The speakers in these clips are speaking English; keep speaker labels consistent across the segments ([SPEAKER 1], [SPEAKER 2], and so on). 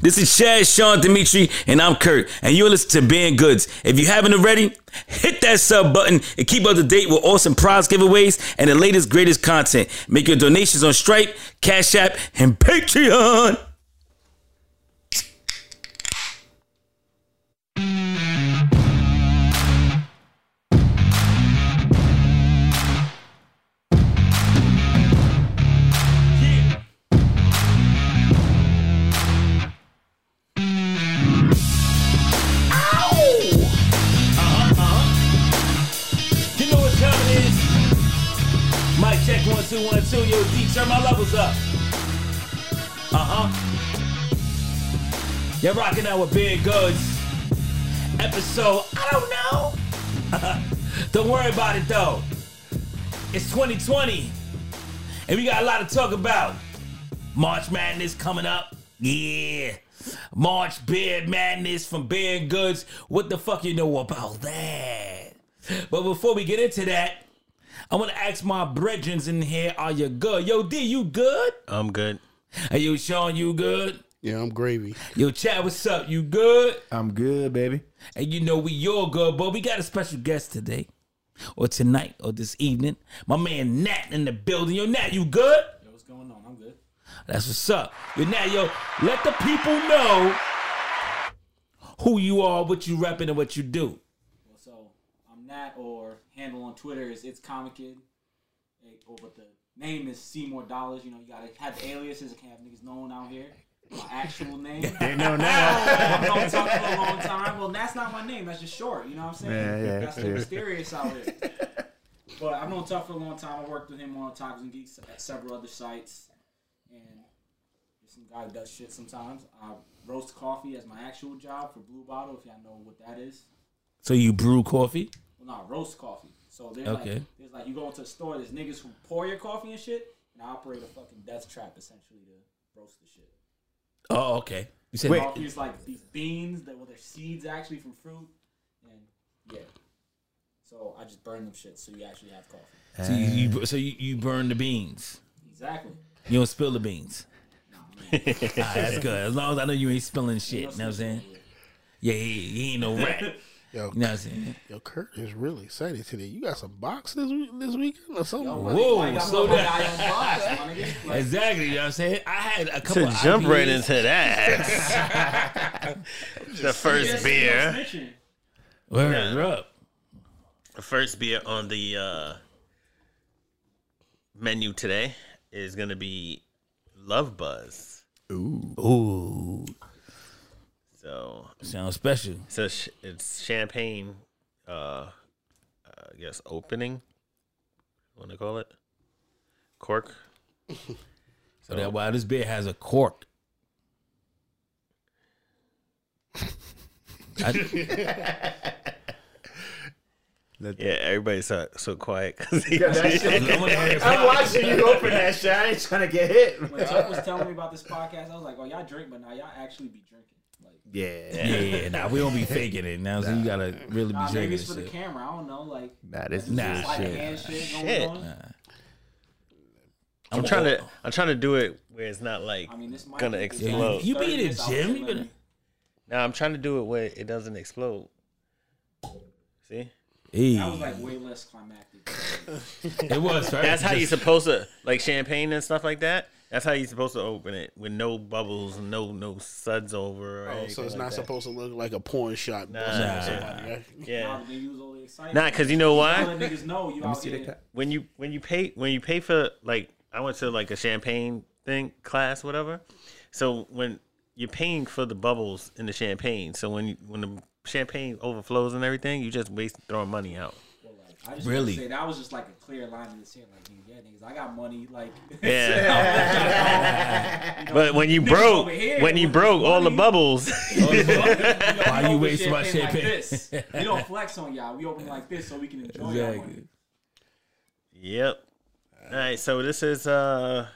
[SPEAKER 1] This is Chad, Sean, Dimitri, and I'm Kurt, and you're listening to Being Goods. If you haven't already, hit that sub button and keep up to date with awesome prize giveaways and the latest, greatest content. Make your donations on Stripe, Cash App, and Patreon.
[SPEAKER 2] You know what time it is. Mic check one two one two. Yo, D, turn my levels up. Uh huh. You're rocking out with Big Goods. Episode. I don't know. don't worry about it though. It's 2020, and we got a lot to talk about. March Madness coming up. Yeah. March Beard Madness from Beard Goods. What the fuck you know about that? But before we get into that, I want to ask my brethrens in here, are you good? Yo, D, you good?
[SPEAKER 3] I'm good.
[SPEAKER 2] Are you Sean, you good?
[SPEAKER 4] Yeah, I'm gravy.
[SPEAKER 2] Yo, Chad, what's up? You good?
[SPEAKER 5] I'm good, baby.
[SPEAKER 2] And you know we all good, but we got a special guest today. Or tonight or this evening. My man Nat in the building. Yo, Nat, you good? Yo, what's going on? I'm good. That's what's up. Yo, Nat, yo, let the people know who you are, what you repping, and what you do.
[SPEAKER 6] So I'm Nat, or handle on Twitter is it's Comic Kid. Eh, Or but the name is Seymour Dollars. You know, you gotta have the aliases. I can't have niggas known out here. My actual name.
[SPEAKER 5] They know now.
[SPEAKER 6] I've known Tuck for a long time. Well, that's not my name. That's just short. You know what I'm saying?
[SPEAKER 5] Yeah, yeah,
[SPEAKER 6] that's the
[SPEAKER 5] yeah.
[SPEAKER 6] mysterious out here. But I've known Tuck for a long time. I worked with him on Topics and Geeks at several other sites, and just some guy who does shit sometimes. I roast coffee as my actual job for Blue Bottle. If y'all know what that is.
[SPEAKER 2] So you brew coffee?
[SPEAKER 6] Well, not roast coffee. So there's
[SPEAKER 2] Okay.
[SPEAKER 6] like there's like you go into a store. There's niggas who pour your coffee and shit, and I operate a fucking death trap essentially to roast the shit.
[SPEAKER 2] Oh, okay. You said
[SPEAKER 5] Wait.
[SPEAKER 6] Coffee is like these beans that well, they're seeds actually from fruit, and yeah. So I just burn them shit, so you actually have coffee.
[SPEAKER 2] so you, you so you, you burn the beans.
[SPEAKER 6] Exactly.
[SPEAKER 2] You don't spill the beans. Ah, that's good. As long as I know you ain't spilling shit. You know what I'm saying? Yeah, he, he ain't no rat. You
[SPEAKER 4] Yo,
[SPEAKER 2] know what I'm saying?
[SPEAKER 4] yo, Kurt is really excited today. You got some box this week, this weekend or something?
[SPEAKER 2] Whoa, slow down.
[SPEAKER 6] down.
[SPEAKER 2] Exactly, you know what I'm saying? I had a couple
[SPEAKER 3] To
[SPEAKER 2] of
[SPEAKER 3] jump right
[SPEAKER 2] IPAs.
[SPEAKER 3] into that. the first beer.
[SPEAKER 2] Word up.
[SPEAKER 3] The first beer on the uh, menu today is going to be Love Buzz.
[SPEAKER 2] Ooh,
[SPEAKER 3] So
[SPEAKER 2] sounds special.
[SPEAKER 3] it's, a sh- it's champagne, uh, I guess, opening. What do they call it? Cork.
[SPEAKER 2] So that why this beer has a cork. I,
[SPEAKER 3] Yeah, everybody's so, so quiet. 'cause he-
[SPEAKER 2] I wanna hear-
[SPEAKER 5] I'm watching you open that shit. I ain't trying to get hit.
[SPEAKER 6] When Chuck was telling me about this podcast, I was like, "Oh, y'all drink, but now y'all actually be drinking." Like,
[SPEAKER 5] Yeah.
[SPEAKER 2] yeah, nah, we don't be faking it now. So you gotta really be
[SPEAKER 6] nah, maybe
[SPEAKER 2] drinking
[SPEAKER 6] it's for
[SPEAKER 2] this
[SPEAKER 6] the
[SPEAKER 2] shit.
[SPEAKER 6] camera. I don't know. Like,
[SPEAKER 5] Nah, this is
[SPEAKER 2] Nah.
[SPEAKER 5] nah.
[SPEAKER 6] like
[SPEAKER 5] shit.
[SPEAKER 6] hand shit going
[SPEAKER 3] Shit.
[SPEAKER 6] on.
[SPEAKER 3] I'm trying to I'm trying to do it where it's not like
[SPEAKER 6] I mean, this might
[SPEAKER 3] gonna
[SPEAKER 6] be-
[SPEAKER 2] Yeah,
[SPEAKER 3] explode.
[SPEAKER 2] you, you be in the
[SPEAKER 6] 30
[SPEAKER 2] gym. You
[SPEAKER 6] minutes,
[SPEAKER 2] better,
[SPEAKER 3] No, I'm trying to do it where it doesn't explode. See?
[SPEAKER 6] I was
[SPEAKER 2] hey,
[SPEAKER 6] like way less climactic.
[SPEAKER 2] it was. Right?
[SPEAKER 3] That's how you're
[SPEAKER 2] Just-
[SPEAKER 3] supposed to like champagne and stuff like that. That's how you're supposed to open it with no bubbles, no no suds over. Or
[SPEAKER 4] Oh, so it's
[SPEAKER 3] like
[SPEAKER 4] not
[SPEAKER 3] that.
[SPEAKER 4] supposed to look like a porn shot.
[SPEAKER 3] Nah,
[SPEAKER 4] busting
[SPEAKER 3] nah.
[SPEAKER 4] somebody, right?
[SPEAKER 3] Yeah.
[SPEAKER 6] Nah, nigga, you was all excited.
[SPEAKER 3] Nah, cause you know
[SPEAKER 6] I
[SPEAKER 3] why?
[SPEAKER 6] let niggas know you
[SPEAKER 5] Let me
[SPEAKER 6] out
[SPEAKER 5] see
[SPEAKER 6] here.
[SPEAKER 5] the cut.
[SPEAKER 3] When you when you pay when you pay for like I went to like a champagne thing class whatever. So when you're paying for the bubbles in the champagne, so when you, when the champagne overflows and everything, you just waste throwing money out.
[SPEAKER 6] Well, like, I just
[SPEAKER 2] Really?
[SPEAKER 6] really? Say, that was just like a clear line in the sand. Like, yeah, niggas, I got money. Like,
[SPEAKER 3] Yeah.
[SPEAKER 6] you know,
[SPEAKER 3] But when you
[SPEAKER 6] niggas
[SPEAKER 3] broke,
[SPEAKER 6] over here
[SPEAKER 3] when you
[SPEAKER 6] with
[SPEAKER 3] broke all the
[SPEAKER 6] money.
[SPEAKER 3] bubbles,
[SPEAKER 2] Why you
[SPEAKER 6] open
[SPEAKER 2] wasting my
[SPEAKER 6] Like
[SPEAKER 2] champagne?
[SPEAKER 6] this. We don't flex on y'all. We open like this so we can enjoy exactly.
[SPEAKER 2] Exactly.
[SPEAKER 6] money.
[SPEAKER 3] yep. All right, so this is uh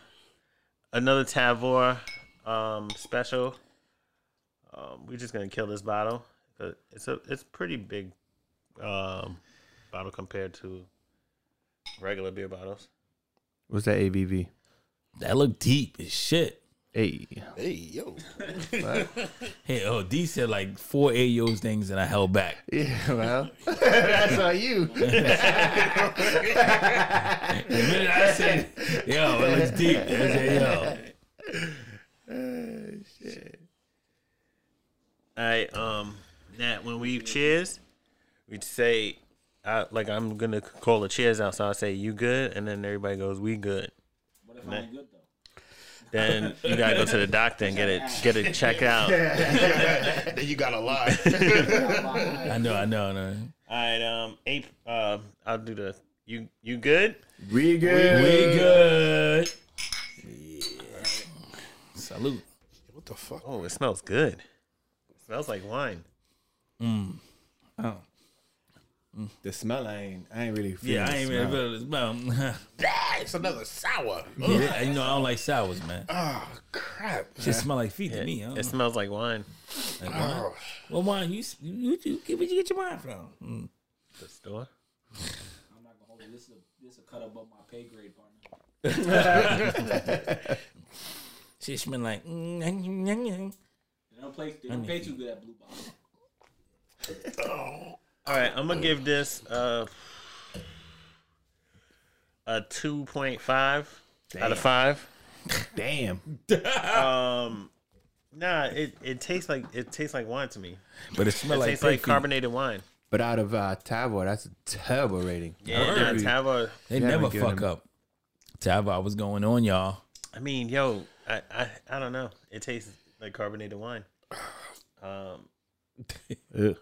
[SPEAKER 3] another Tavor um special. Um, we're just gonna kill this bottle. But It's a it's pretty big um bottle compared to regular beer bottles.
[SPEAKER 5] What's that ABV?
[SPEAKER 2] That look deep as shit.
[SPEAKER 5] Hey,
[SPEAKER 4] Hey, yo.
[SPEAKER 2] Hey, oh, D said like four AO's things and I held back.
[SPEAKER 5] yeah, well, that's on you.
[SPEAKER 2] The minute I said, yo, it looks deep. I said, yo.
[SPEAKER 3] All right, um, Nat, when we cheers, we say, I, like, I'm gonna call a cheers out, so I say, you good, and then everybody goes, we good.
[SPEAKER 6] What if I ain't good though?
[SPEAKER 3] Then you gotta go to the doctor and get it, get it checked out.
[SPEAKER 5] then you gotta lie.
[SPEAKER 2] I know, I know, I know.
[SPEAKER 3] All right, um, eight, um, I'll do the, you, you good?
[SPEAKER 5] We good.
[SPEAKER 2] We good. Salute.
[SPEAKER 4] What the fuck?
[SPEAKER 3] Oh, it smells good. It smells like wine.
[SPEAKER 5] Oh. The smell, I ain't, I ain't really feeling
[SPEAKER 2] Yeah, I ain't
[SPEAKER 5] the
[SPEAKER 2] even
[SPEAKER 5] smell.
[SPEAKER 2] feel this. Well,
[SPEAKER 4] Ah, it's another sour.
[SPEAKER 2] yeah, you know, Oh, I don't like sours, man. It
[SPEAKER 4] Oh, crap.
[SPEAKER 2] just smell like feet to me. I don't know.
[SPEAKER 3] It smells like wine.
[SPEAKER 4] Oh,
[SPEAKER 2] Well, wine, you, you, you, where'd you get your wine from? Mm.
[SPEAKER 3] The store.
[SPEAKER 6] I'm not gonna hold you. This is a this is a cut above my pay grade partner.
[SPEAKER 2] She smell like. Mm,
[SPEAKER 6] They don't play they don't pay too good at blue ball.
[SPEAKER 3] All right, I'm gonna give this uh, a two point five out of five.
[SPEAKER 5] Damn.
[SPEAKER 3] Um, nah, it, it tastes like it tastes like wine to me.
[SPEAKER 2] but it smell
[SPEAKER 3] It
[SPEAKER 2] like,
[SPEAKER 3] tastes like
[SPEAKER 2] pig feet.
[SPEAKER 3] carbonated wine.
[SPEAKER 5] But out of uh, Tavo, that's a terrible rating.
[SPEAKER 3] Yeah,
[SPEAKER 2] Word.
[SPEAKER 3] nah, Tava.
[SPEAKER 2] They
[SPEAKER 5] haven't
[SPEAKER 2] never
[SPEAKER 5] given
[SPEAKER 2] fuck
[SPEAKER 5] him-
[SPEAKER 2] up. Tava, I was going on, y'all.
[SPEAKER 3] I mean, yo, I, I I don't know. It tastes like carbonated wine. Um,
[SPEAKER 5] Ugh.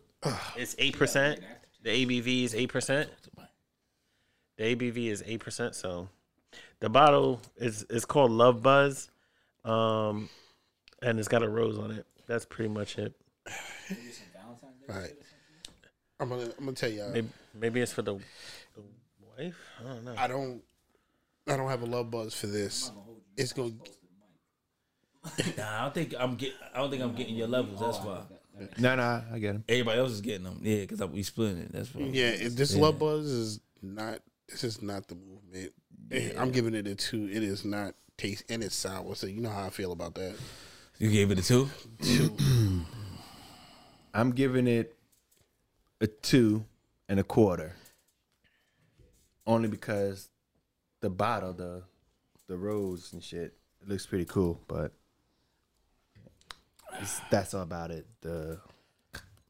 [SPEAKER 3] it's eight percent. The ABV is eight percent. The ABV is eight percent. So the bottle is is called Love Buzz, um, and it's got a rose on it. That's pretty much it.
[SPEAKER 4] all right. I'm gonna, I'm gonna tell y'all.
[SPEAKER 3] Maybe, maybe it's for the, the wife. I don't know.
[SPEAKER 4] I don't, I don't have a love buzz for this. It's gonna,
[SPEAKER 2] Nah, I don't think I'm get. I don't think I'm getting your levels. That's why
[SPEAKER 5] No, no, I get him.
[SPEAKER 2] everybody else is getting them. Yeah, because we splitting it. That's why.
[SPEAKER 4] yeah. If this love buzz is not, this is not the movement. Eh, I'm giving it a two. It is not taste and it's sour. So you know how I feel about that.
[SPEAKER 2] You gave it a two.
[SPEAKER 5] I'm giving it a two and a quarter. Only because the bottle, the the rose and shit, it looks pretty cool, but it's, that's all about it. The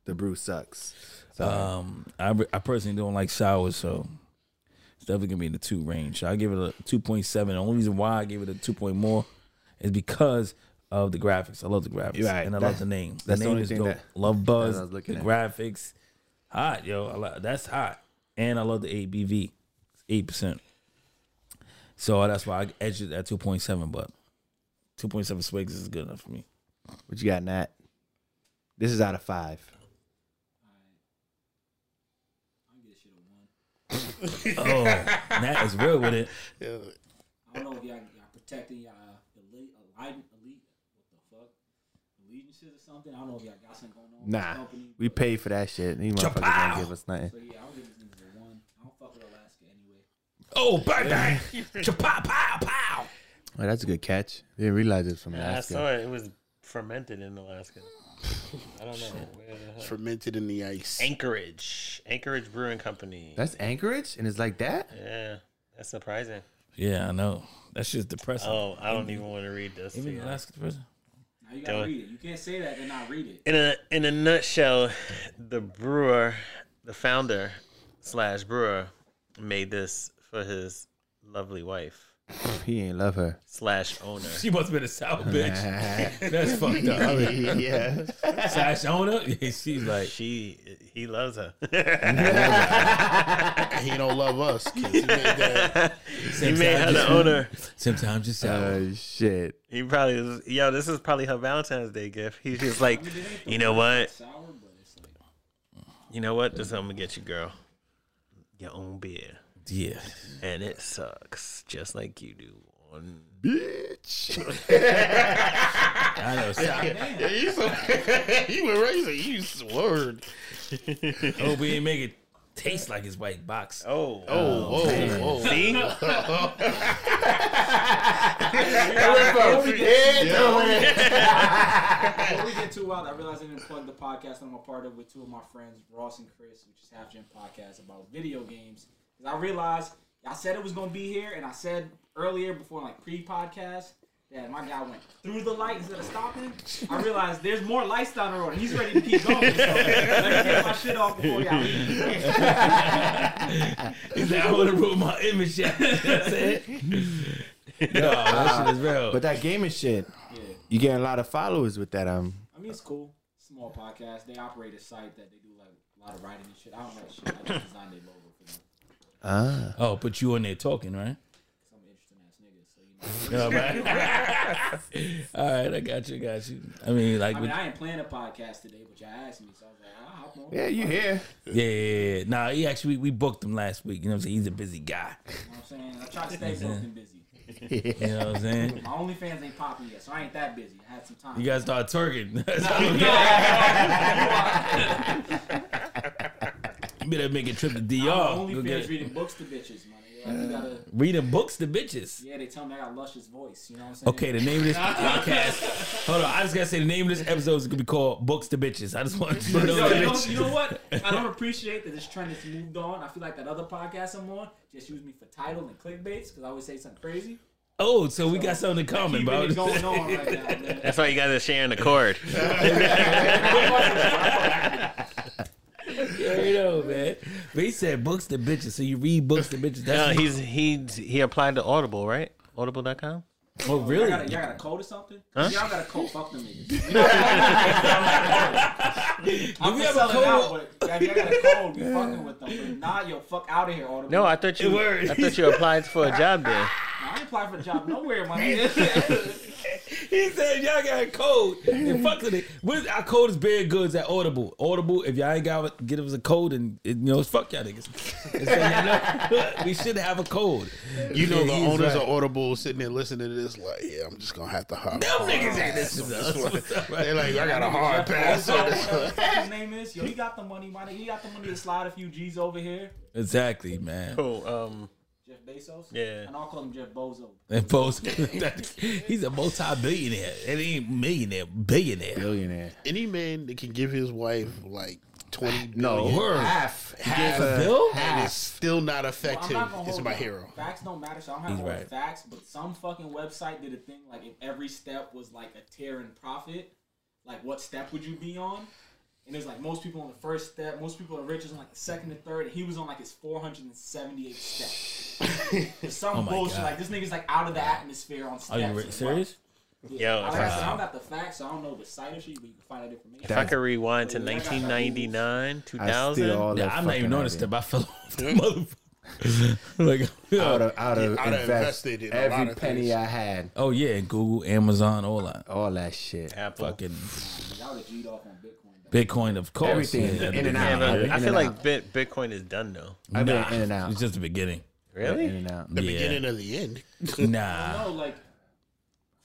[SPEAKER 5] the brew sucks. So
[SPEAKER 2] Um, I re- I personally don't like sours, so it's definitely gonna be in the two range. I give it a two point seven. The only reason why I gave it a two point more is because of the graphics. I love the graphics,
[SPEAKER 5] Right,
[SPEAKER 2] and I
[SPEAKER 5] that-
[SPEAKER 2] love the name.
[SPEAKER 5] that's the
[SPEAKER 2] name
[SPEAKER 5] only
[SPEAKER 2] is
[SPEAKER 5] thing
[SPEAKER 2] dope.
[SPEAKER 5] that-
[SPEAKER 2] love buzz.
[SPEAKER 5] that I was looking
[SPEAKER 2] the
[SPEAKER 5] at.
[SPEAKER 2] graphics, hot yo. I li- that's hot, and I love the ABV, eight percent. So that's why I edged it at two point seven, but two point seven swigs is good enough for me.
[SPEAKER 5] what you got, Nat? This is out of five.
[SPEAKER 6] I can get shit a one.
[SPEAKER 2] Oh, Nat is real with it.
[SPEAKER 4] Yeah.
[SPEAKER 6] I don't know if y'all, y'all protecting y'all elite, elite, elite, what the fuck, allegiances or something. I don't know if y'all got something going on. with the
[SPEAKER 5] Nah.
[SPEAKER 6] company,
[SPEAKER 5] We
[SPEAKER 6] but-
[SPEAKER 5] paid for that shit. These motherfuckers don't give us nothing.
[SPEAKER 6] So yeah, I'll give these niggas a one. I don't fuck with Alaska anyway.
[SPEAKER 2] Oh, bang bang, pow pow pow.
[SPEAKER 5] Oh, that's a good catch. Didn't realize it's from
[SPEAKER 3] I
[SPEAKER 5] Alaska.
[SPEAKER 3] saw it. It was fermented in Alaska. I don't know. Where the hell-
[SPEAKER 4] Fermented in the ice.
[SPEAKER 3] Anchorage, Anchorage Brewing Company.
[SPEAKER 5] That's Anchorage, and it's like that.
[SPEAKER 3] yeah, that's surprising.
[SPEAKER 2] Yeah, I know. That shit's depressing.
[SPEAKER 3] Oh, I don't even want to read this. to
[SPEAKER 2] Even
[SPEAKER 3] be
[SPEAKER 2] the
[SPEAKER 3] honest.
[SPEAKER 2] last person.
[SPEAKER 6] Now you gotta
[SPEAKER 3] Done.
[SPEAKER 6] read it. You can't say that and not read it.
[SPEAKER 3] in a in a nutshell, the brewer, the founder slash brewer, made this for his lovely wife
[SPEAKER 5] He ain't love her.
[SPEAKER 3] slash owner.
[SPEAKER 2] She must have been a sour bitch. That's fucked up. I mean,
[SPEAKER 5] yeah.
[SPEAKER 2] Slash owner. Yeah, she's like,
[SPEAKER 3] She he loves her.
[SPEAKER 4] And he don't love us. 'cause he made that-
[SPEAKER 3] he
[SPEAKER 2] sometimes
[SPEAKER 3] made her the
[SPEAKER 2] it's-
[SPEAKER 3] owner.
[SPEAKER 2] Sometimes it's sour.
[SPEAKER 5] Oh shit.
[SPEAKER 3] He probably was, yo. This is probably her Valentine's Day gift. He's just like, you know what,
[SPEAKER 6] Sour, but it's like
[SPEAKER 3] you know what. This is what I'm gonna get you, girl. Your own beer,
[SPEAKER 2] yeah.
[SPEAKER 3] and it sucks just like you do. On
[SPEAKER 5] Bitch.
[SPEAKER 2] I know. Sour.
[SPEAKER 4] Yeah, you so- you were raising. You swerved.
[SPEAKER 2] I hope we didn't make Oh, it taste like his white box.
[SPEAKER 3] oh,
[SPEAKER 4] Oh, whoa, whoa.
[SPEAKER 3] see,
[SPEAKER 6] Before we get-
[SPEAKER 5] Yeah.
[SPEAKER 6] before we get too wild, I realized I didn't plug the podcast I'm a part of with two of my friends, Ross and Chris, which is Half Gen Podcast about video games. 'Cause I realized I said it was gonna be here, and I said earlier before like pre-podcast. that my guy went through the light instead of stopping. I realized there's more lights down the road, and he's ready to keep going. So let me get my shit off before y'all leave.
[SPEAKER 2] He's like, I would have ruined my image. That's it. No, that shit is real.
[SPEAKER 5] But that gaming shit,
[SPEAKER 6] Yeah.
[SPEAKER 5] you getting a lot of followers with that. Um,
[SPEAKER 6] I mean, it's cool. Small podcast. They operate a site that they do like a lot of writing and shit. I don't write shit. I just design their logo for them.
[SPEAKER 5] ah,
[SPEAKER 2] Oh, but you on there talking, right?
[SPEAKER 6] Some interesting ass niggas. So you know.
[SPEAKER 2] All right, All right I got you, got you. I mean, like,
[SPEAKER 6] I
[SPEAKER 2] with-
[SPEAKER 6] mean, I ain't playing a podcast today, but y'all asked me, so I was like, I'll hop on.
[SPEAKER 5] yeah, you here?
[SPEAKER 2] yeah, yeah, yeah. Nah, he actually, we booked him last week. You know what I'm saying? He's a busy guy.
[SPEAKER 6] You know what I'm saying? I try to stay something busy.
[SPEAKER 2] You know what I'm saying?
[SPEAKER 6] My OnlyFans ain't popping yet, so I ain't that busy. I had some time.
[SPEAKER 2] You gotta start twerking. you better make a trip to DR.
[SPEAKER 6] I'm
[SPEAKER 2] Go
[SPEAKER 6] OnlyFans
[SPEAKER 2] get-
[SPEAKER 6] reading books to bitches, money. Like, you gotta,
[SPEAKER 2] reading books to bitches.
[SPEAKER 6] yeah, they tell me I got luscious voice. You know what I'm saying?
[SPEAKER 2] Okay, the name of this podcast. Hold on, I just gotta say the name of this episode is gonna be called "Books to Bitches." I just want you to know
[SPEAKER 6] Yo, you,
[SPEAKER 2] that.
[SPEAKER 6] know, you know what? I don't appreciate that this trend has moved on. I feel like that other podcast I'm on just used me for title and clickbaits because I always say something crazy.
[SPEAKER 2] Oh, so we got something in common,
[SPEAKER 6] Keeping
[SPEAKER 2] bro.
[SPEAKER 6] it going on right now, man.
[SPEAKER 3] That's why you guys are sharing the cord.
[SPEAKER 2] Yeah, you know, man. But he said books to bitches, so you read books to bitches.
[SPEAKER 3] No,
[SPEAKER 2] That's
[SPEAKER 3] he's he's he applied to Audible, right?
[SPEAKER 2] oh,
[SPEAKER 3] Audible.com.
[SPEAKER 6] Y'all
[SPEAKER 2] really?
[SPEAKER 6] got, a, y'all got a code or something? Y'all got a code? Fuck them niggas. I'm
[SPEAKER 2] we have a
[SPEAKER 6] selling
[SPEAKER 2] code?
[SPEAKER 6] out, but y'all, y'all got a code. We fucking with them. But nah, yo, fuck out of here, all the
[SPEAKER 3] No, I thought you
[SPEAKER 2] Word.
[SPEAKER 3] I thought you applied for a job there.
[SPEAKER 6] I ain't applying for a job nowhere, my nigga.
[SPEAKER 2] He said y'all got a code. And fuck with it. What, our code is Bear Goods at Audible. Audible. If y'all ain't got get us a code, and it, you know, it's fuck y'all niggas. It's like, you know, we should have a code.
[SPEAKER 4] You know the
[SPEAKER 2] He's
[SPEAKER 4] owners
[SPEAKER 2] right.
[SPEAKER 4] of Audible sitting there listening to this, like, yeah, I'm just gonna have to hop.
[SPEAKER 2] Them niggas ain't listening to us. What's up, right?
[SPEAKER 4] They're like, I got a hard pass
[SPEAKER 6] So,
[SPEAKER 4] on this.
[SPEAKER 6] whatever his name is, yo, he got the money, my nigga. He got the money to slide a few G's over here.
[SPEAKER 2] Exactly, man.
[SPEAKER 3] Oh, um,
[SPEAKER 6] Jeff Bezos.
[SPEAKER 3] Yeah.
[SPEAKER 6] And I'll call him Jeff Bozo.
[SPEAKER 2] And folks, he's a multi-billionaire. It ain't millionaire, billionaire.
[SPEAKER 5] Billionaire.
[SPEAKER 4] Any man that can give his wife like twenty
[SPEAKER 5] No,
[SPEAKER 4] billion
[SPEAKER 5] half, half,
[SPEAKER 2] a bill?
[SPEAKER 4] and it's
[SPEAKER 5] half.
[SPEAKER 4] still not affect
[SPEAKER 6] I'm
[SPEAKER 4] him,
[SPEAKER 6] not gonna
[SPEAKER 4] it's
[SPEAKER 6] hold
[SPEAKER 4] my
[SPEAKER 6] you.
[SPEAKER 4] hero.
[SPEAKER 6] Facts don't matter, so I don't have
[SPEAKER 2] He's
[SPEAKER 6] all the
[SPEAKER 2] right.
[SPEAKER 6] facts. But some fucking website did a thing like if every step was like a tear in profit, like what step would you be on? And it's like most people on the first step, most people are rich is on like the second and third, and he was on like his 478th step. It's some
[SPEAKER 2] Oh my
[SPEAKER 6] bullshit
[SPEAKER 2] God.
[SPEAKER 6] like this nigga's like out of the atmosphere on
[SPEAKER 2] Are
[SPEAKER 6] steps.
[SPEAKER 2] you re-
[SPEAKER 6] and
[SPEAKER 2] serious?
[SPEAKER 6] what-
[SPEAKER 3] Yo,
[SPEAKER 6] like I
[SPEAKER 3] wow.
[SPEAKER 6] said, I don't got the facts, so I don't know the site or shit, but you can find that information.
[SPEAKER 3] if I could rewind to
[SPEAKER 6] Yeah, I got that.
[SPEAKER 3] 1999,
[SPEAKER 5] I
[SPEAKER 3] 2000.
[SPEAKER 5] steal all
[SPEAKER 2] Nah,
[SPEAKER 5] that.
[SPEAKER 2] I'm not even
[SPEAKER 5] fucking
[SPEAKER 2] noticed
[SPEAKER 5] idea.
[SPEAKER 2] that. I fell off the motherfucker. like,
[SPEAKER 5] I would've- I would've
[SPEAKER 4] I would've
[SPEAKER 5] invested
[SPEAKER 4] invested in a lot
[SPEAKER 5] every
[SPEAKER 4] of
[SPEAKER 5] penny
[SPEAKER 4] things.
[SPEAKER 5] I had.
[SPEAKER 2] oh yeah, Google, Amazon, all that.
[SPEAKER 5] All that shit.
[SPEAKER 3] Apple.
[SPEAKER 2] Fucking
[SPEAKER 6] Y'all have G'd off on Bitcoin. though.
[SPEAKER 2] Bitcoin, of course.
[SPEAKER 5] Everything
[SPEAKER 2] Yeah,
[SPEAKER 5] in and
[SPEAKER 3] Yeah,
[SPEAKER 5] out.
[SPEAKER 3] but
[SPEAKER 5] I've been
[SPEAKER 3] I
[SPEAKER 5] in
[SPEAKER 3] feel
[SPEAKER 5] and
[SPEAKER 3] like
[SPEAKER 5] out.
[SPEAKER 3] Bit, Bitcoin is done though.
[SPEAKER 5] I've been
[SPEAKER 2] Nah,
[SPEAKER 5] in and out.
[SPEAKER 2] It's just the beginning.
[SPEAKER 5] in
[SPEAKER 3] Really?
[SPEAKER 5] and out.
[SPEAKER 4] The
[SPEAKER 2] Yeah.
[SPEAKER 4] beginning of the end.
[SPEAKER 2] Nah.
[SPEAKER 6] No, Oh, like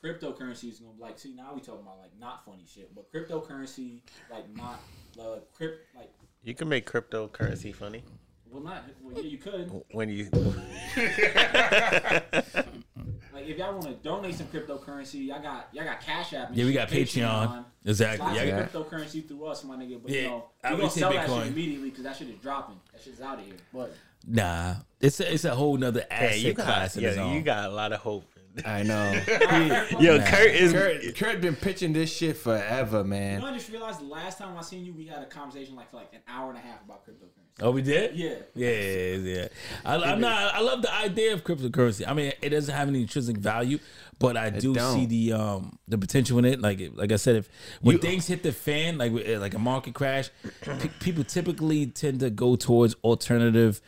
[SPEAKER 6] cryptocurrency is gonna be like. See, now we talking about like not funny shit, but cryptocurrency, like not uh, crypt, like
[SPEAKER 3] You can make cryptocurrency funny
[SPEAKER 6] well, not well, yeah, you could.
[SPEAKER 2] Oh.
[SPEAKER 3] when you.
[SPEAKER 6] Like, if y'all want to donate some cryptocurrency, y'all got y'all got Cash App. and
[SPEAKER 2] Yeah, we
[SPEAKER 6] shit,
[SPEAKER 2] got Patreon. Exactly.
[SPEAKER 6] Lots
[SPEAKER 2] Yeah,
[SPEAKER 6] of cryptocurrency through us, my nigga. But
[SPEAKER 2] Yeah,
[SPEAKER 6] you know,
[SPEAKER 2] I
[SPEAKER 6] we
[SPEAKER 2] would
[SPEAKER 6] gonna
[SPEAKER 2] say
[SPEAKER 6] sell that
[SPEAKER 2] Bitcoin.
[SPEAKER 6] shit immediately because that shit is dropping. That shit's out of here. But
[SPEAKER 2] Nah. It's a, it's a whole nother
[SPEAKER 3] Hey,
[SPEAKER 2] asset
[SPEAKER 3] you got,
[SPEAKER 2] class in its
[SPEAKER 3] yo,
[SPEAKER 2] own.
[SPEAKER 3] you got a lot of hope.
[SPEAKER 5] I know.
[SPEAKER 3] Yo, Kurt is.
[SPEAKER 5] Kurt, Kurt been pitching this shit forever,
[SPEAKER 6] you know,
[SPEAKER 5] man.
[SPEAKER 6] I just realized the last time I seen you, we had a conversation like for like an hour and a half about cryptocurrency.
[SPEAKER 2] Oh, we did.
[SPEAKER 6] Yeah.
[SPEAKER 2] yeah, yeah. yeah. I, I'm not. I love the idea of cryptocurrency. I mean, it doesn't have any intrinsic value, but I do
[SPEAKER 5] don't.
[SPEAKER 2] see the um the potential in it. Like, it- like I said, if when things hit the fan, like with- like a market crash, pe- people typically tend to go towards alternative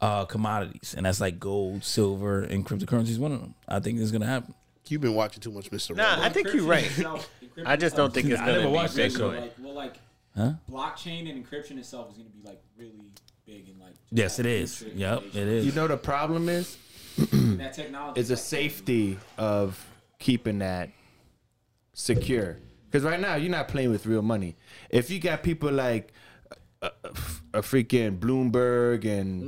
[SPEAKER 2] uh commodities, and that's like gold, silver, and cryptocurrency is one of them. I think it's gonna happen.
[SPEAKER 4] You've been watching too much, Mr.
[SPEAKER 3] Nah,
[SPEAKER 4] Robot.
[SPEAKER 3] I think you're right. I just don't think it's
[SPEAKER 2] I
[SPEAKER 3] gonna
[SPEAKER 2] never
[SPEAKER 3] be
[SPEAKER 2] watched that
[SPEAKER 6] So,
[SPEAKER 3] Bitcoin.
[SPEAKER 6] like, well, like blockchain and encryption itself is going to be like really big and like.
[SPEAKER 2] Yes, it is. Yep, it
[SPEAKER 5] You
[SPEAKER 2] is.
[SPEAKER 5] know the problem is,
[SPEAKER 6] And that technology
[SPEAKER 5] is the safety of keeping that secure. Because right now you're not playing with real money. If you got people like uh,
[SPEAKER 2] Mm-hmm.
[SPEAKER 5] a, a, a freaking Bloomberg and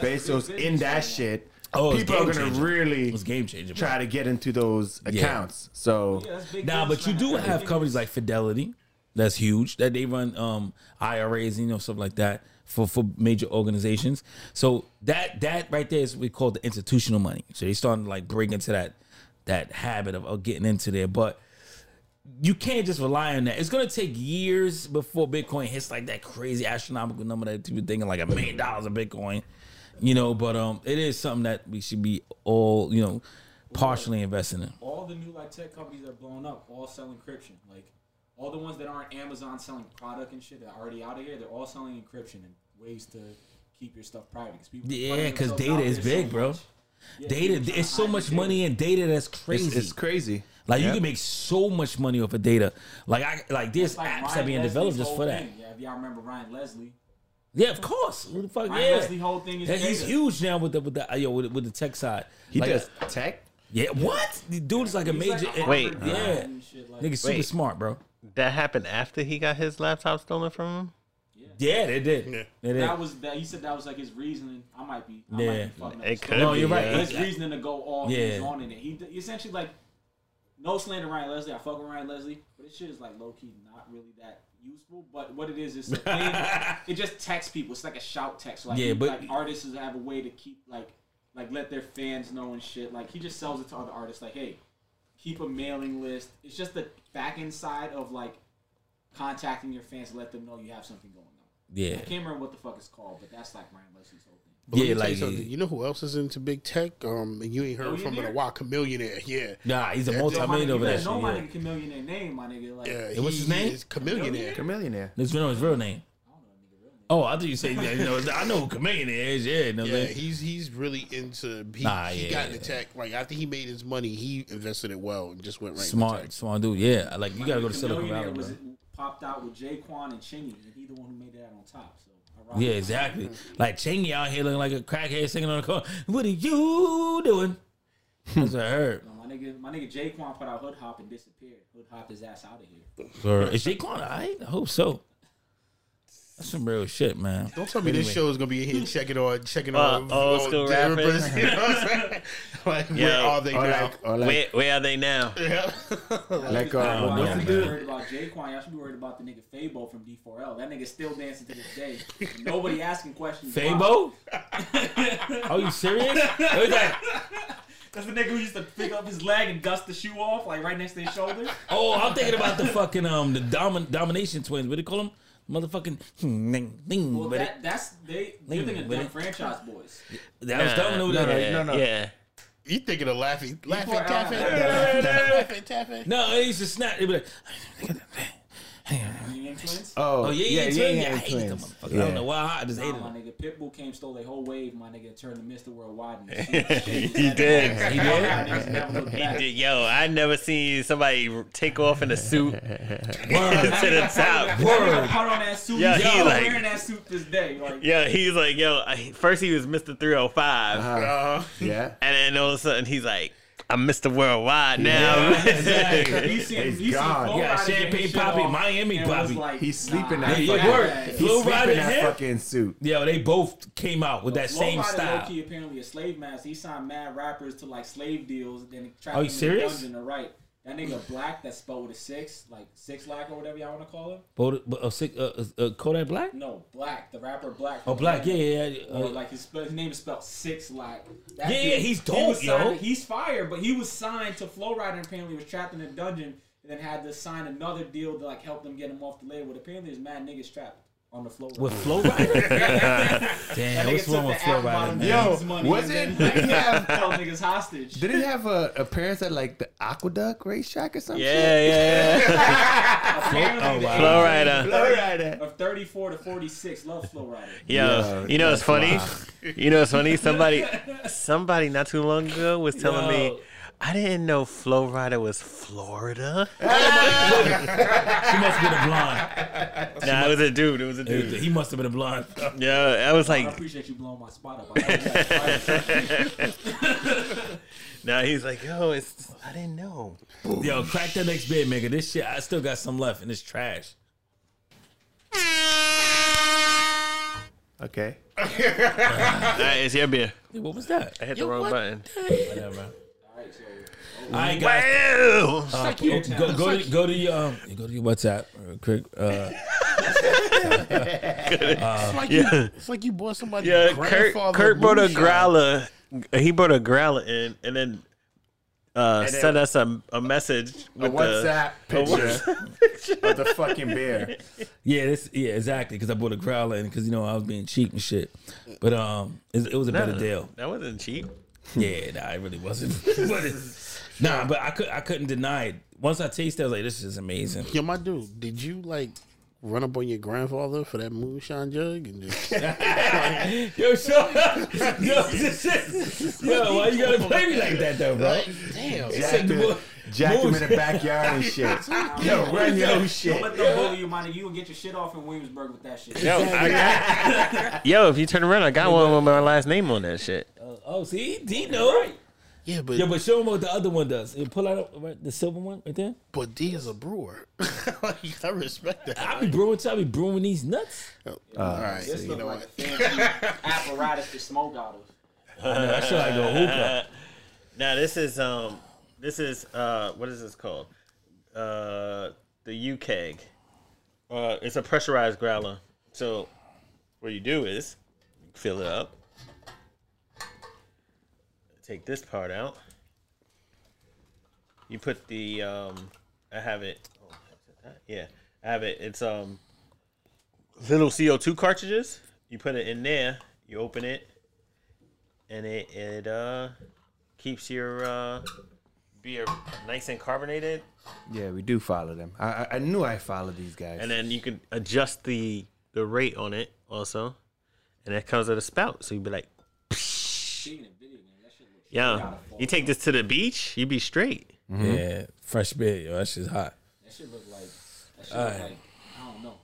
[SPEAKER 5] Bezos in that shit,
[SPEAKER 2] Oh, it's
[SPEAKER 5] people are
[SPEAKER 2] game
[SPEAKER 5] gonna
[SPEAKER 2] changer.
[SPEAKER 5] really
[SPEAKER 2] It's game changer. bro.
[SPEAKER 5] try to get into those accounts. So
[SPEAKER 6] Yeah, that's big
[SPEAKER 2] Nah,
[SPEAKER 6] business,
[SPEAKER 2] but you
[SPEAKER 6] man.
[SPEAKER 2] do
[SPEAKER 6] That's
[SPEAKER 2] have
[SPEAKER 6] big
[SPEAKER 2] companies like Fidelity, that's huge. That they run um, IRAs, you know, stuff like that for for major organizations. So that that right there is what we call the institutional money. So they starting to like break into that that habit of, of getting into there, but. You can't just rely on that. It's gonna take years before Bitcoin hits like that crazy astronomical number that people thinking like a million dollars of Bitcoin, you know. But um, it is something that we should be all you know, partially investing in.
[SPEAKER 6] all the new like tech companies that are blowing up all sell encryption. Like all the ones that aren't Amazon selling product and shit that are already out of here, they're all selling encryption and ways to keep your stuff private. Cause people
[SPEAKER 2] Yeah,
[SPEAKER 6] putting
[SPEAKER 2] 'cause
[SPEAKER 6] themselves
[SPEAKER 2] data
[SPEAKER 6] out
[SPEAKER 2] is
[SPEAKER 6] there
[SPEAKER 2] big, bro.
[SPEAKER 6] much. Yeah,
[SPEAKER 2] data.
[SPEAKER 6] people trying
[SPEAKER 2] It's
[SPEAKER 6] to
[SPEAKER 2] so
[SPEAKER 6] hide
[SPEAKER 2] much
[SPEAKER 6] your
[SPEAKER 2] money in data that's crazy.
[SPEAKER 5] it's, it's crazy.
[SPEAKER 2] like you
[SPEAKER 5] Yeah.
[SPEAKER 2] can make so much money off of data. Like I like there's
[SPEAKER 6] It's like
[SPEAKER 2] apps
[SPEAKER 6] Ryan
[SPEAKER 2] that being
[SPEAKER 6] Leslie's
[SPEAKER 2] developed just
[SPEAKER 6] whole
[SPEAKER 2] for that.
[SPEAKER 6] thing. Yeah, if y'all remember Ryan Leslie,
[SPEAKER 2] Yeah, of course. Who the fuck?
[SPEAKER 6] Ryan
[SPEAKER 2] yeah,
[SPEAKER 6] Leslie whole thing is
[SPEAKER 2] Yeah, he's
[SPEAKER 6] data.
[SPEAKER 2] huge now with the with the uh, yo with, with the tech side.
[SPEAKER 5] He
[SPEAKER 2] Like,
[SPEAKER 5] does tech.
[SPEAKER 2] Yeah, what? The dude's like a
[SPEAKER 6] He's
[SPEAKER 2] major.
[SPEAKER 6] like a
[SPEAKER 3] Wait.
[SPEAKER 6] Harvard
[SPEAKER 2] Yeah.
[SPEAKER 6] grad and shit, like-
[SPEAKER 2] Nigga, super
[SPEAKER 3] Wait.
[SPEAKER 2] smart, bro.
[SPEAKER 3] That happened after he got his laptop stolen from him.
[SPEAKER 2] Yeah, they did.
[SPEAKER 4] Yeah.
[SPEAKER 2] They did.
[SPEAKER 6] That was that. He said that was like his reasoning. I might be. I might
[SPEAKER 2] Yeah.
[SPEAKER 6] be fucking up
[SPEAKER 3] It
[SPEAKER 6] his
[SPEAKER 3] could
[SPEAKER 6] story.
[SPEAKER 2] No, you're
[SPEAKER 3] be,
[SPEAKER 2] right.
[SPEAKER 3] yeah.
[SPEAKER 6] His reasoning to go all
[SPEAKER 2] Yeah.
[SPEAKER 6] yeah. on in it. He d- essentially like no slander Ryan Leslie. I fuck with Ryan Leslie, but this shit is like low key not really that useful. But what it is is a thing, it just texts people. It's like a shout text. Like,
[SPEAKER 2] Yeah, but-
[SPEAKER 6] like artists is- have a way to keep like like let their fans know and shit. Like he just sells it to other artists. Like hey, keep a mailing list. It's just the back end side of like contacting your fans to let them know you have something going on.
[SPEAKER 2] yeah,
[SPEAKER 6] I can't remember what the fuck it's called, but that's like Ryan Leslie's whole thing.
[SPEAKER 4] But let
[SPEAKER 2] yeah.
[SPEAKER 4] me tell you
[SPEAKER 2] Like,
[SPEAKER 4] something. you know who else is into big tech? Um, and you ain't heard from in a
[SPEAKER 6] Millionaire?
[SPEAKER 4] while, chameleonaire. Yeah,
[SPEAKER 2] nah, he's a
[SPEAKER 6] Yo, my nigga,
[SPEAKER 2] multi-millionaire
[SPEAKER 6] you
[SPEAKER 2] over that
[SPEAKER 6] better
[SPEAKER 2] shit.
[SPEAKER 6] know my
[SPEAKER 2] Yeah.
[SPEAKER 6] nigga chameleon their name, my nigga. Like,
[SPEAKER 4] yeah.
[SPEAKER 2] And what's
[SPEAKER 4] he
[SPEAKER 2] his name?
[SPEAKER 4] is chameleonaire.
[SPEAKER 5] Chameleonaire.
[SPEAKER 2] Let's know his real name. Oh, I thought you said you know, I know who Chameleon is. Yeah, you know what I'm
[SPEAKER 4] Yeah,
[SPEAKER 2] saying?
[SPEAKER 4] he's he's really into. He,
[SPEAKER 2] Nah,
[SPEAKER 4] he
[SPEAKER 2] yeah,
[SPEAKER 4] got into
[SPEAKER 2] yeah.
[SPEAKER 4] tech. Like after he made his money, he invested it well and just went right.
[SPEAKER 2] smart,
[SPEAKER 4] Into
[SPEAKER 2] smart dude. Yeah, like you gotta go to
[SPEAKER 6] The
[SPEAKER 2] Silicon
[SPEAKER 6] Chameleon
[SPEAKER 2] Valley, bro.
[SPEAKER 6] was popped out with Jaquan and Chingy, and he the one who made that on top. So I
[SPEAKER 2] Yeah,
[SPEAKER 6] rock with him.
[SPEAKER 2] exactly. Like Chingy out here looking like a crackhead singing on the car. What are you doing? That's what I heard.
[SPEAKER 6] So My nigga, my nigga Jaquan put out Hood Hop and disappeared. Hood Hopped his ass out of here.
[SPEAKER 2] Or is Jaquan alright? I hope so. That's some real shit, man.
[SPEAKER 4] Don't tell me this show is gonna be in here checking on checking
[SPEAKER 3] Uh,
[SPEAKER 4] on
[SPEAKER 3] old
[SPEAKER 4] on
[SPEAKER 3] school
[SPEAKER 4] different
[SPEAKER 3] rappers.
[SPEAKER 4] person, You know what I'm saying? like where
[SPEAKER 3] Yeah.
[SPEAKER 4] are they
[SPEAKER 5] Or
[SPEAKER 4] now?
[SPEAKER 5] like, or like,
[SPEAKER 3] Where, where are they now?
[SPEAKER 4] Yeah.
[SPEAKER 5] like
[SPEAKER 6] Y'all
[SPEAKER 5] uh, what's
[SPEAKER 2] no,
[SPEAKER 5] the
[SPEAKER 6] should be
[SPEAKER 5] dude?
[SPEAKER 6] worried about Jaquan. Y'all should be worried about the nigga Fabo from D4L. That nigga still dancing to this day. Nobody asking questions. why.
[SPEAKER 2] Fabo? Are you serious? It was like,
[SPEAKER 6] That's the nigga who used to pick up his leg and dust the shoe off, like right next to his shoulder.
[SPEAKER 2] oh, I'm thinking about the fucking um the domin- domination twins. What do you call them? Motherfucking hmm, ding, ding,
[SPEAKER 6] Well,
[SPEAKER 2] but
[SPEAKER 6] that, that's they. You're
[SPEAKER 2] Lean
[SPEAKER 6] thinking
[SPEAKER 2] with
[SPEAKER 6] them
[SPEAKER 2] it.
[SPEAKER 6] franchise boys.
[SPEAKER 2] it, that was dumb. No, no,
[SPEAKER 3] yeah,
[SPEAKER 2] no,
[SPEAKER 5] no, no.
[SPEAKER 3] Yeah.
[SPEAKER 4] You thinking of laughing, laughing,
[SPEAKER 6] Before
[SPEAKER 4] taffing,
[SPEAKER 6] Al-
[SPEAKER 4] laughing, taffing?
[SPEAKER 2] no. It used to snap. It'd be like,
[SPEAKER 6] Union twins.
[SPEAKER 2] oh yeah, yeah, yeah, yeah. I hated them.
[SPEAKER 5] twins.
[SPEAKER 2] motherfuckers. I don't know why. I just
[SPEAKER 6] Nah,
[SPEAKER 2] hated
[SPEAKER 6] my
[SPEAKER 2] them.
[SPEAKER 6] nigga, Pitbull came stole a whole wave. My nigga turned the Mister Worldwide.
[SPEAKER 3] He did.
[SPEAKER 2] He did.
[SPEAKER 3] He did. Yo, I never seen somebody take off in a suit to the top.
[SPEAKER 2] Word.
[SPEAKER 6] Put on that suit.
[SPEAKER 3] Yeah,
[SPEAKER 6] He's
[SPEAKER 3] he
[SPEAKER 6] still
[SPEAKER 3] like-
[SPEAKER 6] wearing that suit this day. Like,
[SPEAKER 3] Yeah, he's like, yo. I, first he was Mister Three Hundred Five,
[SPEAKER 5] Uh, yeah.
[SPEAKER 3] and then all of a sudden he's like, I'm Mister Worldwide now.
[SPEAKER 2] exactly.
[SPEAKER 6] You see,
[SPEAKER 5] It's
[SPEAKER 6] you see
[SPEAKER 5] gone.
[SPEAKER 6] Flo
[SPEAKER 2] Yeah,
[SPEAKER 6] Rida get
[SPEAKER 2] Champagne
[SPEAKER 6] his shit
[SPEAKER 2] Poppy,
[SPEAKER 6] off
[SPEAKER 2] Miami
[SPEAKER 6] and was
[SPEAKER 2] Poppy.
[SPEAKER 6] Like,
[SPEAKER 5] He's sleeping
[SPEAKER 6] nah,
[SPEAKER 5] that
[SPEAKER 2] Yeah,
[SPEAKER 5] fucking.
[SPEAKER 2] word.
[SPEAKER 5] He's
[SPEAKER 2] Lil
[SPEAKER 5] sleeping
[SPEAKER 2] Rod in
[SPEAKER 5] that
[SPEAKER 2] here?
[SPEAKER 5] fucking suit.
[SPEAKER 2] Yo, they both came out with that
[SPEAKER 6] Flo
[SPEAKER 2] same
[SPEAKER 6] Rida
[SPEAKER 2] style.
[SPEAKER 6] Low-key apparently a slave master. He signed mad rappers to like slave deals. Then trapped
[SPEAKER 2] Are you
[SPEAKER 6] them
[SPEAKER 2] serious?
[SPEAKER 6] In the dungeon to write. That nigga black that's spelled with a six, like six lack or whatever y'all want to call him.
[SPEAKER 2] Both, but, uh, six- uh, uh, Kodak Black?
[SPEAKER 6] No, black. The rapper black.
[SPEAKER 2] Oh, Black, yeah, yeah, yeah.
[SPEAKER 6] Or
[SPEAKER 2] Uh,
[SPEAKER 6] like his, spe- his name is spelled Six Lack. That
[SPEAKER 2] Yeah,
[SPEAKER 6] dude-
[SPEAKER 2] yeah, he's
[SPEAKER 6] he
[SPEAKER 2] dope,
[SPEAKER 6] was signed-
[SPEAKER 2] yo.
[SPEAKER 6] He's fire, but he was signed to Flow Rider and apparently was trapped in a dungeon and then had to sign another deal to like help them get him off the label. But apparently, there's mad niggas trapped on the Flow Rider.
[SPEAKER 2] with Flow Rider? Damn, what's wrong with Flow Rider, man?
[SPEAKER 5] Yo, was it-
[SPEAKER 6] Like,
[SPEAKER 5] did he have-
[SPEAKER 6] held niggas hostage.
[SPEAKER 5] Did he have a appearance at like the Aqueduct racetrack or something?
[SPEAKER 3] yeah, yeah, yeah.
[SPEAKER 2] oh,
[SPEAKER 6] Apparently, the
[SPEAKER 3] Flow
[SPEAKER 6] age
[SPEAKER 3] Rider.
[SPEAKER 5] All right. uh,
[SPEAKER 6] Of 34 to 46, love Flow Rider.
[SPEAKER 3] Yo,
[SPEAKER 5] Yeah,
[SPEAKER 3] you know it's
[SPEAKER 5] that's
[SPEAKER 3] funny.
[SPEAKER 5] wild.
[SPEAKER 3] You know it's funny. Somebody, somebody not too long ago was telling
[SPEAKER 2] Yo.
[SPEAKER 3] me, I didn't know Flow Rider was Florida.
[SPEAKER 2] She must have been a blonde.
[SPEAKER 3] Nah, it was a dude. It was a
[SPEAKER 2] It was-
[SPEAKER 3] dude.
[SPEAKER 2] He must have been a blonde.
[SPEAKER 3] Yeah, I was
[SPEAKER 6] I
[SPEAKER 3] like,
[SPEAKER 6] appreciate you blowing my spot up. I appreciate you.
[SPEAKER 3] nah. He's like, yo, it's. I didn't know.
[SPEAKER 2] Yo, crack that next bid, nigga. This shit, I still got some left, and it's trash.
[SPEAKER 5] Okay.
[SPEAKER 3] That is your beer.
[SPEAKER 2] What was that?
[SPEAKER 3] I hit the wrong button.
[SPEAKER 7] Whatever.
[SPEAKER 6] Alright, so
[SPEAKER 2] All right, guys.
[SPEAKER 3] Wow.
[SPEAKER 2] Uh, Go, go, go, to, go to your um, go to your WhatsApp real quick. Uh,
[SPEAKER 4] It's like you, it's like you bought somebody.
[SPEAKER 3] Yeah, Kurt,
[SPEAKER 4] grandfather
[SPEAKER 3] Kurt brought a
[SPEAKER 4] moonshine.
[SPEAKER 3] growler. He brought a growler in and then uh, sent us a, a message
[SPEAKER 5] A
[SPEAKER 3] with the,
[SPEAKER 5] WhatsApp picture of the fucking beer.
[SPEAKER 2] yeah, this, yeah, exactly. Because I bought a growler and because you know I was being cheap and shit. But um, it, it was a better deal.
[SPEAKER 3] That wasn't cheap.
[SPEAKER 2] Yeah, nah, it really wasn't. but it, nah, but I could I couldn't deny it. Once I tasted, it, I was like, this is amazing.
[SPEAKER 4] Yo, my dude, did you like run up on your grandfather for that moonshine jug and just
[SPEAKER 2] Yo, shut up. Yo, this is, yo, why you gotta play me like that though, bro?
[SPEAKER 4] damn?
[SPEAKER 5] Jack,
[SPEAKER 2] Said the
[SPEAKER 5] him,
[SPEAKER 2] boy-
[SPEAKER 5] jack him in
[SPEAKER 2] moves.
[SPEAKER 5] the backyard and shit. Yo, run your own shit.
[SPEAKER 6] Don't let them bully you, money. You will get your shit off in Williamsburg with that shit.
[SPEAKER 3] Yo, I got, yo, if you turn around, I got one with my last name on that shit.
[SPEAKER 2] Oh, see, Dino.
[SPEAKER 4] Yeah, but
[SPEAKER 2] Yeah, but show him what the other one does. You pull out up, right, the silver one right there.
[SPEAKER 4] but D is a brewer.
[SPEAKER 2] Uh,
[SPEAKER 4] Like, I respect that.
[SPEAKER 2] I be brewing, I be brewing these nuts.
[SPEAKER 4] All right, so
[SPEAKER 6] This
[SPEAKER 4] you
[SPEAKER 6] looks
[SPEAKER 4] know
[SPEAKER 6] like a
[SPEAKER 4] what?
[SPEAKER 6] fancy apparatus to smoke out of.
[SPEAKER 2] I should like go hookah.
[SPEAKER 3] Now this is um this is uh what is this called? Uh the U keg. Uh it's a pressurized growler. So what you do is fill it up. Take this part out. You put the um I have it oh, yeah, I have it. It's um little CO2 cartridges. You put it in there, you open it and it it uh keeps your uh, beer nice and carbonated,
[SPEAKER 5] Yeah, we do follow them. I I, I knew I followed these guys.
[SPEAKER 3] and then you can adjust the the rate on it also, and it comes with a spout. So you'd be like,
[SPEAKER 6] Speaking of video games, that shit looks
[SPEAKER 3] "Yo, you take this to the beach, you'd be straight."
[SPEAKER 5] Mm-hmm.
[SPEAKER 2] Yeah, fresh beer, yo, that shit's hot.
[SPEAKER 6] that shit look like that shit look
[SPEAKER 2] Alright.
[SPEAKER 6] like I don't know.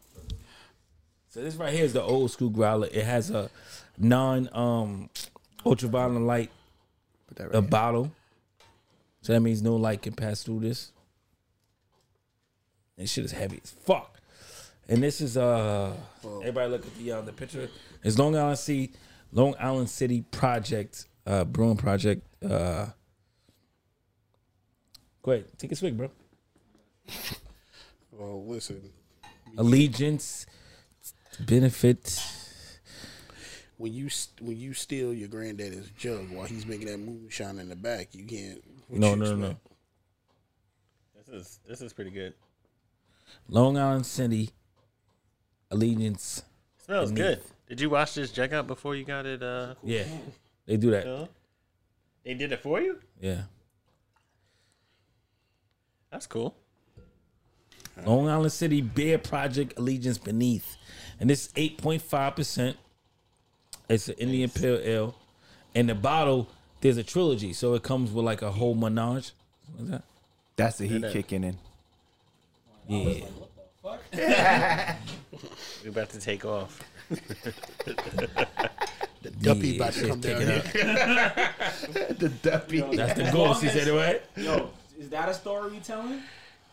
[SPEAKER 2] So this right here is the old school growler. It has a non um ultraviolet light
[SPEAKER 5] Put that right
[SPEAKER 2] a
[SPEAKER 5] here.
[SPEAKER 2] bottle. So that means no light can pass through this. This shit is heavy as fuck. And this is uh everybody look at the uh, the picture. It's Long Island City Long Island City Project, uh Brewing Project. Uh go ahead, take a swig, bro.
[SPEAKER 4] Well, listen,
[SPEAKER 2] Allegiance benefit.
[SPEAKER 4] when you st- when you steal your granddaddy's jug while he's making that moonshine in the back, you can't. what
[SPEAKER 2] No,
[SPEAKER 4] you
[SPEAKER 2] no, no, no.
[SPEAKER 4] expect?
[SPEAKER 3] This is this is pretty good.
[SPEAKER 2] Long Island City Allegiance.
[SPEAKER 3] smells good. Did you wash this jug out before you got it? Uh,
[SPEAKER 2] Yeah. They do that.
[SPEAKER 3] no? they did it for you.
[SPEAKER 2] Yeah.
[SPEAKER 3] That's cool.
[SPEAKER 2] Long Island City Beer Project Allegiance Beneath. And it's 8.5%. It's an Indian Pale Ale. And the bottle, there's a trilogy. So it comes with like a whole menage. What's that?
[SPEAKER 5] That's the heat kicking in.
[SPEAKER 2] Yeah.
[SPEAKER 3] We're about to take off.
[SPEAKER 4] The duppy
[SPEAKER 2] Yeah,
[SPEAKER 4] about to
[SPEAKER 2] shit
[SPEAKER 4] come down
[SPEAKER 2] kicking
[SPEAKER 4] here.
[SPEAKER 5] The duppy.
[SPEAKER 2] That's the goal. She said it right?
[SPEAKER 6] Yo, is that a story you telling?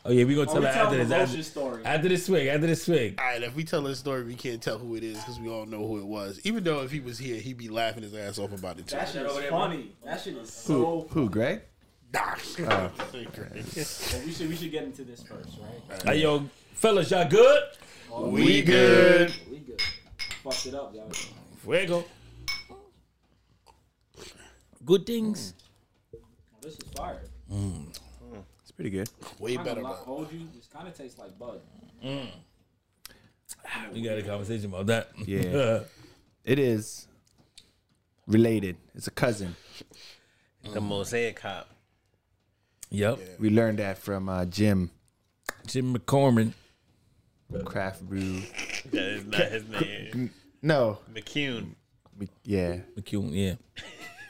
[SPEAKER 2] Oh, yeah. we going to
[SPEAKER 6] Or
[SPEAKER 2] tell
[SPEAKER 6] we
[SPEAKER 2] her after
[SPEAKER 6] telling
[SPEAKER 2] this.
[SPEAKER 6] the Roshan
[SPEAKER 2] After,
[SPEAKER 6] story?
[SPEAKER 2] after this swig. After this swig.
[SPEAKER 4] All right, if we tell this story, we can't tell who it is because we all know who it was. Even though if he was here, he'd be laughing his ass off about it too.
[SPEAKER 6] That shit is funny. That shit is
[SPEAKER 5] Who,
[SPEAKER 6] so. oh,
[SPEAKER 5] who, Greg?
[SPEAKER 4] Nah.
[SPEAKER 6] But we should we should get into this first, right?
[SPEAKER 2] Hey, yo, fellas, y'all good?
[SPEAKER 4] we good.
[SPEAKER 6] We good. Fucked it up, yo.
[SPEAKER 2] Fuego. Good things.
[SPEAKER 6] This is fire.
[SPEAKER 5] It's pretty good.
[SPEAKER 4] Way
[SPEAKER 6] I'm not
[SPEAKER 4] better.
[SPEAKER 6] gonna
[SPEAKER 4] man.
[SPEAKER 6] hold you. This kind of tastes like bud.
[SPEAKER 2] We got a conversation about that.
[SPEAKER 5] Yeah. It is related. It's a cousin.
[SPEAKER 3] The mosaic hop.
[SPEAKER 2] yep.
[SPEAKER 5] We learned that from uh, Jim
[SPEAKER 2] Jim McCormick.
[SPEAKER 5] from Craft Brew.
[SPEAKER 3] That is not his name.
[SPEAKER 5] No,
[SPEAKER 3] McCune.
[SPEAKER 5] we, yeah,
[SPEAKER 2] McCune, yeah.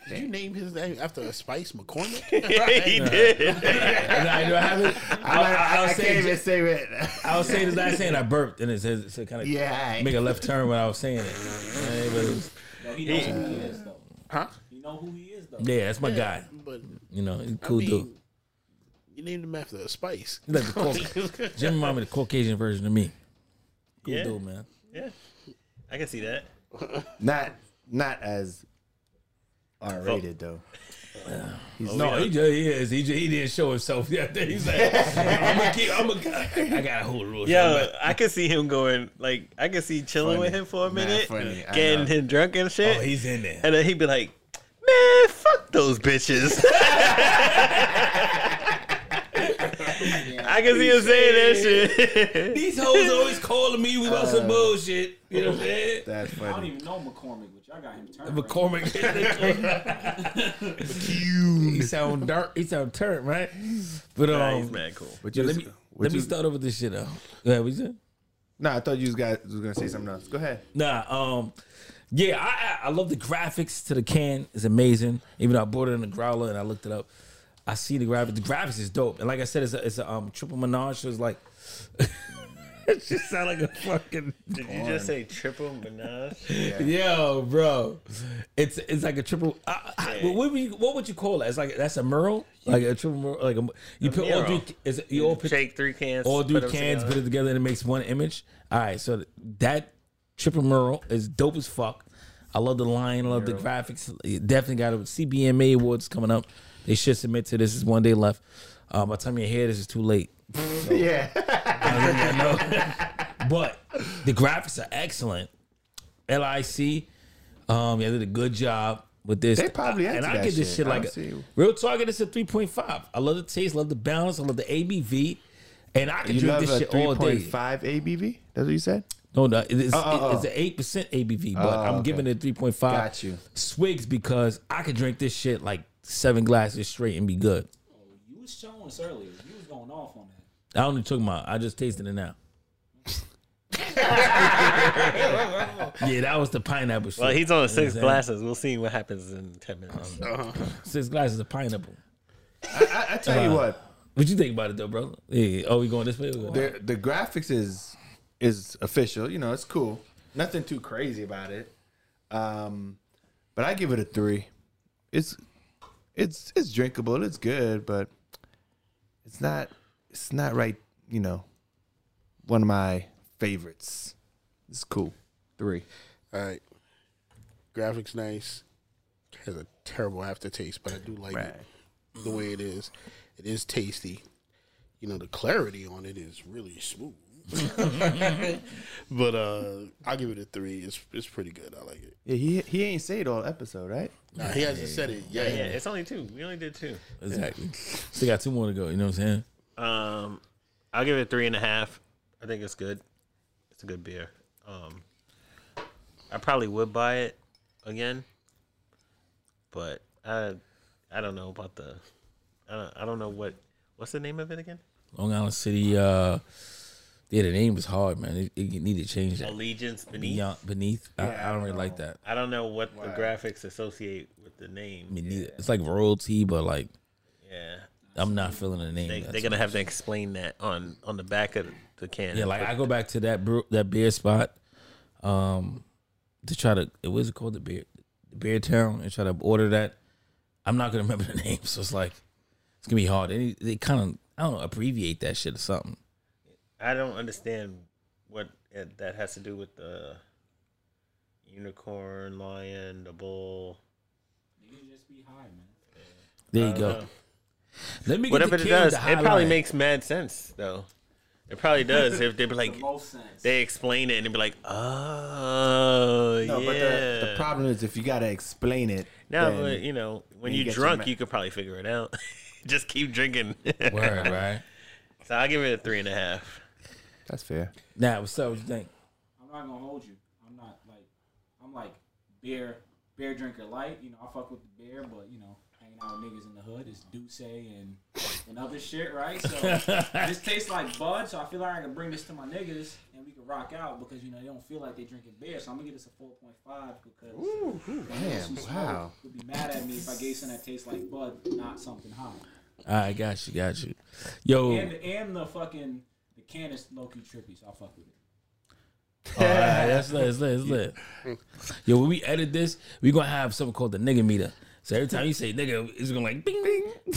[SPEAKER 4] Did you name his name after a Spice McCormick?
[SPEAKER 3] he did.
[SPEAKER 2] I, I, haven't-
[SPEAKER 5] I, I,
[SPEAKER 2] I'll
[SPEAKER 5] I
[SPEAKER 2] say
[SPEAKER 5] can't even say it.
[SPEAKER 2] I was saying his last name, I burped, and it says it kind of
[SPEAKER 5] yeah,
[SPEAKER 2] make a left turn when I was saying it. Yeah, but it was-
[SPEAKER 6] Yo, he knows who he is though.
[SPEAKER 4] huh?
[SPEAKER 6] You know who he is though.
[SPEAKER 2] yeah, that's my guy.
[SPEAKER 4] But
[SPEAKER 2] You know, he's a
[SPEAKER 4] I
[SPEAKER 2] cool
[SPEAKER 4] mean,
[SPEAKER 2] dude.
[SPEAKER 4] You named him after a spice.
[SPEAKER 2] He's like the Cauc- Jim reminded me of the Caucasian version of me. Cool
[SPEAKER 3] Yeah.
[SPEAKER 2] dude, man.
[SPEAKER 3] yeah, I can see that.
[SPEAKER 5] Not not as R rated though. He's
[SPEAKER 2] No, he just he is. He, just, he didn't show himself the other day. He's like, I'm gonna keep. I'm gonna. I got a whole rule.
[SPEAKER 3] Yo, I could see him going like I could see chilling with him for a minute,
[SPEAKER 5] funny, I know.
[SPEAKER 3] getting him drunk and shit,
[SPEAKER 2] oh, he's in there.
[SPEAKER 3] and then he'd be like, "Man, fuck those bitches." I can see him saying that shit.
[SPEAKER 2] These hoes always calling me about some bullshit. You know what I'm saying?
[SPEAKER 5] that's
[SPEAKER 6] I don't
[SPEAKER 5] funny.
[SPEAKER 6] even know McCormick, but y'all got him turned. right
[SPEAKER 2] McCormick. he sound dark. He sound turned, right? But um,
[SPEAKER 3] Nah, he's mad cool.
[SPEAKER 5] But
[SPEAKER 2] yo,
[SPEAKER 5] you
[SPEAKER 2] let
[SPEAKER 5] was-
[SPEAKER 2] me
[SPEAKER 5] what
[SPEAKER 2] let me
[SPEAKER 5] you-
[SPEAKER 2] start over this shit though. Yeah, we said.
[SPEAKER 5] Nah, I thought you guys was gonna say something else. Go ahead.
[SPEAKER 2] Nah, um, yeah, I, I I love the graphics to the can. It's amazing. Even though I bought it in a growler and I looked it up, I see the graphics. The graphics is dope. And like I said, it's a, it's a um, triple menage. So it's like it just sound like a fucking
[SPEAKER 3] Did you just say triple menage?
[SPEAKER 2] yo, bro. It's it's like a triple. I, I, what, would you, what would you call that? It's like that's a mural, like a triple mural, like a, you put all
[SPEAKER 3] mural.
[SPEAKER 2] three. Is it, you all put
[SPEAKER 3] Shake three cans.
[SPEAKER 2] all
[SPEAKER 3] do
[SPEAKER 2] three cans, put it together, and it makes one image. All right, so th- that triple mural is dope as fuck. I love the line, I love the graphics. It Definitely got it. CBMA awards coming up. They should submit to this. Is one day left. Uh, by the time you hear this, it's too late.
[SPEAKER 5] Yeah.
[SPEAKER 2] But the graphics are excellent. LIC, um, yeah, did a good job with this.
[SPEAKER 5] They probably
[SPEAKER 2] and
[SPEAKER 5] into
[SPEAKER 2] I
[SPEAKER 5] that
[SPEAKER 2] get this
[SPEAKER 5] shit.
[SPEAKER 2] shit
[SPEAKER 5] I
[SPEAKER 2] like
[SPEAKER 5] don't see-
[SPEAKER 2] real target. It's a three point five. I love the taste, love the balance, I love the ABV, and I can
[SPEAKER 5] You
[SPEAKER 2] drink
[SPEAKER 5] love
[SPEAKER 2] this
[SPEAKER 5] a
[SPEAKER 2] shit all day.
[SPEAKER 5] 3.5 ABV? That's what you said?
[SPEAKER 2] No, no, it is,
[SPEAKER 5] oh,
[SPEAKER 2] it's
[SPEAKER 5] oh.
[SPEAKER 2] an eight percent ABV, but
[SPEAKER 5] Oh,
[SPEAKER 2] I'm
[SPEAKER 5] okay.
[SPEAKER 2] giving it three point five
[SPEAKER 5] Got you.
[SPEAKER 2] swigs because I could drink this shit like seven glasses straight and be good.
[SPEAKER 6] now. You was showing us earlier. You was going off on that.
[SPEAKER 2] I only took my, I just tasted it now. yeah, that was the pineapple. Shit.
[SPEAKER 3] Well, he's on six
[SPEAKER 2] Exactly.
[SPEAKER 3] glasses. We'll see what happens in ten minutes.
[SPEAKER 2] six glasses of pineapple.
[SPEAKER 5] I, I tell you what,
[SPEAKER 2] What you think about it though, bro? Yeah. Oh, we going this way? We going-
[SPEAKER 5] the the graphics is is official. You know, it's cool. Nothing too crazy about it. Um, but I give it a three. It's it's it's drinkable. It's good, but it's not it's not right. You know, one of my favorites. It's cool. Three.
[SPEAKER 4] All right. Graphics nice. Has a terrible aftertaste, but I do like it the way it is. It is tasty. You know, the clarity on it is really smooth. but uh I'll give it a three. It's it's pretty good. I like it.
[SPEAKER 5] Yeah, he he ain't say it all episode, right?
[SPEAKER 4] Nah, he hasn't said it. Yeah,
[SPEAKER 3] Yeah, it's only two. We only did two.
[SPEAKER 2] Exactly. Still got two more to go. You know what I'm saying?
[SPEAKER 3] Um, I'll give it three and a half. I think it's good. It's a good beer. Um, I probably would buy it again, but I, I don't know about the, I don't, I don't know what, what's the name of it again?
[SPEAKER 2] Long Island City. uh Yeah, the name was hard, man. It, it need to change that.
[SPEAKER 3] Allegiance Beneath.
[SPEAKER 2] Beyond, beneath. I, I don't really like that.
[SPEAKER 3] I don't know what the graphics associate with the name.
[SPEAKER 2] I mean, neither- it's like royalty, but like
[SPEAKER 3] yeah,
[SPEAKER 2] I'm not feeling the name.
[SPEAKER 3] they,
[SPEAKER 2] That's
[SPEAKER 3] they're gonna have to explain that on on the back of the can.
[SPEAKER 2] Yeah, like I go back to that brew, that beer spot, um, to try to it was called the beer the beer town and try to order that. I'm not gonna remember the name, so it's like it's gonna be hard. They, they kind of I don't know abbreviate that shit or something.
[SPEAKER 3] I don't understand what it, that has to do with the unicorn, lion, the bull.
[SPEAKER 6] Niggas just be high, man.
[SPEAKER 2] There you go. Let me get
[SPEAKER 3] Uh-huh. Whatever
[SPEAKER 2] the
[SPEAKER 3] it
[SPEAKER 2] kid
[SPEAKER 3] does,
[SPEAKER 2] to
[SPEAKER 3] it probably
[SPEAKER 2] highlight.
[SPEAKER 3] makes mad sense though. It probably does if they be like
[SPEAKER 6] The most sense.
[SPEAKER 3] they explain it and they be like, oh
[SPEAKER 5] No,
[SPEAKER 3] yeah.
[SPEAKER 5] but the, the problem is if you gotta explain it.
[SPEAKER 3] no,
[SPEAKER 5] then-
[SPEAKER 3] but you know when
[SPEAKER 5] you
[SPEAKER 3] you
[SPEAKER 5] get your
[SPEAKER 3] drunk,
[SPEAKER 5] ma-
[SPEAKER 3] you could probably figure it out. Just keep drinking.
[SPEAKER 2] word right.
[SPEAKER 3] so I give it a three and a half.
[SPEAKER 5] that's fair.
[SPEAKER 2] Now, what's up? What you think?
[SPEAKER 6] I'm not gonna hold you. I'm not like I'm like beer beer drinker light. You know, I fuck with the beer, but you know, hanging out with niggas in the hood is Douce and and other shit, right? So this tastes like bud, so I feel like I can bring this to my niggas and we can rock out because you know they don't feel like they drinking beer. So I'm gonna get this a four point five because the niggas
[SPEAKER 5] damn,
[SPEAKER 6] who smoke
[SPEAKER 5] wow.
[SPEAKER 6] would be mad at me if I gave something that tastes like bud, not something hot.
[SPEAKER 2] All right, got you, got you. Yo,
[SPEAKER 6] And and the fucking the can is low key trippy, so I fuck with it.
[SPEAKER 2] All right, that's lit, that's lit, that's lit. Yo, when we edit this, we gonna have something called the nigga meter. So every time you say nigga, it's gonna like bing bing. bing.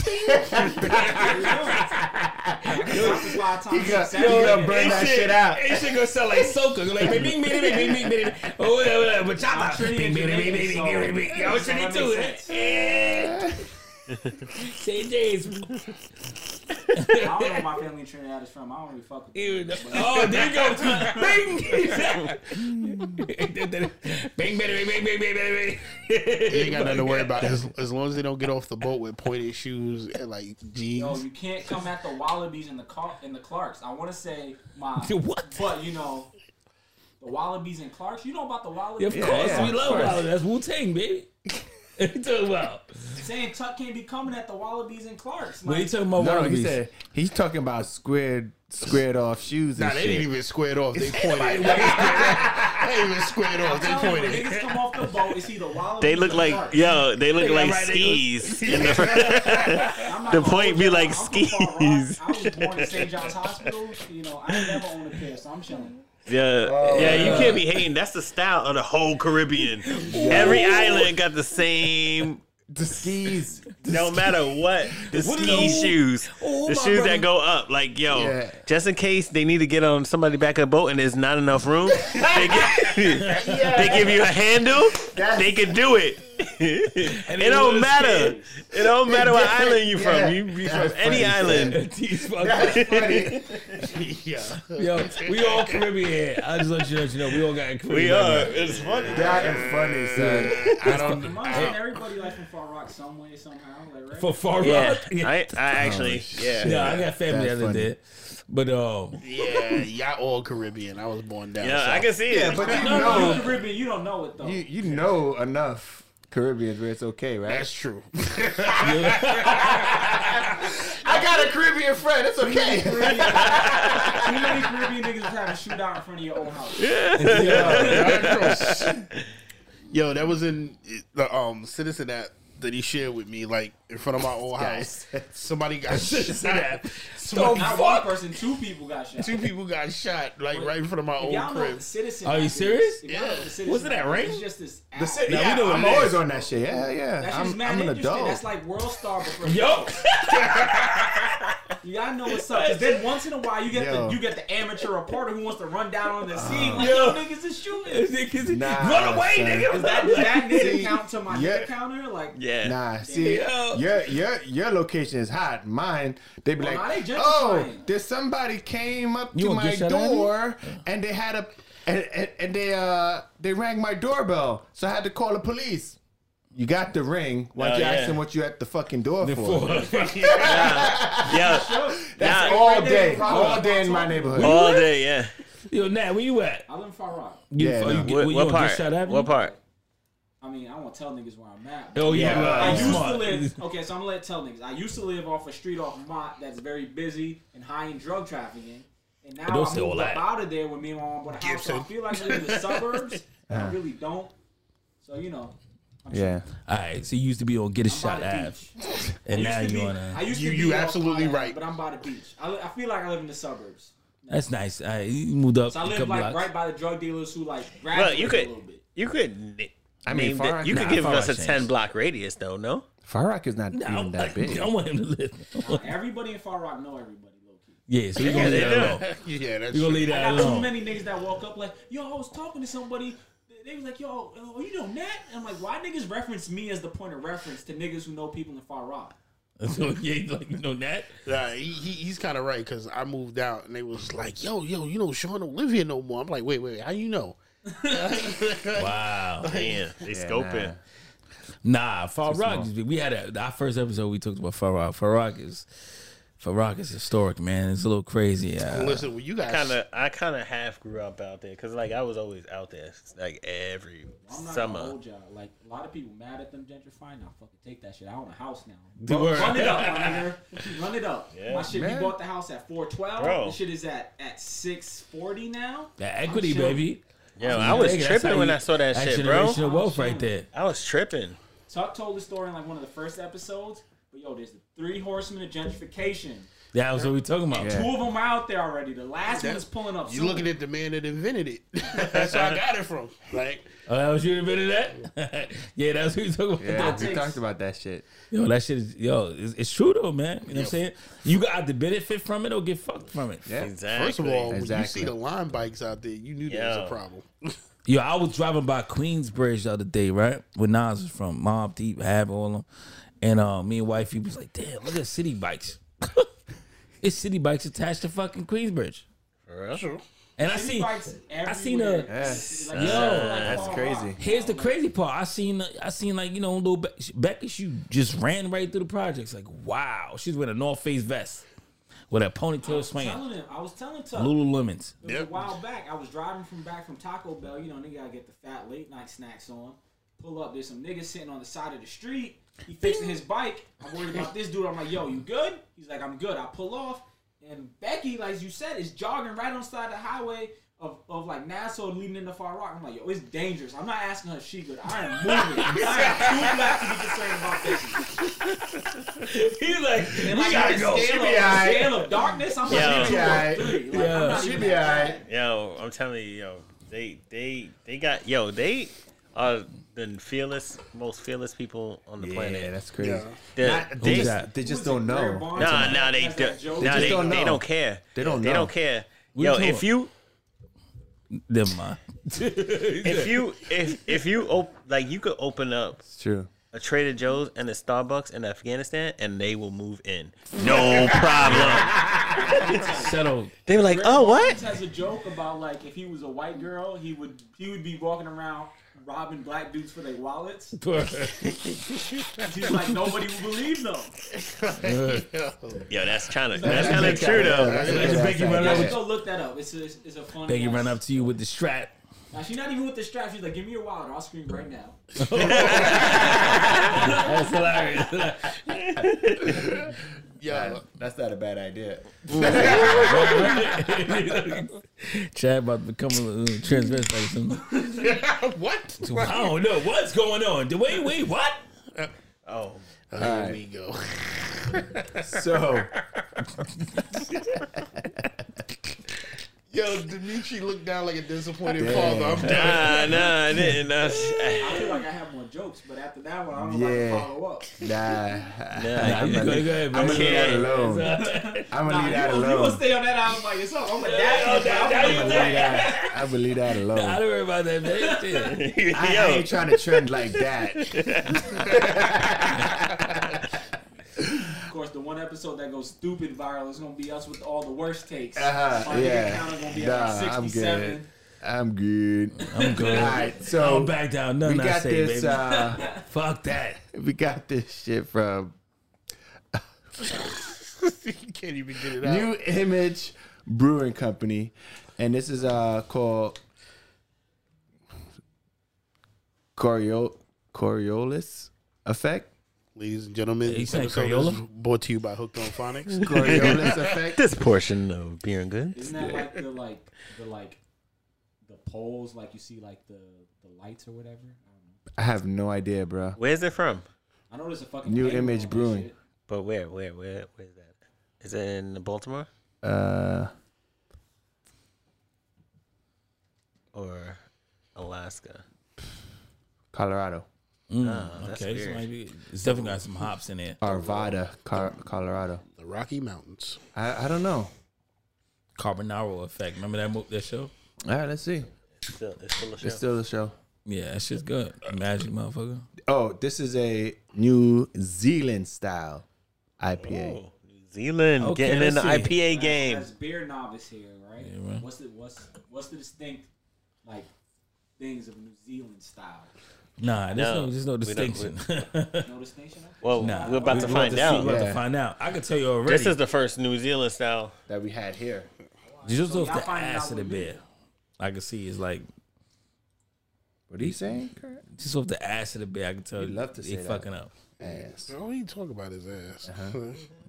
[SPEAKER 6] Five times
[SPEAKER 5] got-
[SPEAKER 6] Saturday.
[SPEAKER 5] he got burnt. Burn that shit out.
[SPEAKER 2] Ain't shit gonna sound like soca. Like bing bing bing bing bing bing bing. Oh yeah, but chata.
[SPEAKER 6] Trinity
[SPEAKER 2] Bing bing
[SPEAKER 6] and
[SPEAKER 2] bing bing bing
[SPEAKER 6] Jamaican,
[SPEAKER 2] bing bing.
[SPEAKER 6] so-
[SPEAKER 2] Yo,
[SPEAKER 6] so that
[SPEAKER 2] Trinity too.
[SPEAKER 6] makes
[SPEAKER 2] eh? St. James.
[SPEAKER 6] I don't know where my family in Trinidad is from. I don't really fuck with
[SPEAKER 2] Ew,
[SPEAKER 6] them.
[SPEAKER 2] no. Oh, there you go. Bing. Bing bing bing bing bing bing bing.
[SPEAKER 4] They ain't got nothing to worry about as, as long as they don't get off the boat with pointed shoes and like
[SPEAKER 6] Yo,
[SPEAKER 4] jeans.
[SPEAKER 6] you can't come at the Wallabies and the Car- and the Clarks. I want to say my,
[SPEAKER 2] What?
[SPEAKER 6] but you know, the Wallabies and Clarks. You know about the
[SPEAKER 2] Yeah,
[SPEAKER 6] Wallabies?
[SPEAKER 2] Of course,
[SPEAKER 5] yeah,
[SPEAKER 2] we
[SPEAKER 5] of
[SPEAKER 2] love
[SPEAKER 5] course.
[SPEAKER 2] Wilder. That's Wu Tang, baby. What you talking about?
[SPEAKER 6] Saying Tuck can't be coming at the Wallabies and Clarks.
[SPEAKER 2] What you
[SPEAKER 6] Like,
[SPEAKER 2] talking about?
[SPEAKER 5] Oh, No,
[SPEAKER 2] Wallabies?
[SPEAKER 5] he said he's talking about squared squared off shoes. And
[SPEAKER 4] Nah, they
[SPEAKER 5] shit.
[SPEAKER 4] didn't even square it off. They pointed. they didn't even square it off. They
[SPEAKER 6] I'm telling you, when
[SPEAKER 4] pointed.
[SPEAKER 6] niggas come off the boat, it's either Wallabies.
[SPEAKER 3] They look
[SPEAKER 6] or
[SPEAKER 3] like
[SPEAKER 6] Clarks.
[SPEAKER 3] yo. They look
[SPEAKER 2] got
[SPEAKER 3] like
[SPEAKER 2] right, they
[SPEAKER 3] skis.
[SPEAKER 6] I'm not
[SPEAKER 3] the
[SPEAKER 6] gonna
[SPEAKER 3] point
[SPEAKER 6] hold
[SPEAKER 3] be
[SPEAKER 6] y'all.
[SPEAKER 3] like
[SPEAKER 6] I'm from Far Rock.
[SPEAKER 3] skis.
[SPEAKER 6] I was born in St. John's Hospital. You know, I ain't never owned a pair, so I'm chilling.
[SPEAKER 3] Yeah, yeah. You can't be hating. That's the style of the whole Caribbean. Every island got the same.
[SPEAKER 5] The skis. The
[SPEAKER 3] No matter what, the
[SPEAKER 2] What is
[SPEAKER 3] ski
[SPEAKER 2] the-
[SPEAKER 3] shoes,
[SPEAKER 2] oh,
[SPEAKER 3] the
[SPEAKER 2] my
[SPEAKER 3] shoes
[SPEAKER 2] brother.
[SPEAKER 3] that go up. Like yo,
[SPEAKER 5] Yeah.
[SPEAKER 3] just in case they need to get on somebody back of the boat and there's not enough room, they, give, they give you a handle. They can do it.
[SPEAKER 2] And
[SPEAKER 3] It
[SPEAKER 2] they
[SPEAKER 3] don't
[SPEAKER 2] was
[SPEAKER 3] matter.
[SPEAKER 2] kids.
[SPEAKER 3] It don't matter what island you
[SPEAKER 5] Yeah.
[SPEAKER 3] from. You be
[SPEAKER 5] That's
[SPEAKER 3] from any
[SPEAKER 5] funny,
[SPEAKER 3] island.
[SPEAKER 2] These fuckers.
[SPEAKER 5] funny.
[SPEAKER 2] Yo, we all Caribbean. I just let you, let you know we all got Caribbean.
[SPEAKER 3] We are. It's funny.
[SPEAKER 5] That is funny, son. I don't.
[SPEAKER 6] In my mind, everybody like from Far Rock some way, somehow. Like, right?
[SPEAKER 2] for Far Rock.
[SPEAKER 3] Yeah,
[SPEAKER 2] Yeah,
[SPEAKER 3] I, I actually, yeah.
[SPEAKER 2] Yeah, I got family that live
[SPEAKER 5] That's funny.
[SPEAKER 2] there, but um,
[SPEAKER 4] Yeah, y'all all Caribbean. I was born down.
[SPEAKER 3] Yeah,
[SPEAKER 4] south.
[SPEAKER 3] I can see
[SPEAKER 5] Yeah,
[SPEAKER 3] it.
[SPEAKER 5] but you
[SPEAKER 6] no, no, you
[SPEAKER 5] know,
[SPEAKER 6] Caribbean, you don't know it though.
[SPEAKER 5] you, you know enough Caribbeans where it's okay, right?
[SPEAKER 4] That's true. I got a Caribbean friend. It's okay.
[SPEAKER 6] Too many Caribbean niggas is having a shootout in front of your old house.
[SPEAKER 4] Yo, that was in the um citizen app that he shared with me, like in front of my old house. Somebody got shot. Somebody,
[SPEAKER 6] Not one person, two people got shot.
[SPEAKER 4] two people got shot, like right in front of my old
[SPEAKER 6] Y'all know what
[SPEAKER 4] crib.
[SPEAKER 6] the citizen.
[SPEAKER 2] Are you
[SPEAKER 6] app is.
[SPEAKER 2] serious?
[SPEAKER 6] Y'all know what the citizen
[SPEAKER 2] Wasn't that
[SPEAKER 6] app is.
[SPEAKER 2] right?
[SPEAKER 6] It's just this. App.
[SPEAKER 5] Now,
[SPEAKER 2] yeah,
[SPEAKER 5] we know I'm
[SPEAKER 2] I'm
[SPEAKER 5] always on that shit. Yeah, yeah.
[SPEAKER 6] That's just
[SPEAKER 5] I'm,
[SPEAKER 6] mad
[SPEAKER 5] I'm an
[SPEAKER 6] interesting.
[SPEAKER 5] adult.
[SPEAKER 6] That's like World Star, but for
[SPEAKER 2] yo,
[SPEAKER 6] y'all know what's up. Because then once in a while you get
[SPEAKER 5] Yo.
[SPEAKER 6] the you get the amateur reporter who wants to run down on the scene like yo niggas is shooting.
[SPEAKER 2] niggas,
[SPEAKER 5] Nah,
[SPEAKER 2] run away,
[SPEAKER 5] son.
[SPEAKER 2] nigga.
[SPEAKER 6] Does that, does that nigga
[SPEAKER 5] See,
[SPEAKER 6] count to my
[SPEAKER 5] yeah.
[SPEAKER 6] nigga counter? Like
[SPEAKER 3] Yeah.
[SPEAKER 5] Nah, see,
[SPEAKER 2] Yo.
[SPEAKER 5] your your your location is hot. Mine, they be
[SPEAKER 6] Well, now
[SPEAKER 5] like,
[SPEAKER 6] they
[SPEAKER 5] oh,
[SPEAKER 6] gentrifying."
[SPEAKER 5] there's somebody came up
[SPEAKER 2] You
[SPEAKER 5] to
[SPEAKER 2] wanna
[SPEAKER 5] my
[SPEAKER 2] get shot at
[SPEAKER 5] door and they had a and, and, and they uh they rang my doorbell, so I had to call the police. You got the ring. Why don't
[SPEAKER 3] Oh,
[SPEAKER 5] you
[SPEAKER 3] yeah.
[SPEAKER 5] ask them what you at the fucking door for?
[SPEAKER 3] Yeah.
[SPEAKER 5] That's
[SPEAKER 3] Nah.
[SPEAKER 5] all
[SPEAKER 6] Right there,
[SPEAKER 5] day,
[SPEAKER 6] probably.
[SPEAKER 5] all day in my neighborhood.
[SPEAKER 3] All day, yeah.
[SPEAKER 2] Yo, Nat, where you at?
[SPEAKER 6] I live in Far Rock.
[SPEAKER 2] You,
[SPEAKER 5] Yeah,
[SPEAKER 2] oh,
[SPEAKER 5] no.
[SPEAKER 2] you get-
[SPEAKER 3] What,
[SPEAKER 2] you
[SPEAKER 3] what
[SPEAKER 2] on
[SPEAKER 3] part?
[SPEAKER 2] Dishart Avenue?
[SPEAKER 3] What part?
[SPEAKER 6] I mean, I won't tell niggas where I'm at. but
[SPEAKER 2] Oh yeah,
[SPEAKER 5] Yeah.
[SPEAKER 2] right.
[SPEAKER 6] I used
[SPEAKER 2] Smart.
[SPEAKER 6] to live. Okay, so I'm gonna let tell niggas. I used to live off a street off Mott that's very busy and high in drug trafficking. And now I
[SPEAKER 2] don't say
[SPEAKER 6] moved
[SPEAKER 2] all that.
[SPEAKER 6] up out of there with me and my mom bought a house. So I
[SPEAKER 4] Gibson.
[SPEAKER 6] feel like I live in the suburbs. but
[SPEAKER 4] Uh-huh.
[SPEAKER 6] I really don't. So you know,
[SPEAKER 5] Yeah,
[SPEAKER 2] All right, so you used to be on Get a
[SPEAKER 6] I'm
[SPEAKER 2] Shot
[SPEAKER 6] by the
[SPEAKER 2] Ave,
[SPEAKER 6] beach.
[SPEAKER 2] and now
[SPEAKER 6] I used to
[SPEAKER 2] you
[SPEAKER 6] be-
[SPEAKER 2] on. A,
[SPEAKER 6] I used
[SPEAKER 4] You-
[SPEAKER 6] to be
[SPEAKER 4] you
[SPEAKER 6] off
[SPEAKER 4] absolutely
[SPEAKER 6] Island,
[SPEAKER 4] right.
[SPEAKER 6] But I'm by the beach. I, li- I feel like I live in the suburbs.
[SPEAKER 2] that's nice. All right, you moved up
[SPEAKER 6] So I
[SPEAKER 2] a
[SPEAKER 6] live
[SPEAKER 2] couple
[SPEAKER 6] like
[SPEAKER 2] blocks.
[SPEAKER 6] right by the drug dealers who like grab
[SPEAKER 3] Well, you
[SPEAKER 6] a
[SPEAKER 3] could,
[SPEAKER 6] little bit.
[SPEAKER 3] you could. n-
[SPEAKER 5] I mean,
[SPEAKER 3] name
[SPEAKER 5] Far
[SPEAKER 3] that-
[SPEAKER 5] Rock-
[SPEAKER 3] you could
[SPEAKER 5] nah,
[SPEAKER 3] give
[SPEAKER 2] Far
[SPEAKER 3] us a
[SPEAKER 2] Rock
[SPEAKER 3] ten
[SPEAKER 2] changed.
[SPEAKER 3] block radius, though. No.
[SPEAKER 5] Far Rock is not
[SPEAKER 2] I
[SPEAKER 5] even
[SPEAKER 2] don't,
[SPEAKER 5] that big.
[SPEAKER 2] I don't want him to live.
[SPEAKER 6] Everybody in Far Rock know everybody, low key.
[SPEAKER 2] Yeah, so we're gonna leave that alone.
[SPEAKER 4] Yeah, that's
[SPEAKER 2] We're gonna leave
[SPEAKER 6] I
[SPEAKER 2] that
[SPEAKER 6] got too
[SPEAKER 2] alone.
[SPEAKER 6] many niggas that walk up like, yo, I was talking to somebody. They was like, yo, uh, you know Nat? And I'm like, why niggas reference me as the point of reference to niggas who know people in Far Rock?
[SPEAKER 2] So yeah, like you know that.
[SPEAKER 4] Nah, he, he, he's kind of right because I moved out and they was like, "Yo, yo, you know, Sean don't live here no more." I'm like, "Wait, wait, how you know?"
[SPEAKER 2] Wow.
[SPEAKER 3] Damn, they scoping.
[SPEAKER 5] nah.
[SPEAKER 2] Nah, Far Rock. We had a, our first episode. We talked about Far Rock. Far Rock is Far Rock is historic, man. It's a little crazy. Uh,
[SPEAKER 4] Listen, when you guys
[SPEAKER 3] Kind of, I kind of half grew up out there because, like, I was always out there, like every
[SPEAKER 6] I'm not gonna
[SPEAKER 3] summer.
[SPEAKER 6] hold y'all. Like, a lot of people mad at them gentrifying. I fucking take that shit. I own a house now.
[SPEAKER 2] the word.
[SPEAKER 6] Run it up, my nigga. Run it up. my shit,
[SPEAKER 5] Man.
[SPEAKER 6] we bought the house at 412.
[SPEAKER 3] Bro.
[SPEAKER 6] This shit is at, at 640 now.
[SPEAKER 2] That equity,
[SPEAKER 6] I'm chill.
[SPEAKER 2] baby.
[SPEAKER 3] Yeah, I was
[SPEAKER 2] That's how
[SPEAKER 3] tripping when
[SPEAKER 2] you-
[SPEAKER 3] I saw that
[SPEAKER 2] that's
[SPEAKER 3] shit, bro.
[SPEAKER 2] Generational wealth right there.
[SPEAKER 3] I was tripping.
[SPEAKER 6] Tuck told the story in like one of the first episodes. But yo, there's the three horsemen of gentrification.
[SPEAKER 2] That was what we talking about.
[SPEAKER 5] Yeah.
[SPEAKER 6] Two of them out there already. The last one
[SPEAKER 4] That-
[SPEAKER 6] is pulling up.
[SPEAKER 4] You
[SPEAKER 6] soon.
[SPEAKER 4] looking at the man that invented it. That's where I got it from. Like
[SPEAKER 2] Oh, that was you that invented that? yeah, that's what we talking about.
[SPEAKER 5] Yeah, we
[SPEAKER 6] takes-
[SPEAKER 5] talked about that shit.
[SPEAKER 2] Yo, that shit is yo. It's, it's true though, man. You know what I'm saying? You got either benefit from it or get fucked from it.
[SPEAKER 5] Yeah.
[SPEAKER 3] Exactly.
[SPEAKER 4] first of all, when you see
[SPEAKER 5] Exactly.
[SPEAKER 4] the line bikes out there, you knew there was
[SPEAKER 3] Yo.
[SPEAKER 4] a problem.
[SPEAKER 2] Yo, I was driving by Queensbridge the other day, right? Where Nas was from, Mob Deep, Hab, all them. And uh, me and wifey was like, damn, look at city bikes. it's city bikes attached to fucking Queensbridge.
[SPEAKER 4] True.
[SPEAKER 2] And I
[SPEAKER 6] City
[SPEAKER 2] see,
[SPEAKER 6] bikes
[SPEAKER 2] I seen a-
[SPEAKER 6] everywhere.
[SPEAKER 5] Yes.
[SPEAKER 6] Like, oh,
[SPEAKER 2] Yo,
[SPEAKER 5] É. That's
[SPEAKER 6] Paul
[SPEAKER 5] crazy.
[SPEAKER 2] Here's the crazy part. I seen I seen like you know little Be- Becky. She just ran right through the projects. Like wow, she's wearing a North Face vest with a ponytail swinging.
[SPEAKER 6] telling him, I was telling Tuck
[SPEAKER 2] Lululemons.
[SPEAKER 6] it was a while back. I was driving from back from Taco Bell. You know, nigga, gotta get the fat late night snacks on. Pull up. There's some niggas sitting on the side of the street. He fixing his bike. I'm worried about this dude. I'm like, yo, you good? He's like, I'm good. I pull off, and Becky, like you said, is jogging right on the side of the highway. Of, of like Nassau leading into Far Rock, I'm like, yo, it's dangerous. I'm not asking her if she good. I am moving. I am too black to be concerned about this.
[SPEAKER 2] He's like,
[SPEAKER 6] And like on
[SPEAKER 5] gotta
[SPEAKER 6] the
[SPEAKER 5] go.
[SPEAKER 6] Scale,
[SPEAKER 5] She
[SPEAKER 6] of,
[SPEAKER 5] be aight.
[SPEAKER 6] scale of darkness. I'm like,
[SPEAKER 3] Yeah.
[SPEAKER 6] two
[SPEAKER 5] Yeah.
[SPEAKER 6] or three. Like, I'm not
[SPEAKER 5] She
[SPEAKER 6] even
[SPEAKER 5] be
[SPEAKER 6] that
[SPEAKER 5] alright.
[SPEAKER 6] bad.
[SPEAKER 3] Yo, I'm telling you, yo, they they they got yo, they are the fearless, most fearless people on the
[SPEAKER 5] Yeah,
[SPEAKER 3] planet.
[SPEAKER 5] that's crazy.
[SPEAKER 4] Yeah.
[SPEAKER 3] They-
[SPEAKER 5] Not-
[SPEAKER 3] they,
[SPEAKER 5] they, just, they just don't
[SPEAKER 6] Blair
[SPEAKER 5] know.
[SPEAKER 6] Barnes
[SPEAKER 3] nah,
[SPEAKER 6] and
[SPEAKER 3] nah,
[SPEAKER 6] all
[SPEAKER 3] they,
[SPEAKER 6] that
[SPEAKER 3] do,
[SPEAKER 6] that joke.
[SPEAKER 3] nah,
[SPEAKER 5] just
[SPEAKER 3] they,
[SPEAKER 5] don't
[SPEAKER 3] they
[SPEAKER 5] know.
[SPEAKER 3] don't care.
[SPEAKER 5] They don't
[SPEAKER 3] They
[SPEAKER 5] know.
[SPEAKER 3] don't care.
[SPEAKER 2] We
[SPEAKER 3] yo,
[SPEAKER 2] told-
[SPEAKER 3] if you
[SPEAKER 2] never mind.
[SPEAKER 3] if you if if you op- like you could open up
[SPEAKER 5] It's true.
[SPEAKER 3] a Trader Joe's and a Starbucks in Afghanistan and they will move in. No problem.
[SPEAKER 2] Settle.
[SPEAKER 3] they were like, "Oh,
[SPEAKER 6] He
[SPEAKER 3] what?"
[SPEAKER 6] has a joke about like if he was a white girl, he would he would be walking around robbing black dudes for their wallets. He's like nobody would believe them.
[SPEAKER 3] Yo, that's kind of that's kind of true though.
[SPEAKER 2] Becky run
[SPEAKER 6] Y'all should
[SPEAKER 2] up.
[SPEAKER 6] go look that up. It's a, it's a funny.
[SPEAKER 2] Becky
[SPEAKER 6] ass-
[SPEAKER 2] run up to you with the strap.
[SPEAKER 6] Now, she's not even with the strap. She's like, give me your wallet. I'll scream right now.
[SPEAKER 2] That's hilarious.
[SPEAKER 4] Yeah.
[SPEAKER 5] That's not a bad idea.
[SPEAKER 2] Chad about to become a uh, transvestite. or something.
[SPEAKER 4] what?
[SPEAKER 2] I don't know what's going on. Wait, wait, what?
[SPEAKER 3] Oh,
[SPEAKER 4] Here we go.
[SPEAKER 5] So
[SPEAKER 4] Yo, Dimitri looked down like a disappointed father. I'm done.
[SPEAKER 3] nah, nah, I didn't. That's-
[SPEAKER 6] I feel like I have more jokes, but after that one, I don't know if I
[SPEAKER 5] Yeah.
[SPEAKER 6] can follow up.
[SPEAKER 5] nah,
[SPEAKER 3] nah,
[SPEAKER 2] Go,
[SPEAKER 5] I'm
[SPEAKER 2] go
[SPEAKER 5] gonna leave
[SPEAKER 2] ahead,
[SPEAKER 5] I'm
[SPEAKER 2] man.
[SPEAKER 5] gonna leave that
[SPEAKER 3] Yeah.
[SPEAKER 5] alone. I'm gonna
[SPEAKER 6] uh, Nah,
[SPEAKER 5] leave that
[SPEAKER 6] you, gonna- you gonna
[SPEAKER 5] alone.
[SPEAKER 6] stay on that album by yourself. I'm like,
[SPEAKER 2] that-
[SPEAKER 6] that's that,
[SPEAKER 5] I'm gonna leave that. I'm gonna leave that alone.
[SPEAKER 2] I
[SPEAKER 5] I,
[SPEAKER 2] don't worry about that, man. Shit.
[SPEAKER 5] I
[SPEAKER 3] yo,
[SPEAKER 5] ain't trying to trend like that.
[SPEAKER 6] Of course, the one episode that goes stupid viral is gonna be us with all the worst takes.
[SPEAKER 5] Uh-huh,
[SPEAKER 6] My nigga
[SPEAKER 5] yeah.
[SPEAKER 6] counter gonna be
[SPEAKER 5] Nah,
[SPEAKER 6] at like
[SPEAKER 5] I'm
[SPEAKER 6] 67.
[SPEAKER 5] good. I'm good.
[SPEAKER 2] I'm
[SPEAKER 5] All
[SPEAKER 2] good.
[SPEAKER 5] right,
[SPEAKER 2] I
[SPEAKER 5] so
[SPEAKER 2] don't back down.
[SPEAKER 5] we
[SPEAKER 2] Nothing I
[SPEAKER 5] got
[SPEAKER 2] say,
[SPEAKER 5] this.
[SPEAKER 2] baby.
[SPEAKER 5] Uh,
[SPEAKER 2] Fuck that.
[SPEAKER 5] we got this shit from
[SPEAKER 4] you can't even get it out.
[SPEAKER 5] New Image Brewing Company, and this is uh called Coriol Coriolis Effect.
[SPEAKER 4] Ladies and gentlemen,
[SPEAKER 2] He
[SPEAKER 4] this
[SPEAKER 2] said
[SPEAKER 4] episode
[SPEAKER 2] Crayola?
[SPEAKER 4] is brought to you by Hooked on Phonics.
[SPEAKER 5] Coriolis Effect.
[SPEAKER 3] this portion of beer and good.
[SPEAKER 6] Isn't that like the like the like the poles like you see like the the lights or whatever? I
[SPEAKER 5] I have no idea, bro.
[SPEAKER 3] Where's it
[SPEAKER 6] don't
[SPEAKER 3] from?
[SPEAKER 6] know. I know there's a fucking
[SPEAKER 5] New
[SPEAKER 6] label
[SPEAKER 5] Image
[SPEAKER 6] on that
[SPEAKER 5] Brewing.
[SPEAKER 6] shit.
[SPEAKER 3] But where, where, where, where's that? Is it in Baltimore
[SPEAKER 5] Uh,
[SPEAKER 3] or Alaska?
[SPEAKER 5] Colorado,
[SPEAKER 3] Oh, that's
[SPEAKER 2] Hmm, Okay, this
[SPEAKER 3] weird.
[SPEAKER 2] might be- it's definitely got some hops in there.
[SPEAKER 5] Arvada, Cor- Colorado.
[SPEAKER 4] the Rocky Mountains.
[SPEAKER 5] I, I don't know.
[SPEAKER 2] Carbonaro effect. Remember that mo- that show?
[SPEAKER 5] All right, let's see.
[SPEAKER 3] It's still, it's still a show.
[SPEAKER 5] It's still the show.
[SPEAKER 2] Yeah, that shit's good. Magic motherfucker.
[SPEAKER 5] Oh, this is a New Zealand style IPA.
[SPEAKER 3] Oh, New Zealand
[SPEAKER 2] Okay,
[SPEAKER 3] getting in the
[SPEAKER 2] let's see.
[SPEAKER 3] IPA game.
[SPEAKER 6] As beer novice here, right?
[SPEAKER 2] Yeah, man.
[SPEAKER 6] What's the what's what's the distinct like things of New Zealand style?
[SPEAKER 2] Nah, there's no,
[SPEAKER 3] No,
[SPEAKER 2] there's no
[SPEAKER 3] we don't- we-
[SPEAKER 2] distinction.
[SPEAKER 6] No distinction?
[SPEAKER 3] Well,
[SPEAKER 2] Nah,
[SPEAKER 3] we're about to
[SPEAKER 2] we're
[SPEAKER 3] find
[SPEAKER 2] see-
[SPEAKER 3] out.
[SPEAKER 2] We're about to
[SPEAKER 5] Yeah.
[SPEAKER 2] find out. I can tell you already.
[SPEAKER 3] This is the first New Zealand style.
[SPEAKER 5] that we had here.
[SPEAKER 2] just
[SPEAKER 6] So
[SPEAKER 2] off
[SPEAKER 6] y'all
[SPEAKER 2] the
[SPEAKER 6] finding
[SPEAKER 2] ass
[SPEAKER 6] out
[SPEAKER 2] of the
[SPEAKER 6] with me.
[SPEAKER 2] beer. I can see it's like
[SPEAKER 5] What are you saying, Kurt?
[SPEAKER 2] just off the ass of the beer. I can tell
[SPEAKER 5] You'd love to
[SPEAKER 2] they
[SPEAKER 5] say that.
[SPEAKER 2] fucking up.
[SPEAKER 5] Ass.
[SPEAKER 4] All he talk about is ass.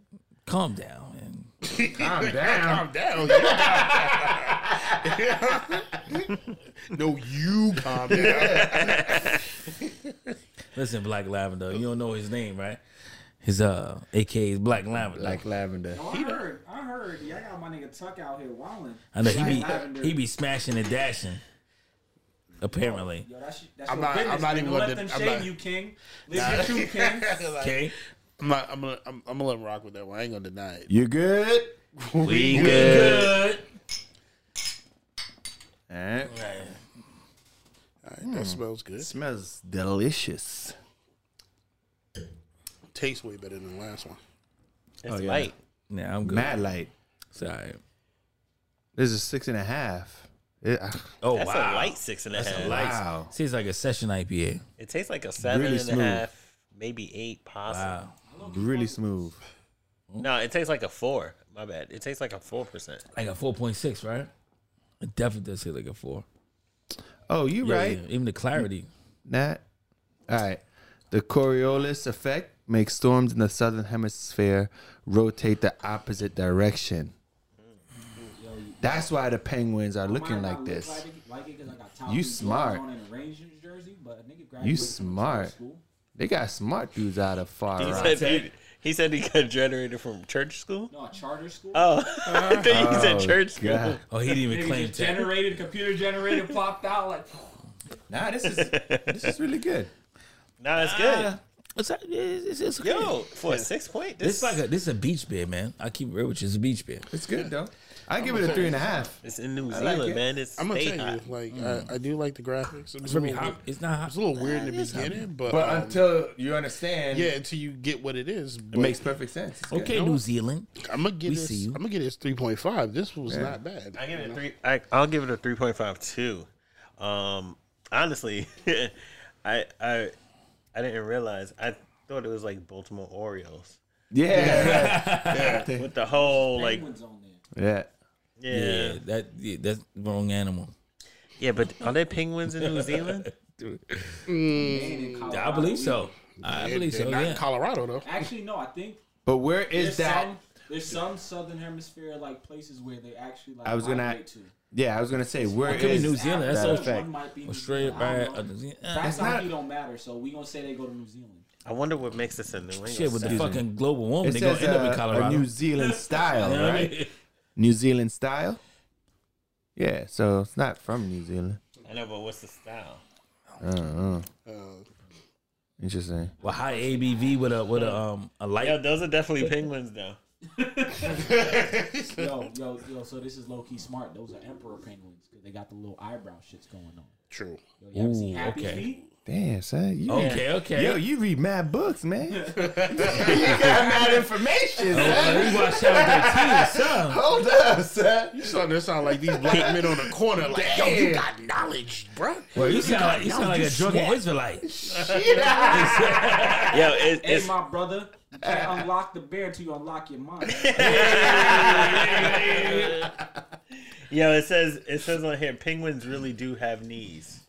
[SPEAKER 2] Calm down, man.
[SPEAKER 5] Calm down.
[SPEAKER 4] Down, you- no, you calm down.
[SPEAKER 2] Listen, Black Lavender. You don't know his name, right? His uh, AKA Black Lavender.
[SPEAKER 5] Like lavender.
[SPEAKER 6] Oh, I heard, I heard, y'all got my nigga Tuck out here wilding.
[SPEAKER 2] I know he
[SPEAKER 6] Black
[SPEAKER 2] be
[SPEAKER 6] Lavender.
[SPEAKER 2] he be smashing and dashing. Apparently,
[SPEAKER 6] Yo, that's, that's
[SPEAKER 4] I'm
[SPEAKER 6] your
[SPEAKER 4] not- I'm
[SPEAKER 6] business,
[SPEAKER 4] not even
[SPEAKER 6] nigga.
[SPEAKER 4] gonna
[SPEAKER 6] Let
[SPEAKER 4] def-
[SPEAKER 6] them
[SPEAKER 4] I'm
[SPEAKER 6] shame
[SPEAKER 4] not-
[SPEAKER 6] you, King. Live your truth, King.
[SPEAKER 2] okay.
[SPEAKER 4] I'm, not, I'm, gonna, I'm, I'm gonna let him rock with that one. I ain't gonna deny it.
[SPEAKER 5] You good?
[SPEAKER 2] We good.
[SPEAKER 5] All right.
[SPEAKER 4] All right, That smells good.
[SPEAKER 5] Smells delicious.
[SPEAKER 4] Tastes way better than the last one.
[SPEAKER 3] It's
[SPEAKER 5] Oh, yeah.
[SPEAKER 3] light.
[SPEAKER 2] Nah, I'm good.
[SPEAKER 5] Mad light.
[SPEAKER 2] Sorry.
[SPEAKER 5] This is six and a half. It, I,
[SPEAKER 2] Oh
[SPEAKER 3] That's
[SPEAKER 2] wow.
[SPEAKER 3] a light six and a half.
[SPEAKER 5] wow.
[SPEAKER 2] See, it's like a session IPA.
[SPEAKER 3] It tastes like a seven
[SPEAKER 5] Really
[SPEAKER 3] and a half,
[SPEAKER 5] smooth.
[SPEAKER 3] maybe eight, possibly.
[SPEAKER 2] Wow.
[SPEAKER 5] Really smooth.
[SPEAKER 3] No, it tastes like a four. My bad. It tastes like a four percent.
[SPEAKER 2] Like a four point six, right? It definitely does hit like a four.
[SPEAKER 5] Oh, you
[SPEAKER 2] Yeah,
[SPEAKER 5] right.
[SPEAKER 2] yeah, Even the clarity.
[SPEAKER 5] Nat. All right. The Coriolis effect makes storms in the southern hemisphere rotate the opposite direction. That's why the penguins are looking
[SPEAKER 6] Mine not
[SPEAKER 5] like
[SPEAKER 6] look
[SPEAKER 5] this.
[SPEAKER 6] it- like it 'cause I got top
[SPEAKER 5] You
[SPEAKER 6] three drawers
[SPEAKER 5] smart.
[SPEAKER 6] on and a Rangers jersey, but a nigga
[SPEAKER 5] You
[SPEAKER 6] graduated from
[SPEAKER 5] smart.
[SPEAKER 6] school.
[SPEAKER 5] They got smart dudes out of far
[SPEAKER 3] He
[SPEAKER 5] right.
[SPEAKER 3] said he, he said he got generated from church school.
[SPEAKER 6] No, a charter school.
[SPEAKER 2] Uh,
[SPEAKER 3] Oh, I think he said church school.
[SPEAKER 5] God.
[SPEAKER 2] Oh, he didn't even
[SPEAKER 6] Nigga
[SPEAKER 2] claim
[SPEAKER 6] just
[SPEAKER 2] tech.
[SPEAKER 6] generated, computer generated, plopped out like.
[SPEAKER 5] Nah, this is this is really good.
[SPEAKER 3] Nah, it's good.
[SPEAKER 2] It's, it's, it's, it's okay.
[SPEAKER 3] Yo, for a six point,
[SPEAKER 2] This
[SPEAKER 3] Ah, this,
[SPEAKER 2] is like a this is a beach beer, man. I keep it real with you. It's a beach beer.
[SPEAKER 5] It's good though. I give it a three and a half.
[SPEAKER 3] it's in New
[SPEAKER 5] like
[SPEAKER 3] Zealand,
[SPEAKER 5] it.
[SPEAKER 3] man. It's
[SPEAKER 4] I'm gonna
[SPEAKER 3] stay
[SPEAKER 4] tell
[SPEAKER 3] hot.
[SPEAKER 4] you, like, I, I do like the graphics. It
[SPEAKER 2] It's,
[SPEAKER 4] was a little-
[SPEAKER 2] not hot.
[SPEAKER 4] It's a little weird in the beginning, but,
[SPEAKER 5] But
[SPEAKER 4] um,
[SPEAKER 5] until you understand,
[SPEAKER 4] yeah, until you get what it is,
[SPEAKER 5] it makes perfect sense. It's good.
[SPEAKER 2] Okay, New Zealand.
[SPEAKER 4] I'm gonna get
[SPEAKER 2] We
[SPEAKER 4] this.
[SPEAKER 2] see you.
[SPEAKER 4] I'm gonna get this 3.5. This was not bad.
[SPEAKER 3] I give
[SPEAKER 4] you
[SPEAKER 3] it
[SPEAKER 4] know?
[SPEAKER 3] a three. I, I'll give it a three point five two. Um, honestly, I I I didn't realize. I thought it was like Baltimore Orioles
[SPEAKER 5] Yeah,
[SPEAKER 3] with the whole like
[SPEAKER 6] Penguins on there.
[SPEAKER 5] yeah.
[SPEAKER 2] Yeah,
[SPEAKER 3] yeah
[SPEAKER 2] that yeah, that's wrong animal.
[SPEAKER 3] yeah. But are there penguins in New Zealand?
[SPEAKER 6] And in
[SPEAKER 2] I
[SPEAKER 6] Colorado.
[SPEAKER 2] believe so. I
[SPEAKER 4] They-
[SPEAKER 2] believe
[SPEAKER 4] they're
[SPEAKER 2] so.
[SPEAKER 4] not
[SPEAKER 2] Yeah.
[SPEAKER 4] in Colorado though.
[SPEAKER 6] Actually, no. I think
[SPEAKER 5] But where
[SPEAKER 6] there's
[SPEAKER 5] is that?
[SPEAKER 6] some there's some southern hemisphere like places where they actually like.
[SPEAKER 5] I was gonna-
[SPEAKER 6] migrate to.
[SPEAKER 5] Yeah, I was gonna say where
[SPEAKER 2] It could be
[SPEAKER 5] is
[SPEAKER 2] New Zealand. That's
[SPEAKER 5] that
[SPEAKER 2] all
[SPEAKER 6] One
[SPEAKER 5] effect.
[SPEAKER 6] might be New
[SPEAKER 2] Australia,
[SPEAKER 6] Zealand, I
[SPEAKER 2] by
[SPEAKER 6] don't know.
[SPEAKER 2] other Zealand. Ah,
[SPEAKER 6] Facts
[SPEAKER 5] That's not-
[SPEAKER 6] on he don't matter, so we gonna say they go to New Zealand.
[SPEAKER 3] I wonder what makes this a New England.
[SPEAKER 2] shit with the
[SPEAKER 3] style.
[SPEAKER 2] fucking global warming.
[SPEAKER 5] It
[SPEAKER 2] They gonna
[SPEAKER 5] says
[SPEAKER 2] end up in
[SPEAKER 5] uh, a
[SPEAKER 2] Colorado.
[SPEAKER 5] New Zealand style,
[SPEAKER 2] You know what I
[SPEAKER 5] right?
[SPEAKER 2] mean?
[SPEAKER 5] New Zealand style. Yeah, so it's not from New Zealand.
[SPEAKER 3] I know, but what's the style?
[SPEAKER 5] Uh-uh.
[SPEAKER 4] Uh,
[SPEAKER 5] Interesting.
[SPEAKER 2] With high ABV with a with a um a light.
[SPEAKER 3] Yeah, those are definitely penguins though.
[SPEAKER 6] Yo, yo, yo. So this is low key smart. Those are emperor penguins because they got the little eyebrow shits going on.
[SPEAKER 4] true.
[SPEAKER 6] Yo, you ever seen
[SPEAKER 2] Ooh,
[SPEAKER 6] Happy
[SPEAKER 2] okay.
[SPEAKER 6] Feet?
[SPEAKER 5] Damn, son. You
[SPEAKER 2] Okay, okay.
[SPEAKER 5] Yo, you read mad books, man. you got mad
[SPEAKER 2] Oh,
[SPEAKER 5] information, son.
[SPEAKER 2] we watched out with their teeth, son.
[SPEAKER 5] Hold up, son.
[SPEAKER 4] You sound that sound like these black men on the corner. Like, yo, you got knowledge, bro.
[SPEAKER 2] You sound like you sound like a drunken Israelite.
[SPEAKER 3] Yo, it,
[SPEAKER 6] Hey,
[SPEAKER 3] it's
[SPEAKER 6] my brother, you can't unlock the bear until you unlock your mind.
[SPEAKER 3] yo, it says it says on here penguins really do have knees.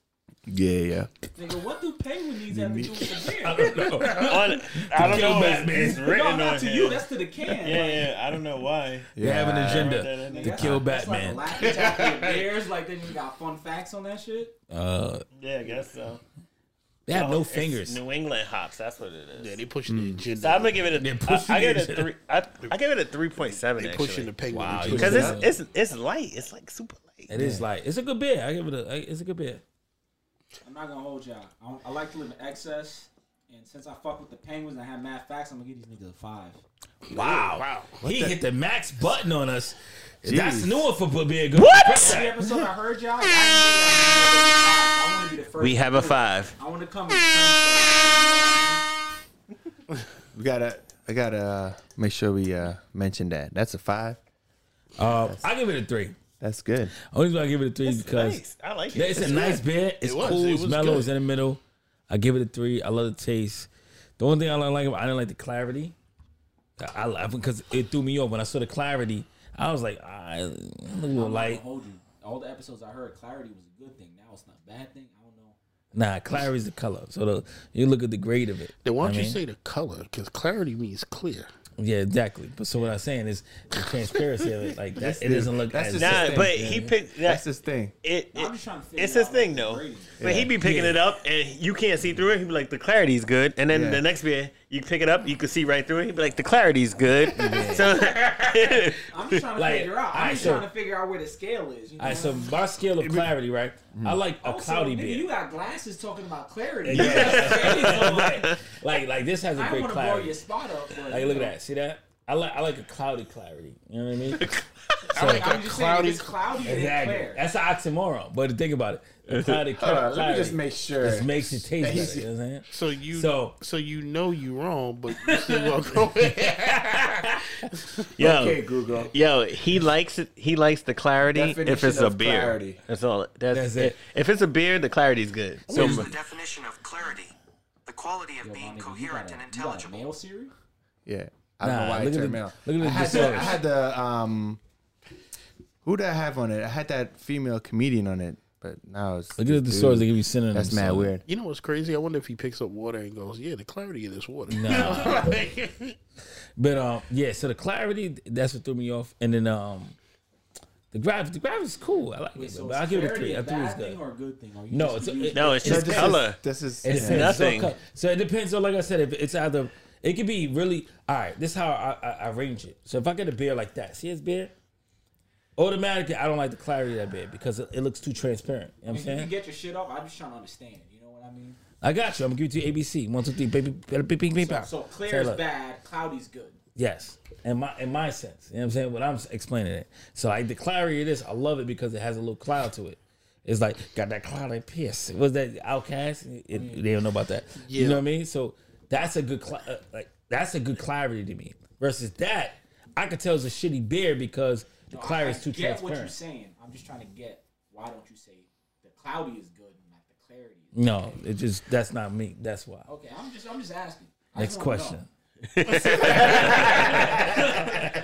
[SPEAKER 5] Yeah, yeah.
[SPEAKER 6] Nigga, what do penguin needs have to do with the bear?
[SPEAKER 3] On, I don't know. It's, it's
[SPEAKER 6] No,
[SPEAKER 3] written
[SPEAKER 6] not
[SPEAKER 3] on
[SPEAKER 6] to
[SPEAKER 3] here.
[SPEAKER 6] you. That's to the can.
[SPEAKER 3] yeah, yeah, I don't know why.
[SPEAKER 5] yeah.
[SPEAKER 2] Have an
[SPEAKER 3] that in
[SPEAKER 2] agenda to
[SPEAKER 3] there.
[SPEAKER 2] kill
[SPEAKER 6] That's like
[SPEAKER 2] Batman.
[SPEAKER 6] a laugh attack with bears. Like then you got fun facts on that shit.
[SPEAKER 2] Uh,
[SPEAKER 3] Yeah, I guess so.
[SPEAKER 2] they have
[SPEAKER 3] Oh,
[SPEAKER 2] no
[SPEAKER 3] it's
[SPEAKER 2] fingers.
[SPEAKER 3] New England hops. That's what it is.
[SPEAKER 4] Yeah, they pushing
[SPEAKER 2] Hmm.
[SPEAKER 4] the agenda.
[SPEAKER 3] So I'm gonna give it
[SPEAKER 2] They're
[SPEAKER 3] a.
[SPEAKER 2] pushing
[SPEAKER 3] I, I give
[SPEAKER 2] it.
[SPEAKER 3] it a three. I, I give it a three point seven.
[SPEAKER 4] They pushing the
[SPEAKER 3] actually,
[SPEAKER 4] penguin.
[SPEAKER 2] Wow,
[SPEAKER 4] agenda.
[SPEAKER 2] you-
[SPEAKER 3] because it's it's it's light. It's like super light.
[SPEAKER 2] It is like it's a good beer. I give it a. I- It's a good beer.
[SPEAKER 6] I'm not gonna hold y'all. I, don't- I like to live in excess, and since I fuck with the penguins and I have mad facts, I'm gonna give these niggas a five.
[SPEAKER 2] Wow. He hit the max button on us. That's
[SPEAKER 5] Jeez.
[SPEAKER 2] new one for being good. What?
[SPEAKER 6] Every episode I heard y'all, y'all knew y'all was gonna give me a five. I want to be the first.
[SPEAKER 3] We have a
[SPEAKER 6] to do it.
[SPEAKER 3] five.
[SPEAKER 6] I want to come. And
[SPEAKER 5] We gotta, I gotta uh, make sure we uh, mention that. That's a five.
[SPEAKER 2] Uh, I give it a three.
[SPEAKER 5] That's good.
[SPEAKER 2] Only reason I give it a three is because
[SPEAKER 3] Nice. I like
[SPEAKER 2] it's
[SPEAKER 3] it.
[SPEAKER 2] a nice beer. It's
[SPEAKER 4] was,
[SPEAKER 2] cool.
[SPEAKER 4] it
[SPEAKER 2] It's
[SPEAKER 4] was
[SPEAKER 2] mellow.
[SPEAKER 4] good.
[SPEAKER 2] It's in the middle. I give it a three. I love the taste. The only thing I don't like, about I didn't like the clarity. I I because it threw me off when I saw the clarity. I was like, "Ah, I a little
[SPEAKER 6] like,
[SPEAKER 2] light.
[SPEAKER 6] hold you. All the episodes I heard, clarity was a good thing. Now it's not a bad thing. I don't know.
[SPEAKER 2] Nah, clarity is the color. So the, you look at the grade of it.
[SPEAKER 4] Then why don't
[SPEAKER 2] I
[SPEAKER 4] you
[SPEAKER 2] mean-
[SPEAKER 4] say the color? Because clarity means clear.
[SPEAKER 2] Yeah, exactly. But so what I'm saying is the transparency of it, like that, it doesn't look
[SPEAKER 5] That's
[SPEAKER 2] as
[SPEAKER 5] just
[SPEAKER 2] nah,
[SPEAKER 5] a-
[SPEAKER 3] Nah,
[SPEAKER 5] thing,
[SPEAKER 3] but he picked that.
[SPEAKER 5] That's his thing.
[SPEAKER 3] It,
[SPEAKER 6] I'm
[SPEAKER 3] it,
[SPEAKER 6] just trying to figure
[SPEAKER 3] it's his
[SPEAKER 6] out, like,
[SPEAKER 3] thing
[SPEAKER 6] the
[SPEAKER 3] though.
[SPEAKER 6] grading.
[SPEAKER 3] But he be picking it up and you can't see through it. He be like, the clarity's good, and then
[SPEAKER 5] Yeah.
[SPEAKER 3] the next beer you pick it up, you can see right through it. But like the clarity's good. So
[SPEAKER 6] I'm just trying to
[SPEAKER 2] Like,
[SPEAKER 6] figure out. I'm
[SPEAKER 2] alright,
[SPEAKER 6] just
[SPEAKER 2] so-
[SPEAKER 6] trying to figure out where the scale is. You know?
[SPEAKER 2] All right, so my scale of clarity, right? I
[SPEAKER 4] Mm.
[SPEAKER 2] like a
[SPEAKER 6] Also,
[SPEAKER 2] cloudy
[SPEAKER 6] nigga, You
[SPEAKER 2] bit.
[SPEAKER 6] got glasses talking about clarity.
[SPEAKER 2] Yeah. like, like this has a
[SPEAKER 6] I don't
[SPEAKER 2] great
[SPEAKER 6] want to blow your
[SPEAKER 2] clarity.
[SPEAKER 6] spot up. But,
[SPEAKER 2] Like, look at that. See that? I like I like a cloudy clarity. You know what I mean?
[SPEAKER 6] I'm, like, I'm just saying,
[SPEAKER 4] Cloudy-
[SPEAKER 6] if it's cloudy and
[SPEAKER 2] Exactly.
[SPEAKER 6] clear.
[SPEAKER 2] That's an oxymoron. But think about it. A cloudy
[SPEAKER 5] Hold on,
[SPEAKER 2] clarity
[SPEAKER 5] let me just make sure.
[SPEAKER 2] just makes it taste better. You know what I'm saying?
[SPEAKER 4] So you
[SPEAKER 2] So-
[SPEAKER 4] so, you know you wrong, but you still gonna go ahead.
[SPEAKER 3] yo,
[SPEAKER 5] okay, Google.
[SPEAKER 3] yo, he likes it. He likes the clarity if
[SPEAKER 5] Definition
[SPEAKER 3] it's a
[SPEAKER 5] of
[SPEAKER 3] beer.
[SPEAKER 5] clarity.
[SPEAKER 3] That's all. That's,
[SPEAKER 2] That's
[SPEAKER 3] it.
[SPEAKER 2] it.
[SPEAKER 3] If it's a beer, the clarity's good. So
[SPEAKER 8] Here's the definition of clarity. The quality of
[SPEAKER 6] Yo, my
[SPEAKER 8] being
[SPEAKER 6] nigga,
[SPEAKER 8] coherent
[SPEAKER 6] you got a,
[SPEAKER 8] and
[SPEAKER 6] You got a
[SPEAKER 8] intelligible.
[SPEAKER 6] mail series?
[SPEAKER 5] Yeah. I don't
[SPEAKER 2] Nah,
[SPEAKER 5] know why
[SPEAKER 2] look
[SPEAKER 5] it
[SPEAKER 2] at
[SPEAKER 5] turned
[SPEAKER 2] the-
[SPEAKER 5] me off.
[SPEAKER 2] look at the
[SPEAKER 5] I had, the, I
[SPEAKER 2] disorders.
[SPEAKER 5] had the um who did I have on it? I had that female comedian on it, but now it's
[SPEAKER 2] Look at the
[SPEAKER 5] this
[SPEAKER 2] stories they
[SPEAKER 5] dude.
[SPEAKER 2] give you synonyms.
[SPEAKER 5] That's mad
[SPEAKER 2] son.
[SPEAKER 5] weird.
[SPEAKER 4] You know what's crazy? I wonder if he picks up water and goes, "Yeah, the clarity of this water."
[SPEAKER 2] But um, yeah. So the clarity that's what threw me off, and then um, the graph the graph is cool. I like it,
[SPEAKER 6] So
[SPEAKER 2] but I'll
[SPEAKER 6] is
[SPEAKER 2] give it a
[SPEAKER 6] clarity
[SPEAKER 2] three. I think it's
[SPEAKER 6] bad
[SPEAKER 2] good.
[SPEAKER 6] thing or a good thing? Or you
[SPEAKER 2] No,
[SPEAKER 6] just
[SPEAKER 2] it's-
[SPEAKER 6] use-
[SPEAKER 2] it-
[SPEAKER 3] no, it's just
[SPEAKER 5] this
[SPEAKER 3] color.
[SPEAKER 5] Is, this is
[SPEAKER 2] It
[SPEAKER 5] yeah.
[SPEAKER 2] depends.
[SPEAKER 3] nothing.
[SPEAKER 2] So, so it depends on, like I said, if it's either it could be really all right. This is how I, I, I arrange it. So if I get a beer like that, see his beer, automatically I don't like the clarity of that beer because it, it looks too transparent. You know what I'm
[SPEAKER 6] If you can
[SPEAKER 2] saying?
[SPEAKER 6] get your shit off, I'm just trying to understand. You know what I mean?
[SPEAKER 2] I got you. I'm gonna give it to you ABC. One, two, three, baby, baby, baby, baby.
[SPEAKER 6] So clear
[SPEAKER 2] Say
[SPEAKER 6] is
[SPEAKER 2] look.
[SPEAKER 6] bad, cloudy's good.
[SPEAKER 2] Yes. In my in my sense. You know what I'm saying? What I'm explaining it. So like the clarity of this, I love it because it has a little cloud to it. It's like got that cloud and piss. Was that outcast?
[SPEAKER 6] Mm.
[SPEAKER 2] It- they don't know about that. You
[SPEAKER 4] Yeah.
[SPEAKER 2] know what I mean? So that's a good cl- uh, like that's a good clarity to me. Versus that, I could tell it's a shitty beer because the
[SPEAKER 6] No, I-
[SPEAKER 2] clarity
[SPEAKER 6] I
[SPEAKER 2] is too
[SPEAKER 6] get what you're
[SPEAKER 2] transparent.
[SPEAKER 6] saying. I'm just trying to get why don't you say the cloudy is good and not the clarity. Is
[SPEAKER 2] No, it just that's not me. That's why.
[SPEAKER 6] Okay, I'm just I'm just asking. I
[SPEAKER 2] Next
[SPEAKER 6] just wanna know.
[SPEAKER 2] question.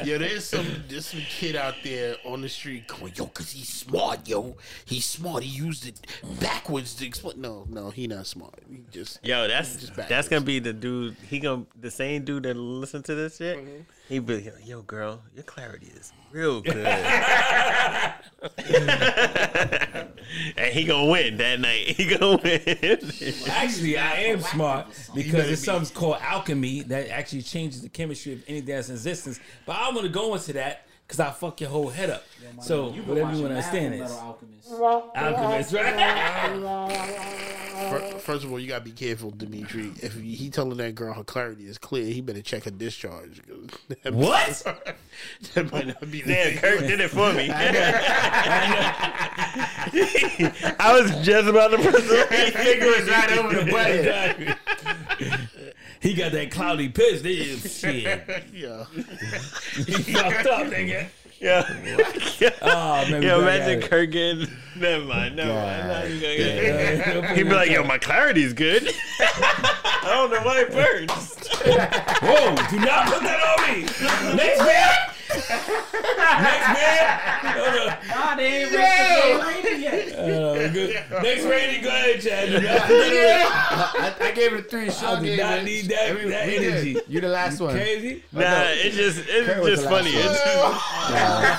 [SPEAKER 4] Yo, there's some there's some kid out there on the street going, yo, cause he's smart, yo. He's smart. He used it backwards to explain. No, no, he not smart. He just
[SPEAKER 3] Yo, that's
[SPEAKER 4] Just
[SPEAKER 3] that's
[SPEAKER 4] backwards.
[SPEAKER 3] gonna be the dude. He gonna the same dude that listen to this shit. He be like, yo, girl, your clarity is real good. and he gonna win that night. He gonna win.
[SPEAKER 2] Actually, I am smart because it's something called alchemy that actually changes the chemistry of anything that's in existence. But I'm gonna go into that because I fuck your whole head up. so
[SPEAKER 6] You've been
[SPEAKER 2] whatever you
[SPEAKER 6] watching
[SPEAKER 2] want to understand
[SPEAKER 6] Mad
[SPEAKER 2] is
[SPEAKER 6] Metal
[SPEAKER 2] alchemist,
[SPEAKER 6] Alchemist.
[SPEAKER 2] right?
[SPEAKER 4] fir- first of all, you gotta be careful, Dimitri. If he telling that girl her clarity is clear, he better check her discharge. 'cause that-
[SPEAKER 2] what?
[SPEAKER 4] That might not be the
[SPEAKER 3] Damn,
[SPEAKER 4] thing.
[SPEAKER 3] Kirk did it for me. I was just about to press the right finger was right over the button.
[SPEAKER 2] he got that cloudy piss. This shit,
[SPEAKER 4] Yeah.
[SPEAKER 2] he fucked up, nigga.
[SPEAKER 3] Yeah.
[SPEAKER 2] Oh man, we
[SPEAKER 3] Yo,
[SPEAKER 2] got
[SPEAKER 3] imagine
[SPEAKER 2] it.
[SPEAKER 3] Kirk getting. Never mind. Never mind. Not even gonna get it.
[SPEAKER 2] Yeah.
[SPEAKER 3] He'd be like, yo, my clarity's good. I don't know why it burns.
[SPEAKER 2] Whoa, do not put that on me. Next man. Next man.
[SPEAKER 6] God damn, that's the yet.
[SPEAKER 2] Uh, good. Next rating, go ahead, Chad. Do not,
[SPEAKER 5] I, I gave it a three. Sean
[SPEAKER 2] do
[SPEAKER 5] gave
[SPEAKER 2] not
[SPEAKER 5] it-
[SPEAKER 2] need that,
[SPEAKER 5] we-
[SPEAKER 2] that
[SPEAKER 5] we did.
[SPEAKER 2] energy.
[SPEAKER 5] You the last one.
[SPEAKER 2] Crazy.
[SPEAKER 3] Nah, it's just it's
[SPEAKER 5] Kurt was
[SPEAKER 3] just
[SPEAKER 5] the
[SPEAKER 3] funny. It's
[SPEAKER 5] last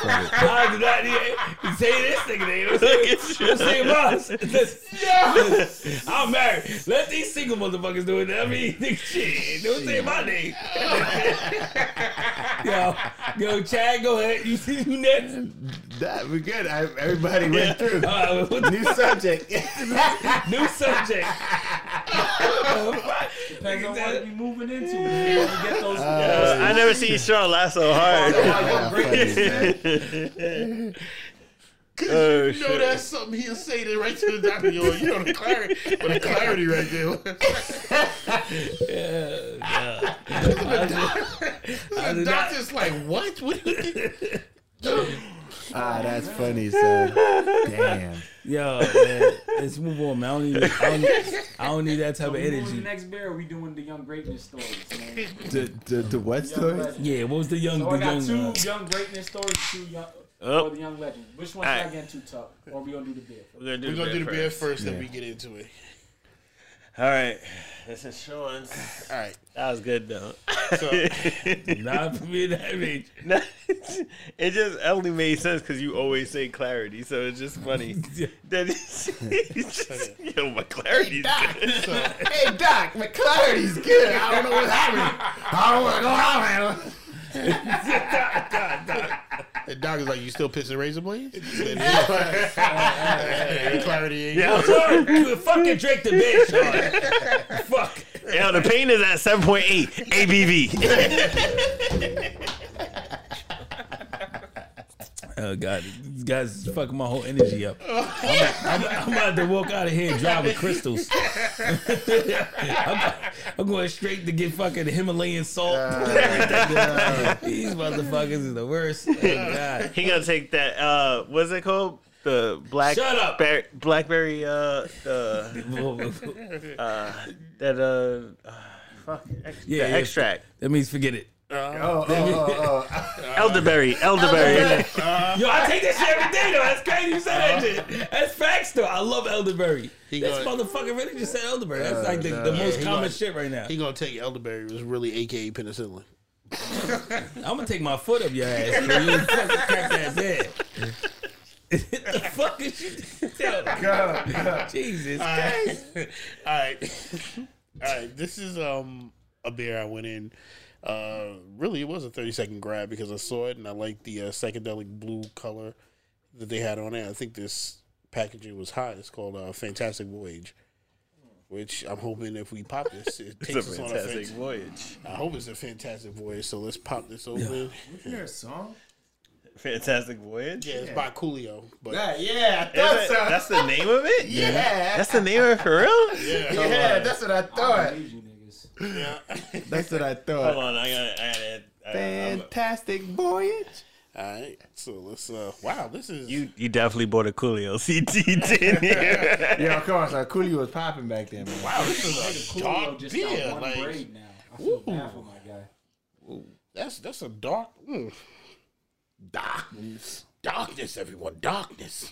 [SPEAKER 3] just
[SPEAKER 2] I do not need say this nigga name.
[SPEAKER 3] it's just-
[SPEAKER 2] Say boss. I'm married. Let these single motherfuckers do it. I mean, nigga, shit. Don't say my name. yo, yo, Chad, go ahead. You see you next.
[SPEAKER 5] That we good. I, everybody went through.
[SPEAKER 2] Uh, what the
[SPEAKER 5] New subject.
[SPEAKER 2] new subject.
[SPEAKER 6] Depends on what you moving into. man. You get those.
[SPEAKER 3] Uh, I never seen Sean laugh so hard.
[SPEAKER 5] Yeah, Oh, funny, man.
[SPEAKER 3] Oh
[SPEAKER 4] You know
[SPEAKER 3] shit!
[SPEAKER 4] that's something he'll say that right to the doctor. Yo, you know the clarity, but the clarity right there.
[SPEAKER 2] I
[SPEAKER 4] The
[SPEAKER 2] do not-
[SPEAKER 4] doctor's like, what? What? do you think?"
[SPEAKER 5] ah, that's funny, son. Damn.
[SPEAKER 2] Yo, man, let's move on, man. I don't need, I don't, I don't need that type of
[SPEAKER 6] We doing the
[SPEAKER 2] energy.
[SPEAKER 6] next beer. We doing the young greatness stories, man.
[SPEAKER 5] The the, the what
[SPEAKER 6] Young
[SPEAKER 5] story?
[SPEAKER 6] legends.
[SPEAKER 2] Yeah, what was the young,
[SPEAKER 6] So
[SPEAKER 2] the
[SPEAKER 6] I got
[SPEAKER 2] young,
[SPEAKER 6] two
[SPEAKER 2] uh,
[SPEAKER 6] young greatness stories, two young
[SPEAKER 3] Oh.
[SPEAKER 6] or the young legends. Which one should I
[SPEAKER 3] Alright.
[SPEAKER 6] get into, Tuck? Or we gonna do the beer?
[SPEAKER 3] We're gonna do
[SPEAKER 4] We're
[SPEAKER 3] the
[SPEAKER 4] gonna do the
[SPEAKER 3] beer
[SPEAKER 4] beer
[SPEAKER 3] first.
[SPEAKER 4] first, then we get into it.
[SPEAKER 3] All right. This is Sean's.
[SPEAKER 4] All right.
[SPEAKER 3] That was good though.
[SPEAKER 2] Not for me that age.
[SPEAKER 3] it just only made sense because you always say clarity, so it's just funny. Then it's, it's just, yo, my clarity's good.
[SPEAKER 5] hey Doc, McClarty's good. I don't know what's happening. I don't want to go out man.
[SPEAKER 4] The dog is like, you still pissing razor blades? He said, "Yeah." Clarity ain't
[SPEAKER 3] Yeah,
[SPEAKER 2] Fuck, you fucking Drake the bitch. Fuck.
[SPEAKER 3] yo, the pain is at seven point eight ABV.
[SPEAKER 2] Oh god, these guys is fucking my whole energy up. I'm, I'm- I'm about to walk out of here and drive with crystals. I'm, I'm going straight to get fucking Himalayan salt. These motherfuckers is the worst. Oh god.
[SPEAKER 3] he gonna take that. Uh, what's it called? The black
[SPEAKER 2] Shut up.
[SPEAKER 3] ber- blackberry. Uh, the that uh, uh, fuck, ex-
[SPEAKER 2] Yeah,
[SPEAKER 3] the
[SPEAKER 2] yeah.
[SPEAKER 3] extract.
[SPEAKER 2] That means forget it.
[SPEAKER 5] Oh, oh, oh,
[SPEAKER 3] Elderberry, elderberry.
[SPEAKER 2] Yo, I take this shit every day though. That's crazy you said that
[SPEAKER 4] Uh-huh.
[SPEAKER 2] shit. That's facts though. I love elderberry. This
[SPEAKER 4] gonna-
[SPEAKER 2] motherfucker really just said elderberry. That's like the, the
[SPEAKER 4] Uh, Yeah,
[SPEAKER 2] most
[SPEAKER 4] he
[SPEAKER 2] common
[SPEAKER 4] gonna-
[SPEAKER 2] shit right now.
[SPEAKER 4] He gonna take elderberry was really AKA penicillin.
[SPEAKER 2] I'm gonna take my foot up your ass. You really fucking crack that head. the fuck is she? Yo, Jesus Christ.
[SPEAKER 4] All right, all right. This is um a beer I went in. Uh, really, it was a thirty second grab because I saw it and I liked the uh, psychedelic blue color that they had on it. I think this packaging was hot. It's called uh, Fantastic Voyage, which I'm hoping if we pop this, it takes
[SPEAKER 3] It's
[SPEAKER 4] us
[SPEAKER 3] a
[SPEAKER 4] on a
[SPEAKER 3] fantastic
[SPEAKER 4] fantastic.
[SPEAKER 3] voyage.
[SPEAKER 4] I hope it's a fantastic voyage. So let's pop this open.
[SPEAKER 5] Hear a song?
[SPEAKER 3] Fantastic voyage.
[SPEAKER 4] Yeah, it's by Coolio, but
[SPEAKER 5] Yeah, yeah, I
[SPEAKER 3] Is
[SPEAKER 5] thought
[SPEAKER 3] it-
[SPEAKER 5] so.
[SPEAKER 3] that's the name of it.
[SPEAKER 5] uh, yeah,
[SPEAKER 3] That's the name of it for real.
[SPEAKER 4] yeah,
[SPEAKER 5] yeah, that's what I thought.
[SPEAKER 6] Believe you niggas.
[SPEAKER 5] That's what I
[SPEAKER 3] Hold
[SPEAKER 5] thought.
[SPEAKER 3] on, I gotta, I gotta. I- I'm-
[SPEAKER 5] Fantastic voyage.
[SPEAKER 4] All right, so let's. Uh, wow, this is
[SPEAKER 3] you, you definitely bought a Coolio CD, didn't you?
[SPEAKER 5] Yeah, of course. Like Coolio was popping back then. Man.
[SPEAKER 4] wow, this is a
[SPEAKER 6] Coolio
[SPEAKER 4] dark
[SPEAKER 6] just
[SPEAKER 4] beer.
[SPEAKER 6] got one
[SPEAKER 4] Like
[SPEAKER 6] braid now. I feel bad for my guy.
[SPEAKER 4] that's that's a dark mm.
[SPEAKER 5] Darkness.
[SPEAKER 4] darkness, everyone, darkness.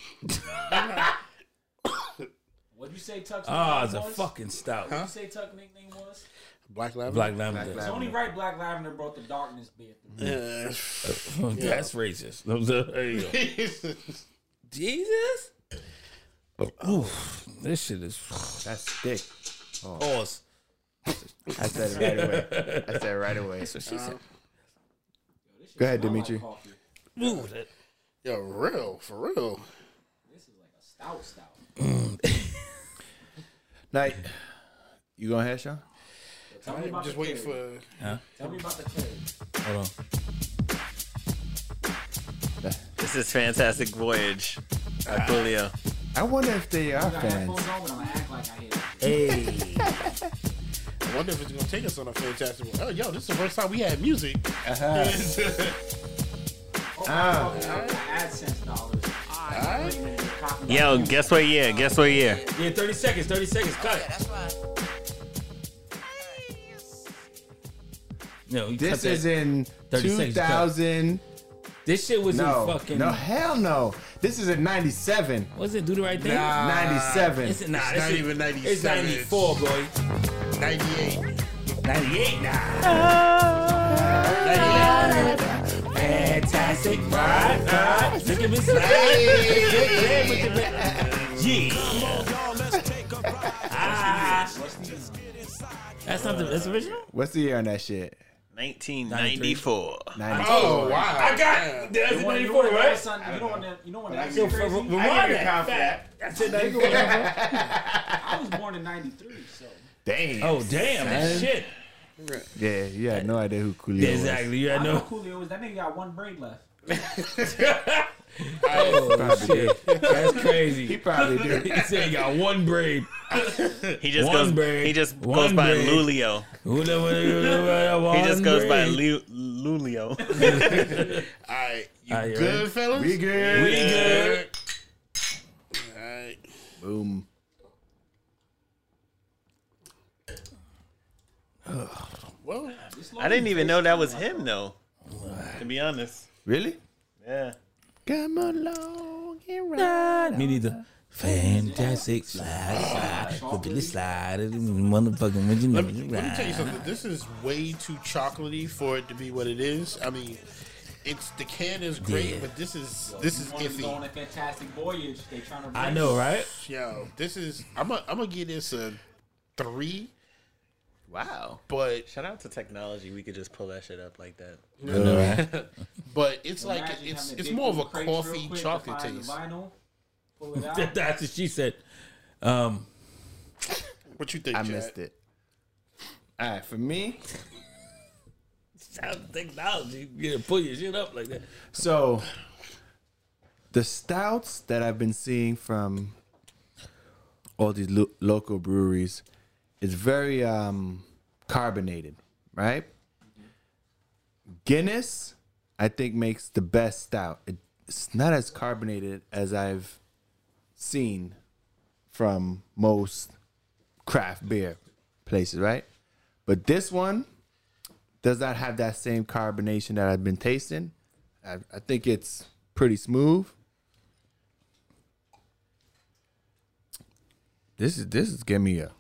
[SPEAKER 6] What'd you say Tuck's
[SPEAKER 2] Ah, it's a
[SPEAKER 6] nickname was?
[SPEAKER 2] fucking stout.
[SPEAKER 6] What'd you say Tuck's nickname was?
[SPEAKER 4] Black Lab.
[SPEAKER 2] Black lavender.
[SPEAKER 6] It's only right Black Lavender brought the darkness beer.
[SPEAKER 5] Mm-hmm.
[SPEAKER 6] through.
[SPEAKER 2] That's racist. There you go. Jesus. Oh, Oof, this shit is
[SPEAKER 5] That's thick. Oh.
[SPEAKER 2] pause.
[SPEAKER 5] I said it right away. I said it right away.
[SPEAKER 6] This shit
[SPEAKER 5] Go ahead,
[SPEAKER 6] smell like
[SPEAKER 5] Dimitri.
[SPEAKER 6] coffee.
[SPEAKER 2] Ooh, that-
[SPEAKER 4] Yo, real for real.
[SPEAKER 6] This is like a stout stout.
[SPEAKER 5] Night. You gonna have Sean?
[SPEAKER 6] Tell me about
[SPEAKER 4] Just
[SPEAKER 6] the
[SPEAKER 4] waiting
[SPEAKER 6] keg.
[SPEAKER 4] for.
[SPEAKER 6] Tell me about the keg.
[SPEAKER 2] Hold on.
[SPEAKER 3] this is Fantastic Voyage by Coolio.
[SPEAKER 5] I wonder if they are
[SPEAKER 6] I got
[SPEAKER 5] fans.
[SPEAKER 6] headphones on, but I'm gonna act like I hear it.
[SPEAKER 2] Hey.
[SPEAKER 4] I wonder if it's gonna take us on a fantastic. Oh, yo, this is the first time we had music.
[SPEAKER 5] Uh-huh.
[SPEAKER 6] Oh,
[SPEAKER 5] Ah.
[SPEAKER 6] I'm talking about AdSense dollars. I ain't even copyright.
[SPEAKER 3] Yo, guess what year? Guess what year?
[SPEAKER 2] Yeah, 30 seconds, 30 seconds, cut it.
[SPEAKER 8] That's why.
[SPEAKER 2] No, you cut
[SPEAKER 5] This
[SPEAKER 2] that.
[SPEAKER 5] is in
[SPEAKER 2] 30 seconds, cut.
[SPEAKER 5] 2000.
[SPEAKER 2] This shit was
[SPEAKER 5] No,
[SPEAKER 2] in fucking.
[SPEAKER 5] no, hell no. This is in 97.
[SPEAKER 2] Was it Do the Right Thing?
[SPEAKER 4] Nah.
[SPEAKER 5] 97.
[SPEAKER 2] It's, nah,
[SPEAKER 4] It's
[SPEAKER 2] this
[SPEAKER 4] not
[SPEAKER 2] is-
[SPEAKER 4] even
[SPEAKER 2] It's
[SPEAKER 4] 97.
[SPEAKER 2] 94, boy.
[SPEAKER 4] Ninety-eight.
[SPEAKER 2] 98 now. 98. Fantastic ride, ride. Look at me slide. Get there with the ba- Yeah. Ah. That's not the that's original?
[SPEAKER 5] What's the year on that shit?
[SPEAKER 3] 1994.
[SPEAKER 5] 90.
[SPEAKER 4] Oh wow.
[SPEAKER 2] I got that's
[SPEAKER 6] You know when- you
[SPEAKER 2] 94,
[SPEAKER 6] know when all of a
[SPEAKER 2] right?
[SPEAKER 6] sudden- you know when that- you know when that
[SPEAKER 2] So
[SPEAKER 6] shit
[SPEAKER 2] for,
[SPEAKER 6] crazy?
[SPEAKER 2] rewind that. Fact. That's it, 94.
[SPEAKER 6] I was born in '93, so
[SPEAKER 5] Damn.
[SPEAKER 2] Oh, damn.
[SPEAKER 5] Son.
[SPEAKER 2] Shit.
[SPEAKER 5] Yeah, you had no idea who Coolio was.
[SPEAKER 2] Exactly. You had
[SPEAKER 6] I know
[SPEAKER 2] no.
[SPEAKER 6] Coolio was that nigga got one braid left.
[SPEAKER 2] Oh, shit. That's crazy.
[SPEAKER 5] He probably did.
[SPEAKER 2] He said he got one braid.
[SPEAKER 3] He just
[SPEAKER 2] One
[SPEAKER 3] goes.
[SPEAKER 2] bird,
[SPEAKER 3] He just
[SPEAKER 2] one
[SPEAKER 3] goes by
[SPEAKER 2] bird.
[SPEAKER 3] Lulio.
[SPEAKER 2] He
[SPEAKER 3] He
[SPEAKER 2] just
[SPEAKER 3] just goes by Lu- Lulio.
[SPEAKER 4] All right, you
[SPEAKER 2] All right, you
[SPEAKER 4] good,
[SPEAKER 2] ready?
[SPEAKER 4] fellas?
[SPEAKER 5] We good.
[SPEAKER 2] We good.
[SPEAKER 4] All right.
[SPEAKER 5] Boom.
[SPEAKER 4] Well,
[SPEAKER 3] I didn't even know that was him though. To be honest.
[SPEAKER 5] Really?
[SPEAKER 3] Yeah.
[SPEAKER 5] Come along and
[SPEAKER 2] Me neither. Fantastic fly, fly.
[SPEAKER 1] slide. Vanilla slide. Motherfucking vanilla
[SPEAKER 4] Let
[SPEAKER 5] Mm,
[SPEAKER 4] me, let me tell you something. This is way too chocolatey for it to be what it is. I mean, it's the can is great,
[SPEAKER 1] Yeah.
[SPEAKER 4] but this is this is
[SPEAKER 6] Wanted to go on
[SPEAKER 4] iffy.
[SPEAKER 6] a fantastic voyage. They trying to.
[SPEAKER 2] I
[SPEAKER 6] race.
[SPEAKER 2] know, right?
[SPEAKER 4] Yo, this is I'm i I'm gonna give this a three,
[SPEAKER 3] Wow.
[SPEAKER 4] but
[SPEAKER 3] Shout out to technology. We could just pull that shit up like that.
[SPEAKER 4] but it's like
[SPEAKER 6] Imagine
[SPEAKER 4] it's
[SPEAKER 6] having to
[SPEAKER 4] it's
[SPEAKER 6] dig
[SPEAKER 4] more of
[SPEAKER 6] through
[SPEAKER 4] a
[SPEAKER 6] the crates real
[SPEAKER 4] coffee
[SPEAKER 6] quick to
[SPEAKER 4] chocolate
[SPEAKER 6] find the
[SPEAKER 4] taste.
[SPEAKER 6] vinyl, pull it out.
[SPEAKER 2] That's what she said. Um,
[SPEAKER 4] What you think?
[SPEAKER 5] I
[SPEAKER 4] Chad?
[SPEAKER 5] missed it. All right, for me,
[SPEAKER 2] technology. You gotta pull your shit up like that.
[SPEAKER 5] so the stouts that I've been seeing from all these lo- local breweries is very um, carbonated, right? Guinness, I think, makes the best stout. It- It's not as carbonated as I've seen from most craft beer places, right? But this one does not have that same carbonation that I've been tasting. I, I think it's pretty smooth. This is this is giving me a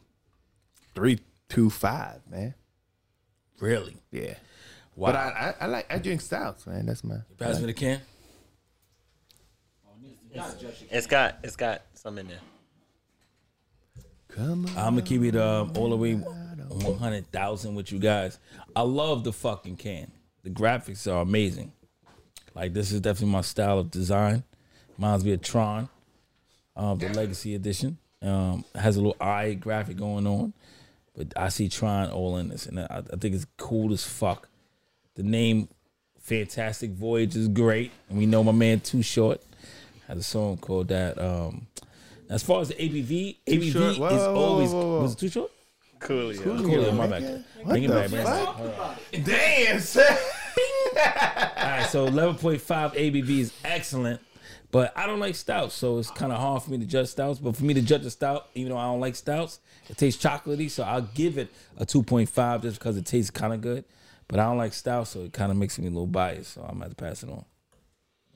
[SPEAKER 5] three two five, man.
[SPEAKER 2] Really?
[SPEAKER 5] Yeah.
[SPEAKER 2] Wow.
[SPEAKER 5] But I, I, I like I drink stouts, man. That's my
[SPEAKER 2] Pass me the can.
[SPEAKER 3] It's got it's got some in there.
[SPEAKER 5] come on.
[SPEAKER 2] I'm gonna keep it um, all the way 100,000 with you guys. I love the fucking can. The graphics are amazing. Like this is definitely my style of design. Reminds me of Tron, um, the Legacy Edition. Um, it has a little eye graphic going on, but I see Tron all in this, and I, I think it's cool as fuck. The name Fantastic Voyage is great, and we know my man Too Short has a song called that. Um, as far as the ABV, ABV
[SPEAKER 5] Short?
[SPEAKER 2] is
[SPEAKER 5] Whoa, whoa, whoa,
[SPEAKER 2] always
[SPEAKER 5] whoa, whoa.
[SPEAKER 2] was it Too Short.
[SPEAKER 3] Coolio.
[SPEAKER 2] Cool, my bad. Bring it
[SPEAKER 5] the
[SPEAKER 2] back, bring it back.
[SPEAKER 5] fuck? Damn, son.
[SPEAKER 2] All right, so 11.5 ABV is excellent, but I don't like stouts, so it's kind of hard for me to judge stouts. But for me to judge a stout, even though I don't like stouts, it tastes chocolatey, so I'll give it a 2.5 just because it tastes kind of good. But I don't like stouts, so it kind of makes me a little biased, so I'm gonna have to pass it on.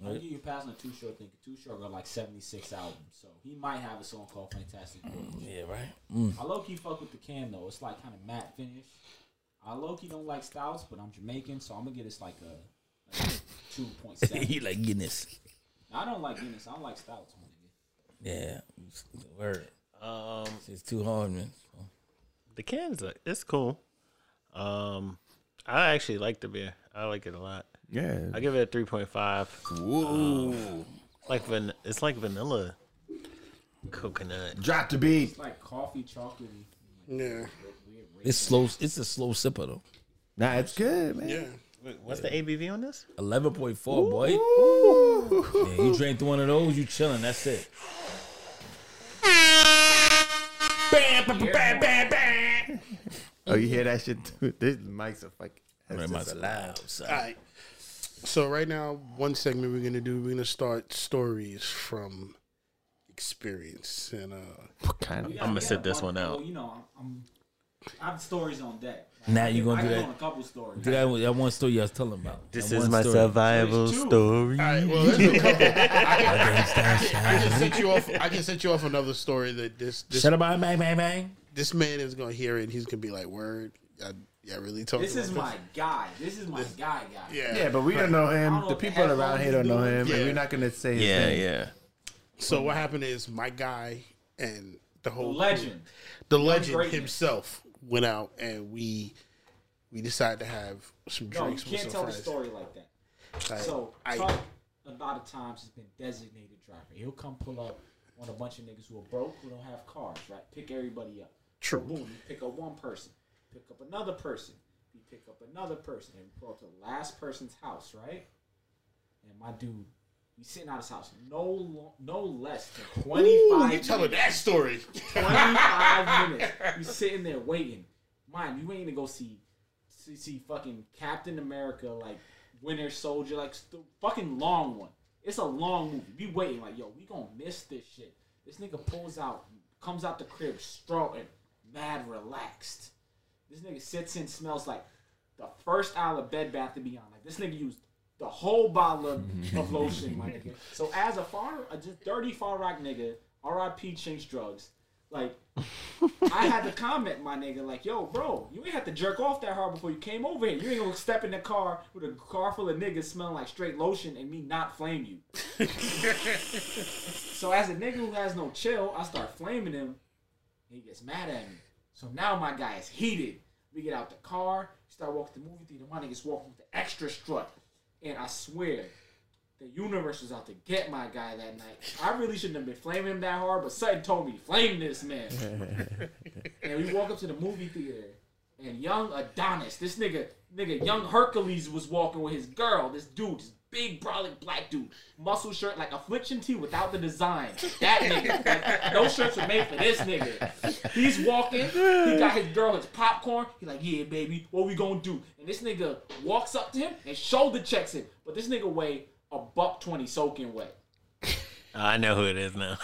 [SPEAKER 6] I'll give you passing a two short thing. Two short got like seventy six albums, so he might have a song called Fantastic Voyage.
[SPEAKER 2] Yeah, right.
[SPEAKER 6] I low key fuck with the can though. It's like kind of matte finish. I low key don't like stouts, but I'm Jamaican, so I'm gonna get this like a, two point seven.
[SPEAKER 2] he like Guinness.
[SPEAKER 6] I don't like Guinness. I don't like stouts. my nigga.
[SPEAKER 2] Yeah, word.
[SPEAKER 3] Um,
[SPEAKER 2] It's too hard, man.
[SPEAKER 3] the cans, are- it's cool. Um, I actually like the beer. I like it a lot. I
[SPEAKER 5] Yeah.
[SPEAKER 3] give it a three point five. Whoa! like van, it's like vanilla coconut.
[SPEAKER 5] Drop the beat.
[SPEAKER 6] It's like coffee, chocolatey.
[SPEAKER 4] Yeah,
[SPEAKER 2] It's slow. It's a slow sipper though.
[SPEAKER 5] Nah, it's good, man.
[SPEAKER 4] yeah.
[SPEAKER 3] What's the ABV on this?
[SPEAKER 2] 11.4, boy. Yeah, you drank one of those, you chilling. That's it. Bam, bam, bam, bam, bam, bam.
[SPEAKER 5] Oh, you hear that shit? Dude, this mic's a fucking.
[SPEAKER 2] That
[SPEAKER 5] that's just
[SPEAKER 2] must
[SPEAKER 5] a-
[SPEAKER 2] loud.
[SPEAKER 4] All
[SPEAKER 2] son.
[SPEAKER 4] right. So right now, one segment we're gonna do, we're gonna start stories from experience, and uh,
[SPEAKER 5] What kind of?
[SPEAKER 6] Yeah,
[SPEAKER 3] I'm gonna
[SPEAKER 6] yeah,
[SPEAKER 3] sit this
[SPEAKER 6] but-
[SPEAKER 3] one out.
[SPEAKER 6] Well, you know, I'm, I have stories on deck. Like,
[SPEAKER 2] Now
[SPEAKER 6] I
[SPEAKER 2] you
[SPEAKER 6] can-
[SPEAKER 2] gonna
[SPEAKER 6] I
[SPEAKER 2] do
[SPEAKER 6] can
[SPEAKER 2] that-
[SPEAKER 6] go on a couple stories.
[SPEAKER 2] Do that, one- that one story I was telling about.
[SPEAKER 3] This
[SPEAKER 2] That
[SPEAKER 3] is
[SPEAKER 2] one
[SPEAKER 3] my
[SPEAKER 2] story.
[SPEAKER 3] survival
[SPEAKER 6] There's two.
[SPEAKER 3] story.
[SPEAKER 4] all right. Well, there's a couple. I
[SPEAKER 2] Shut
[SPEAKER 4] can set you off. I can set you off another story that this this,
[SPEAKER 2] up, bang, bang, bang, bang.
[SPEAKER 4] this man is gonna hear it. and He's gonna be like, "Word, I, yeah, really talking."
[SPEAKER 6] This is my guy. This is my guy, guy.
[SPEAKER 4] yeah.
[SPEAKER 5] Yeah, but we don't know
[SPEAKER 6] I don't
[SPEAKER 5] him.
[SPEAKER 6] know
[SPEAKER 5] The
[SPEAKER 6] if
[SPEAKER 5] people
[SPEAKER 6] that's
[SPEAKER 5] around
[SPEAKER 6] what
[SPEAKER 5] here don't
[SPEAKER 6] he's
[SPEAKER 5] know
[SPEAKER 6] doing.
[SPEAKER 5] him, and
[SPEAKER 4] Yeah.
[SPEAKER 5] we're not gonna say. His
[SPEAKER 3] Yeah,
[SPEAKER 5] name.
[SPEAKER 3] yeah.
[SPEAKER 4] So what happened is my guy and the
[SPEAKER 6] The
[SPEAKER 4] whole
[SPEAKER 6] legend.
[SPEAKER 4] the legend
[SPEAKER 6] greatness.
[SPEAKER 4] himself went out and we we decided to have some
[SPEAKER 6] No, you
[SPEAKER 4] drinks with
[SPEAKER 6] can't
[SPEAKER 4] some
[SPEAKER 6] tell the
[SPEAKER 4] friends.
[SPEAKER 6] story like that.
[SPEAKER 4] Like,
[SPEAKER 6] So
[SPEAKER 4] I,
[SPEAKER 6] Tuck, a lot of times has been designated driver. He'll come pull up on a bunch of niggas who are broke who don't have cars, right? Pick everybody up.
[SPEAKER 4] True.
[SPEAKER 6] Boom, you pick up one person, pick up another person, you pick up another person, and we pull up to the last person's house, right? And my dude, we sitting out his house, no lo- no less than twenty
[SPEAKER 4] Ooh, you
[SPEAKER 6] five
[SPEAKER 4] telling that story?
[SPEAKER 6] 25 minutes. You sitting there waiting. Mind you, you ain't gonna go see, see, see fucking Captain America, like Winter Soldier, like the fucking long one. It's a long movie. Be waiting, like, yo, we gonna miss this shit. This nigga pulls out, comes out the crib, strolling, mad relaxed. This nigga sits in, smells like the first aisle of Bed Bath to be on. Like this nigga used the whole bottle of, of lotion, my nigga. So as a far, a just dirty far rock nigga, R.I.P. Chinks drugs. Like, I had to comment, my nigga, like, yo, bro, you ain't have to jerk off that hard before you came over here. You ain't gonna step in the car with a car full of niggas smelling like straight lotion and me not flame you. so as a nigga who has no chill, I start flaming him. He gets mad at me. So now my guy is heated. We get out the car, start walking to the movie theater. My niggas walking with the extra strut. And I swear, the universe was out to get my guy that night. I really shouldn't have been flaming him that hard, but Sutton told me, flame this man. and we walk up to the movie theater, and young Adonis, this nigga, nigga, young Hercules was walking with his girl, this dude, this big brolic black dude, muscle shirt, like affliction tee without the design. That nigga. Like, no shirts were made for this nigga. He's walking, he got his girl his popcorn. He like, yeah, baby, what we gonna do? And this nigga walks up to him and shoulder checks him. But this nigga weigh a buck twenty soaking wet.
[SPEAKER 3] I know who it is now.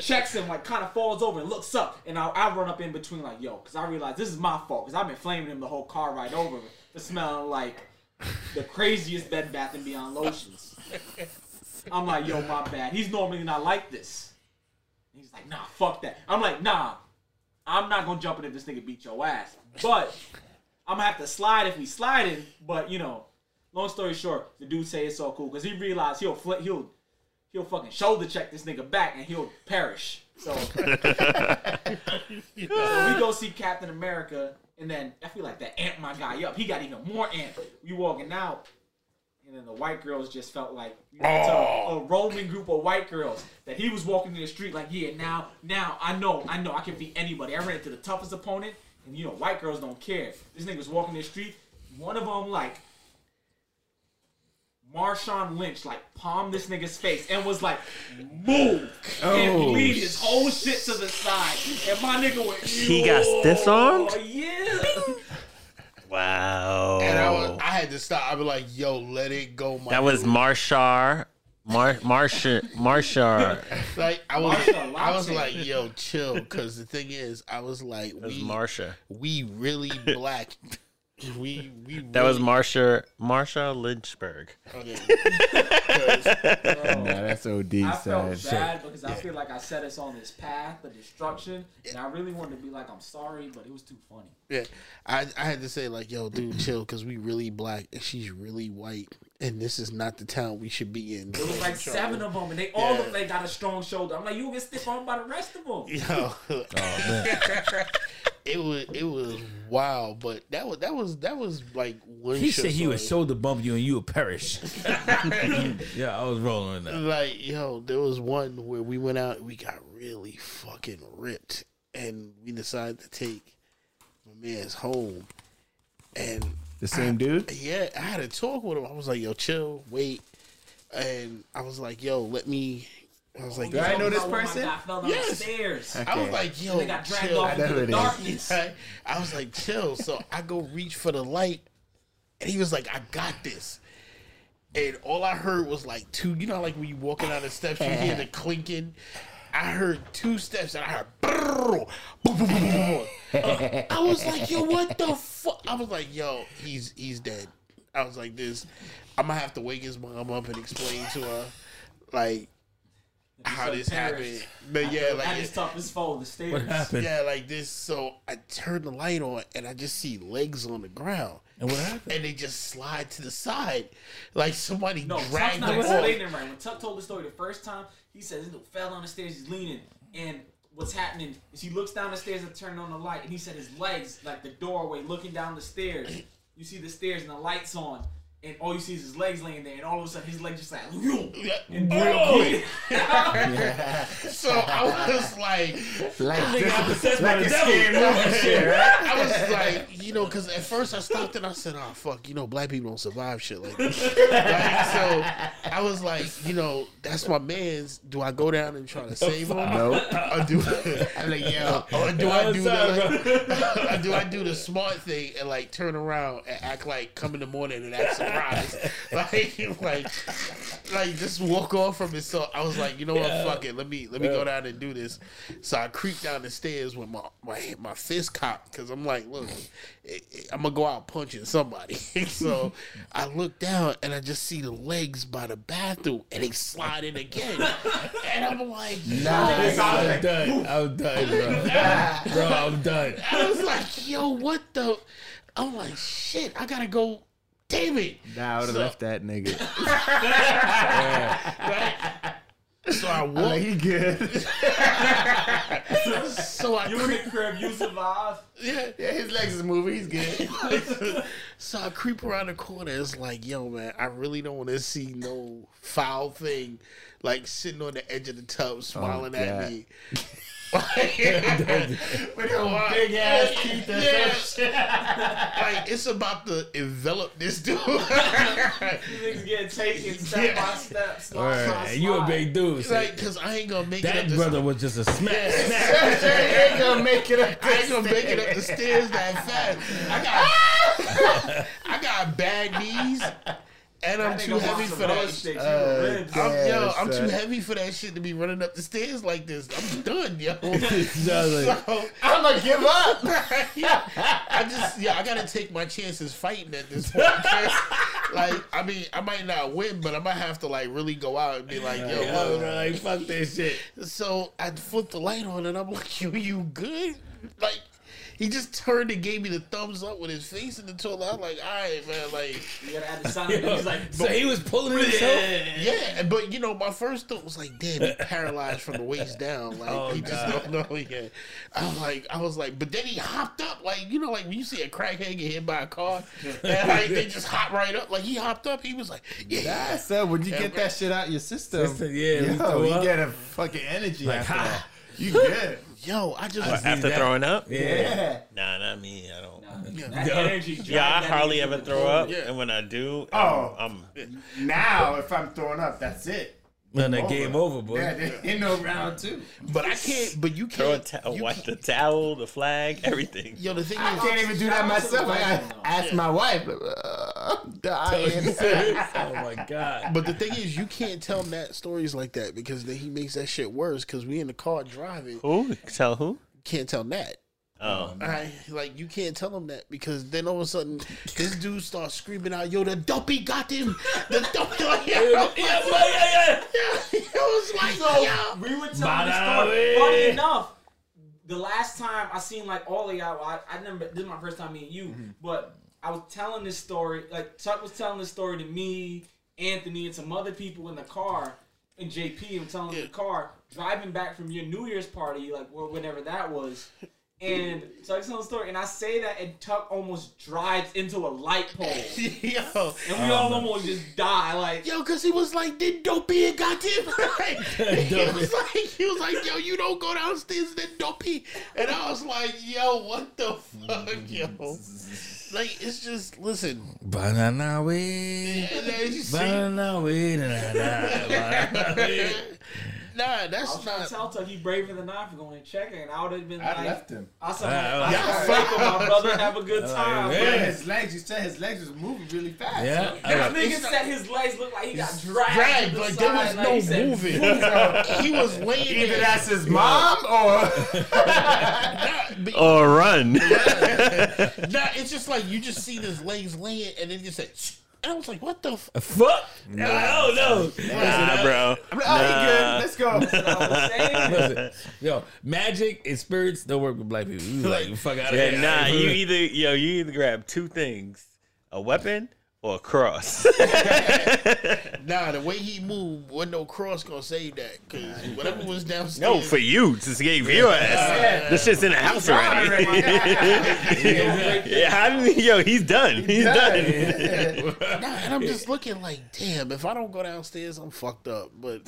[SPEAKER 6] checks him, like kind of falls over and looks up, and I, I run up in between, like yo, because I realize this is my fault, because I've been flaming him the whole car ride over for smelling like the craziest Bed Bath and Beyond lotions. I'm like, yo, my bad. He's normally not like this. And he's like, nah, fuck that. I'm like, nah, I'm not gonna jump in if this nigga beat your ass, but I'm gonna have to slide if we sliding. But you know, long story short, the dude say it's all cool because he realized he'll fl- he'll he'll fucking shoulder check this nigga back and he'll perish. So, So we go see Captain America, and then I feel like that amped my guy up. He got even more amped. We walking out, and then the white girls just felt like you could tell
[SPEAKER 3] Oh.
[SPEAKER 6] a roaming group of white girls that he was walking in the street like, yeah, now, now I know, I know, I can beat anybody. I ran into the toughest opponent, and you know, white girls don't care. This nigga was walking in the street. One of them like Marshawn Lynch like palmed this nigga's face and was like, move
[SPEAKER 3] Oh,
[SPEAKER 6] and lead his whole shit to the side. And my nigga went,
[SPEAKER 3] He got
[SPEAKER 6] "Yo,
[SPEAKER 3] disarmed?
[SPEAKER 6] Yeah.
[SPEAKER 3] wow.
[SPEAKER 4] And I, was, I had to stop. I was like, yo, let it go, my
[SPEAKER 3] Oh. that was
[SPEAKER 4] dude.
[SPEAKER 3] Marshar. Mar Marshar Marshar.
[SPEAKER 4] like I was
[SPEAKER 6] Marsha
[SPEAKER 4] I was
[SPEAKER 6] Latte.
[SPEAKER 4] like, yo, chill, because the thing is, I was like,
[SPEAKER 3] That was
[SPEAKER 4] we
[SPEAKER 3] Marsha.
[SPEAKER 4] we really black. We we
[SPEAKER 3] That was
[SPEAKER 4] really-
[SPEAKER 3] Marsha Marsha Lynchburg.
[SPEAKER 4] Okay.
[SPEAKER 6] Bro, Oh,
[SPEAKER 5] Nah, that's OD,
[SPEAKER 6] I
[SPEAKER 5] son.
[SPEAKER 6] felt bad because I feel like I set us on this path of destruction, and I really wanted to be like, I'm sorry, but it was too funny.
[SPEAKER 4] Yeah, I, I had to say like, yo,
[SPEAKER 2] Mm.
[SPEAKER 4] dude, chill, because we really black and she's really white, and this is not the town we should be in.
[SPEAKER 6] It was like seven of them, and they all look like got a strong shoulder. I'm like, you get stiff on by the rest of them.
[SPEAKER 4] Yo,
[SPEAKER 2] Oh,
[SPEAKER 4] it was it was wild, but that was that was that was like one.
[SPEAKER 2] He
[SPEAKER 4] short
[SPEAKER 2] said he would
[SPEAKER 4] story.
[SPEAKER 2] shoulder bump you and you would perish. yeah, I was rolling with that.
[SPEAKER 4] like yo there was one where we went out and we got really fucking ripped and we decided to take my man's home and
[SPEAKER 5] The same dude?
[SPEAKER 4] yeah i had a talk with him i was like yo chill wait and i was like yo let me i was like
[SPEAKER 5] Do I know this
[SPEAKER 6] Talking about when
[SPEAKER 5] person?
[SPEAKER 6] My guy fell down
[SPEAKER 4] Yes.
[SPEAKER 6] the stairs.
[SPEAKER 4] I was like, yo,
[SPEAKER 6] They got dragged
[SPEAKER 4] chill.
[SPEAKER 6] off into
[SPEAKER 5] know
[SPEAKER 6] the
[SPEAKER 5] it is.
[SPEAKER 6] darkness.
[SPEAKER 4] I was like, chill. So I go reach for the light, and he was like, I got this. And all I heard was like two, you know, like when you walking down the steps, you hear the clinking. I heard two steps, and I heard. brrrr, boom, boom, boom, boom, boom, boom. I was like, yo, what the fuck? I was like, yo, he's he's dead. I was like, this. I'm gonna have to wake his mom up and explain to her, like, how
[SPEAKER 6] said
[SPEAKER 4] this
[SPEAKER 6] Paris.
[SPEAKER 4] happened. But yeah, like,
[SPEAKER 6] I
[SPEAKER 4] it-
[SPEAKER 6] just tough as fall the
[SPEAKER 2] What
[SPEAKER 6] stairs.
[SPEAKER 2] happened?
[SPEAKER 4] yeah, like this. So I turn the light on and I just see legs on the ground.
[SPEAKER 2] And what happened?
[SPEAKER 4] And they just slide to the side. Like somebody
[SPEAKER 6] No, Tuck's
[SPEAKER 4] dragged
[SPEAKER 6] not
[SPEAKER 4] them off.
[SPEAKER 6] explaining it right. When Tuck told the story the first time, he says this dude fell down the stairs, he's leaning, and what's happening is he looks down the stairs and turns on the light, and he said his legs, like the doorway, looking down the stairs. You see the stairs and the lights on, and all you see is his legs laying there, and all of a sudden his legs just like and
[SPEAKER 4] Real quick.
[SPEAKER 6] quick.
[SPEAKER 4] So I was like,
[SPEAKER 5] Like,
[SPEAKER 2] That's like the devil.
[SPEAKER 4] I was like, you know, because at first I stopped and I said, oh, fuck, you know, black people don't survive shit like this. like, so I was like, you know, that's my man's. Do I go down and try to save him?
[SPEAKER 5] no.
[SPEAKER 4] Or do I'm like, yeah, or do I do the like, or do I do the smart thing and like turn around and act like come in the morning and act surprised? like like like just walk off from it. So I was like, you know what, fuck it. Let me let me go down and do this. So I creep down the stairs with my my, my fist cocked because I'm like, look, I'm gonna go out punching somebody. so I look down and I just see the legs by the bathroom and they slide in again. and I'm like,
[SPEAKER 5] Nah, I'm done. I'm done, bro. bro, I'm done.
[SPEAKER 4] I was like, yo, what the? I'm like, shit, I gotta go. Damn it.
[SPEAKER 5] Nah, I would have
[SPEAKER 4] So-
[SPEAKER 5] left that nigga.
[SPEAKER 4] So I walk.
[SPEAKER 5] Like, he good.
[SPEAKER 4] so I
[SPEAKER 6] You in the crib, you survive.
[SPEAKER 4] yeah, yeah, his legs is moving. He's good. so I creep around the corner. It's like, yo, man, I really don't want to see no foul thing, like sitting on the edge of the
[SPEAKER 2] Oh,
[SPEAKER 4] tub, smiling at
[SPEAKER 5] God.
[SPEAKER 4] me. Look how wide-
[SPEAKER 3] Big ass teeth and
[SPEAKER 4] Yeah.
[SPEAKER 3] some shit.
[SPEAKER 4] Like it's about to envelop this dude.
[SPEAKER 6] Niggas get taken step
[SPEAKER 4] Yeah.
[SPEAKER 6] by step, slide
[SPEAKER 2] All
[SPEAKER 6] by
[SPEAKER 2] right,
[SPEAKER 6] slide.
[SPEAKER 2] and you a big dude. so
[SPEAKER 4] like, cause I ain't gonna make it.
[SPEAKER 2] that
[SPEAKER 4] up the-
[SPEAKER 2] brother was just a smack.
[SPEAKER 4] I ain't gonna
[SPEAKER 5] Make it up.
[SPEAKER 4] I ain't gonna make it up the stairs that fast. I got, I got bad knees, and I'm too heavy for that. sh-
[SPEAKER 6] shit. Uh,
[SPEAKER 4] I'm, yo,
[SPEAKER 5] Yes,
[SPEAKER 4] I'm
[SPEAKER 5] sir.
[SPEAKER 4] too heavy for that shit to be running up the stairs like this. I'm done, yo. So,
[SPEAKER 5] I'm gonna give up.
[SPEAKER 4] yeah, I just yeah, I gotta take my chances fighting at this point. 'cause, like, I mean, I might not win, but I might have to like really go out and be like, yo, look,
[SPEAKER 2] like fuck this shit.
[SPEAKER 4] so I flipped the light on and I'm like, "You, you good?" Like he just turned and gave me the thumbs up with his face in the toilet. I'm like, "All right, man." Like,
[SPEAKER 6] you gotta add the sound. He's like,
[SPEAKER 2] So he was pulling himself.
[SPEAKER 4] yeah, but you know, my first thought was like, "Damn, he paralyzed from the waist down." Like
[SPEAKER 5] Oh,
[SPEAKER 4] he just don't know yet. I was like, I was like, but then he hopped up, like you know, like when you see a crackhead get hit by a car, and like they just hop right up. Like he hopped up, he was like, "Yeah." yeah."
[SPEAKER 5] So when you get that shit out your system,
[SPEAKER 2] System, yeah, we
[SPEAKER 5] yo,
[SPEAKER 2] throw
[SPEAKER 5] you
[SPEAKER 2] up.
[SPEAKER 5] get a fucking energy after that. You good?
[SPEAKER 4] Yo, I just
[SPEAKER 3] Uh, After throwing up?
[SPEAKER 5] Yeah.
[SPEAKER 3] Nah, not me. I don't.
[SPEAKER 6] that energy drug,
[SPEAKER 3] Yeah, I
[SPEAKER 6] that
[SPEAKER 3] hardly
[SPEAKER 6] nigga
[SPEAKER 3] ever
[SPEAKER 6] was
[SPEAKER 3] throw
[SPEAKER 6] cold.
[SPEAKER 3] up,
[SPEAKER 4] Yeah.
[SPEAKER 3] and when I do,
[SPEAKER 5] Oh.
[SPEAKER 3] I'm,
[SPEAKER 5] Now, if I'm throwing up, that's it.
[SPEAKER 2] Then that game over, boy.
[SPEAKER 5] Yeah, there ain't no round two.
[SPEAKER 4] but I can't. But you
[SPEAKER 3] throw a
[SPEAKER 4] can't.
[SPEAKER 3] towel,
[SPEAKER 4] you
[SPEAKER 3] wipe
[SPEAKER 4] can't-
[SPEAKER 3] the towel, the flag, everything.
[SPEAKER 4] Yo, the thing
[SPEAKER 5] I
[SPEAKER 4] is,
[SPEAKER 5] can't even do that myself. I gotta ask my wife. Uh, I'm dying.
[SPEAKER 2] oh my god.
[SPEAKER 4] But the thing is, you can't tell Matt stories like that because then he makes that shit worse. Because we in the car driving,
[SPEAKER 3] Who? Tell who?
[SPEAKER 4] can't tell Nat.
[SPEAKER 3] Oh,
[SPEAKER 4] All right, like you can't tell him that because then all of a sudden this dude starts screaming out, "Yo, the dumpy got him! The dumpy!" Like, yo,
[SPEAKER 2] Yeah, boy, yeah,
[SPEAKER 4] it was like, yo,
[SPEAKER 6] We were telling the
[SPEAKER 2] Bada
[SPEAKER 6] story.
[SPEAKER 2] bing.
[SPEAKER 6] Funny enough, the last time I seen like all of y'all, I, I remember this is my first time meeting you,
[SPEAKER 3] Mm-hmm.
[SPEAKER 6] but I was telling this story. Like Chuck was telling this story to me, Anthony, and some other people in the car, and JP. I'm telling the car driving back from your New Year's party, like or whatever that was. And Chuck's telling the story, and I say that, and Chuck almost drives into a light pole, and
[SPEAKER 4] yo,
[SPEAKER 3] Oh,
[SPEAKER 6] we all almost just die. Like
[SPEAKER 4] yo, because he was like, "Then dumpy and got him!" Like, he was like, he was like, "Yo, you don't go downstairs, then dumpy!" And I was like, "Yo, what the fuck, yo?" Like, it's just listen.
[SPEAKER 2] Banana way.
[SPEAKER 4] And then you see-
[SPEAKER 2] Banana way. Banana way.
[SPEAKER 4] Nah,
[SPEAKER 6] I was
[SPEAKER 4] that's
[SPEAKER 6] trying to
[SPEAKER 4] not.
[SPEAKER 6] tell Tuck he braver than I for going and checking, and I would have been like,
[SPEAKER 5] I left him.
[SPEAKER 6] I said,
[SPEAKER 2] All
[SPEAKER 6] I
[SPEAKER 2] right,
[SPEAKER 6] said, fuck with my brother, and have a good time.
[SPEAKER 2] man.
[SPEAKER 5] But his legs, you said his legs was moving really fast.
[SPEAKER 2] Yeah. I
[SPEAKER 6] This
[SPEAKER 2] got-
[SPEAKER 6] nigga said his legs looked like he got dragged.
[SPEAKER 4] Right,
[SPEAKER 6] to the
[SPEAKER 4] like there
[SPEAKER 6] side,
[SPEAKER 4] was
[SPEAKER 6] like, he
[SPEAKER 4] no
[SPEAKER 6] said,
[SPEAKER 4] moving. he was laying
[SPEAKER 5] Either
[SPEAKER 4] there.
[SPEAKER 5] that's his mom or
[SPEAKER 3] or Oh, run.
[SPEAKER 4] nah, it's just like you just see his legs laying, and then you say, "Shh." and I was like, "What the?" F-?
[SPEAKER 2] Fuck. I don't know.
[SPEAKER 3] nah, bro.
[SPEAKER 5] I'm like, oh, he good. Let's go.
[SPEAKER 6] "Oh, same."
[SPEAKER 2] Listen, yo, magic and spirits don't work with black people. You like fuck out of
[SPEAKER 3] Yeah,
[SPEAKER 2] here.
[SPEAKER 3] nah. You either yo, you either grab two things, a weapon or a cross.
[SPEAKER 4] Nah, the way he moved, wasn't no cross gonna save that because whatever was downstairs.
[SPEAKER 3] no, for you, just gave your ass. This shit's in the house already. yeah, how did, he- yo, he's done. He's done.
[SPEAKER 4] nah, and I'm just looking like, damn, if I don't go downstairs, I'm fucked up. But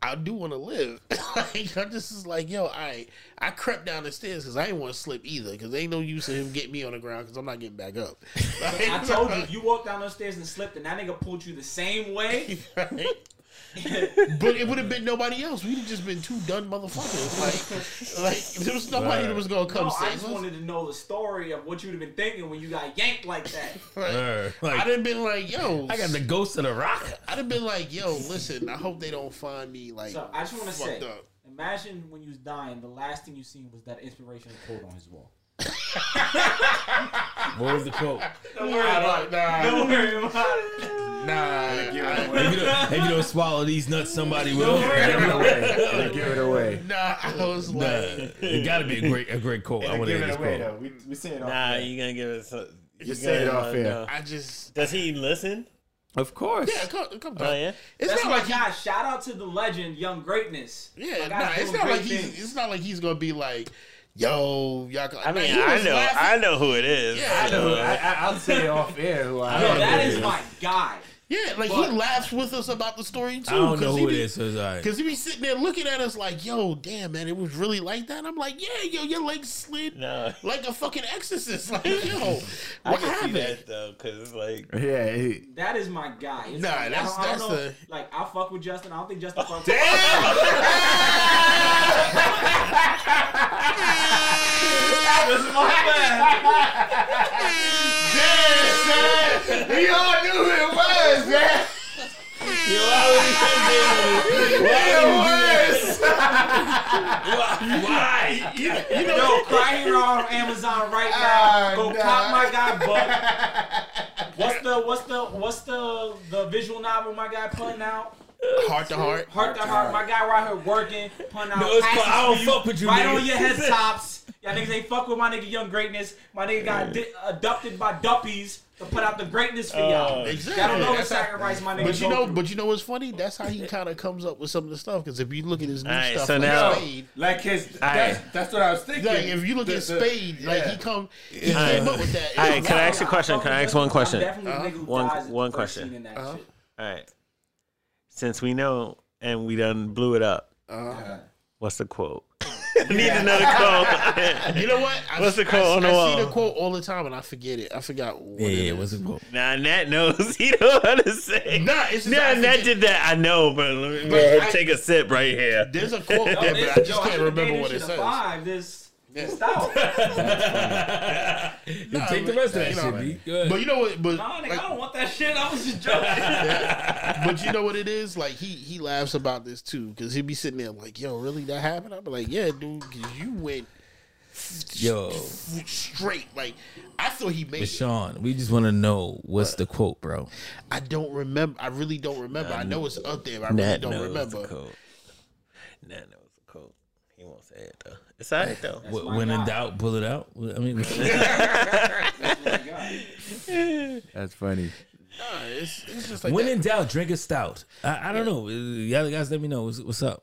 [SPEAKER 4] I do want to live. like, I'm just is like, yo, I I crept down the stairs because I didn't want to slip either because ain't no use of him getting me on the ground because I'm not getting back up.
[SPEAKER 6] I told you, if you walked down those stairs and slipped, and that nigga pulled you the same way,
[SPEAKER 4] Right? But it would have been nobody else. We'd have just been two done motherfuckers. Like, like there was nobody that was gonna come
[SPEAKER 6] No, oh, I
[SPEAKER 4] save
[SPEAKER 6] just
[SPEAKER 4] us.
[SPEAKER 6] wanted to know the story of what you'd have been thinking when you got yanked like that.
[SPEAKER 4] I'd have been like, yo,
[SPEAKER 2] I got the ghost of the rock.
[SPEAKER 4] I'd have been like, yo, listen, I hope they don't find me like
[SPEAKER 6] So I just want to say,
[SPEAKER 4] fucked up.
[SPEAKER 6] imagine when you was dying, the last thing you seen was that inspirational quote on his wall.
[SPEAKER 2] What was the quote?
[SPEAKER 6] Don't worry about it. Don't worry about it.
[SPEAKER 4] Nah,
[SPEAKER 2] if, you don't, if you don't swallow these nuts, somebody will.
[SPEAKER 5] Give it away. They give it away.
[SPEAKER 4] nah, I was
[SPEAKER 2] Nah,
[SPEAKER 4] like,
[SPEAKER 2] it got to be a great, a great quote. I
[SPEAKER 5] They
[SPEAKER 2] want to
[SPEAKER 5] give
[SPEAKER 2] hear
[SPEAKER 5] it
[SPEAKER 2] this
[SPEAKER 5] away
[SPEAKER 2] quote.
[SPEAKER 5] though. We we saying it all.
[SPEAKER 3] Nah, you gonna give us. a- You
[SPEAKER 5] say it
[SPEAKER 3] gonna-
[SPEAKER 5] off air.
[SPEAKER 3] no.
[SPEAKER 4] I just
[SPEAKER 3] Does he listen?
[SPEAKER 5] Of course.
[SPEAKER 4] yeah, come, come
[SPEAKER 3] Oh
[SPEAKER 4] down.
[SPEAKER 3] yeah.
[SPEAKER 4] It's
[SPEAKER 6] That's
[SPEAKER 4] not
[SPEAKER 6] my
[SPEAKER 4] like he,
[SPEAKER 6] guy. Shout out to the legend, Young Greatness.
[SPEAKER 4] yeah,
[SPEAKER 6] My
[SPEAKER 4] nah,
[SPEAKER 6] guy's
[SPEAKER 4] it's
[SPEAKER 6] doing
[SPEAKER 4] not like
[SPEAKER 6] great
[SPEAKER 4] he's
[SPEAKER 6] things.
[SPEAKER 4] it's not like he's gonna be like, yo, y'all. Go.
[SPEAKER 3] I mean, I know, I know who it is. uh,
[SPEAKER 4] Yeah, I
[SPEAKER 5] I, I, I'll say it off air. Who I,
[SPEAKER 6] Yo, that is my guy.
[SPEAKER 4] yeah, like
[SPEAKER 6] But-
[SPEAKER 4] he laughs with us about the story too.
[SPEAKER 2] I don't
[SPEAKER 4] 'cause
[SPEAKER 2] know
[SPEAKER 4] he
[SPEAKER 2] who it
[SPEAKER 4] be-
[SPEAKER 2] is, so it's all right.
[SPEAKER 4] Cause he be sitting there looking at us like, "Yo, damn man, it was really like that." I'm like, "Yeah, yo, your legs slid
[SPEAKER 3] No,
[SPEAKER 4] like a fucking exorcist." Like, yo, what
[SPEAKER 3] I can see
[SPEAKER 4] happened?
[SPEAKER 3] that though, because it's like
[SPEAKER 5] Yeah, he,
[SPEAKER 6] That is my guy. It's
[SPEAKER 4] Nah,
[SPEAKER 6] like, I
[SPEAKER 4] that's-
[SPEAKER 6] don't- I don't
[SPEAKER 4] that's
[SPEAKER 6] know,
[SPEAKER 4] a-
[SPEAKER 6] like I fuck with Justin. I don't think Justin fucks. with
[SPEAKER 5] we all knew who it was, man.
[SPEAKER 2] Why?
[SPEAKER 6] You know, Yo, cry here on Amazon right now.
[SPEAKER 5] Ah,
[SPEAKER 6] Go
[SPEAKER 5] nah.
[SPEAKER 6] cop my guy Buck. What's the what's the what's the the visual novel my guy putting out?
[SPEAKER 4] Heart to heart.
[SPEAKER 6] Heart to heart, my guy right here working, putting out.
[SPEAKER 2] No, it's
[SPEAKER 6] passes
[SPEAKER 2] called I don't
[SPEAKER 6] for
[SPEAKER 2] fuck with you,
[SPEAKER 6] Right
[SPEAKER 2] nigga.
[SPEAKER 6] on your head tops. Y'all niggas ain't fuck with my nigga Young Greatness. My nigga got di- adopted by Duppies to put out the greatness for y'all.
[SPEAKER 2] Uh,
[SPEAKER 4] Exactly.
[SPEAKER 6] Y'all don't know the
[SPEAKER 4] That's how-
[SPEAKER 6] sacrifice my nigga.
[SPEAKER 4] But you
[SPEAKER 6] go
[SPEAKER 4] know,
[SPEAKER 6] through.
[SPEAKER 4] but you know what's funny? That's how he kind of comes up with some of the stuff. Because if you look at his new
[SPEAKER 3] Alright,
[SPEAKER 4] stuff,
[SPEAKER 3] so
[SPEAKER 4] like
[SPEAKER 3] now-
[SPEAKER 4] Spade,
[SPEAKER 5] Like his.
[SPEAKER 3] Aye.
[SPEAKER 5] That's, that's what I was thinking.
[SPEAKER 4] like if you look
[SPEAKER 5] The-
[SPEAKER 4] at
[SPEAKER 5] the-
[SPEAKER 4] Spade, like he
[SPEAKER 5] yeah.
[SPEAKER 4] come, he came up with that.
[SPEAKER 3] All right, can I ask you a
[SPEAKER 6] Nah,
[SPEAKER 3] question?
[SPEAKER 6] I fuck
[SPEAKER 3] Can I
[SPEAKER 6] with
[SPEAKER 3] ask
[SPEAKER 6] Justin.
[SPEAKER 3] one
[SPEAKER 6] I'm
[SPEAKER 3] question?
[SPEAKER 6] definitely the nigga who
[SPEAKER 3] One-
[SPEAKER 6] dies at the
[SPEAKER 3] one
[SPEAKER 6] first
[SPEAKER 3] question.
[SPEAKER 6] scene in that
[SPEAKER 4] Uh-huh.
[SPEAKER 6] shit.
[SPEAKER 3] All right. Since we know and we done blew it up,
[SPEAKER 4] Uh-huh.
[SPEAKER 3] what's the quote? Need another quote.
[SPEAKER 4] You know what? I,
[SPEAKER 3] What's the quote
[SPEAKER 4] I,
[SPEAKER 3] on the
[SPEAKER 4] I
[SPEAKER 3] wall?
[SPEAKER 4] see the quote all the time, and I forget it. I forgot. What
[SPEAKER 2] Yeah,
[SPEAKER 4] it
[SPEAKER 2] yeah,
[SPEAKER 4] is.
[SPEAKER 2] what's the quote?
[SPEAKER 3] nah, Nat knows. He know how to say.
[SPEAKER 4] Nah, it's just, I
[SPEAKER 3] Nah, Nat
[SPEAKER 4] forget-
[SPEAKER 3] did that. I know, but let me
[SPEAKER 4] But I-
[SPEAKER 3] take a sip right here.
[SPEAKER 4] There's a quote
[SPEAKER 6] Yo,
[SPEAKER 4] there,
[SPEAKER 6] this-
[SPEAKER 4] but I
[SPEAKER 6] yo,
[SPEAKER 4] just can't
[SPEAKER 6] should've
[SPEAKER 4] remember
[SPEAKER 6] made
[SPEAKER 4] what it
[SPEAKER 6] this shit a
[SPEAKER 4] says.
[SPEAKER 6] Five, this, this out.
[SPEAKER 4] Nah,
[SPEAKER 2] Take the rest of that
[SPEAKER 4] you know,
[SPEAKER 2] shit, B. Go ahead.
[SPEAKER 4] But you know what? But
[SPEAKER 6] Nah, nigga,
[SPEAKER 4] like,
[SPEAKER 6] I don't want that shit. I was just joking.
[SPEAKER 4] but you know what it is? Like he he laughs about this too because he'd be sitting there like, "Yo, really that happened?" I'd be like, "Yeah, dude, because you went
[SPEAKER 2] Yo,
[SPEAKER 4] straight." Like I thought he made. It.
[SPEAKER 2] Sean, we just want to know what's the quote, bro.
[SPEAKER 4] I don't remember. I really don't remember. I know it's up there. But I really don't remember.
[SPEAKER 3] quote. Nat knows the quote. He won't say it though. It's all right though.
[SPEAKER 2] Wh- when in doubt, pull it out. Wh- I mean,
[SPEAKER 5] That's funny.
[SPEAKER 4] Nah, it's, it's just like
[SPEAKER 2] when
[SPEAKER 4] that.
[SPEAKER 2] in doubt, drink a stout. I, I don't know. Y'all guys, let me know what's, what's up.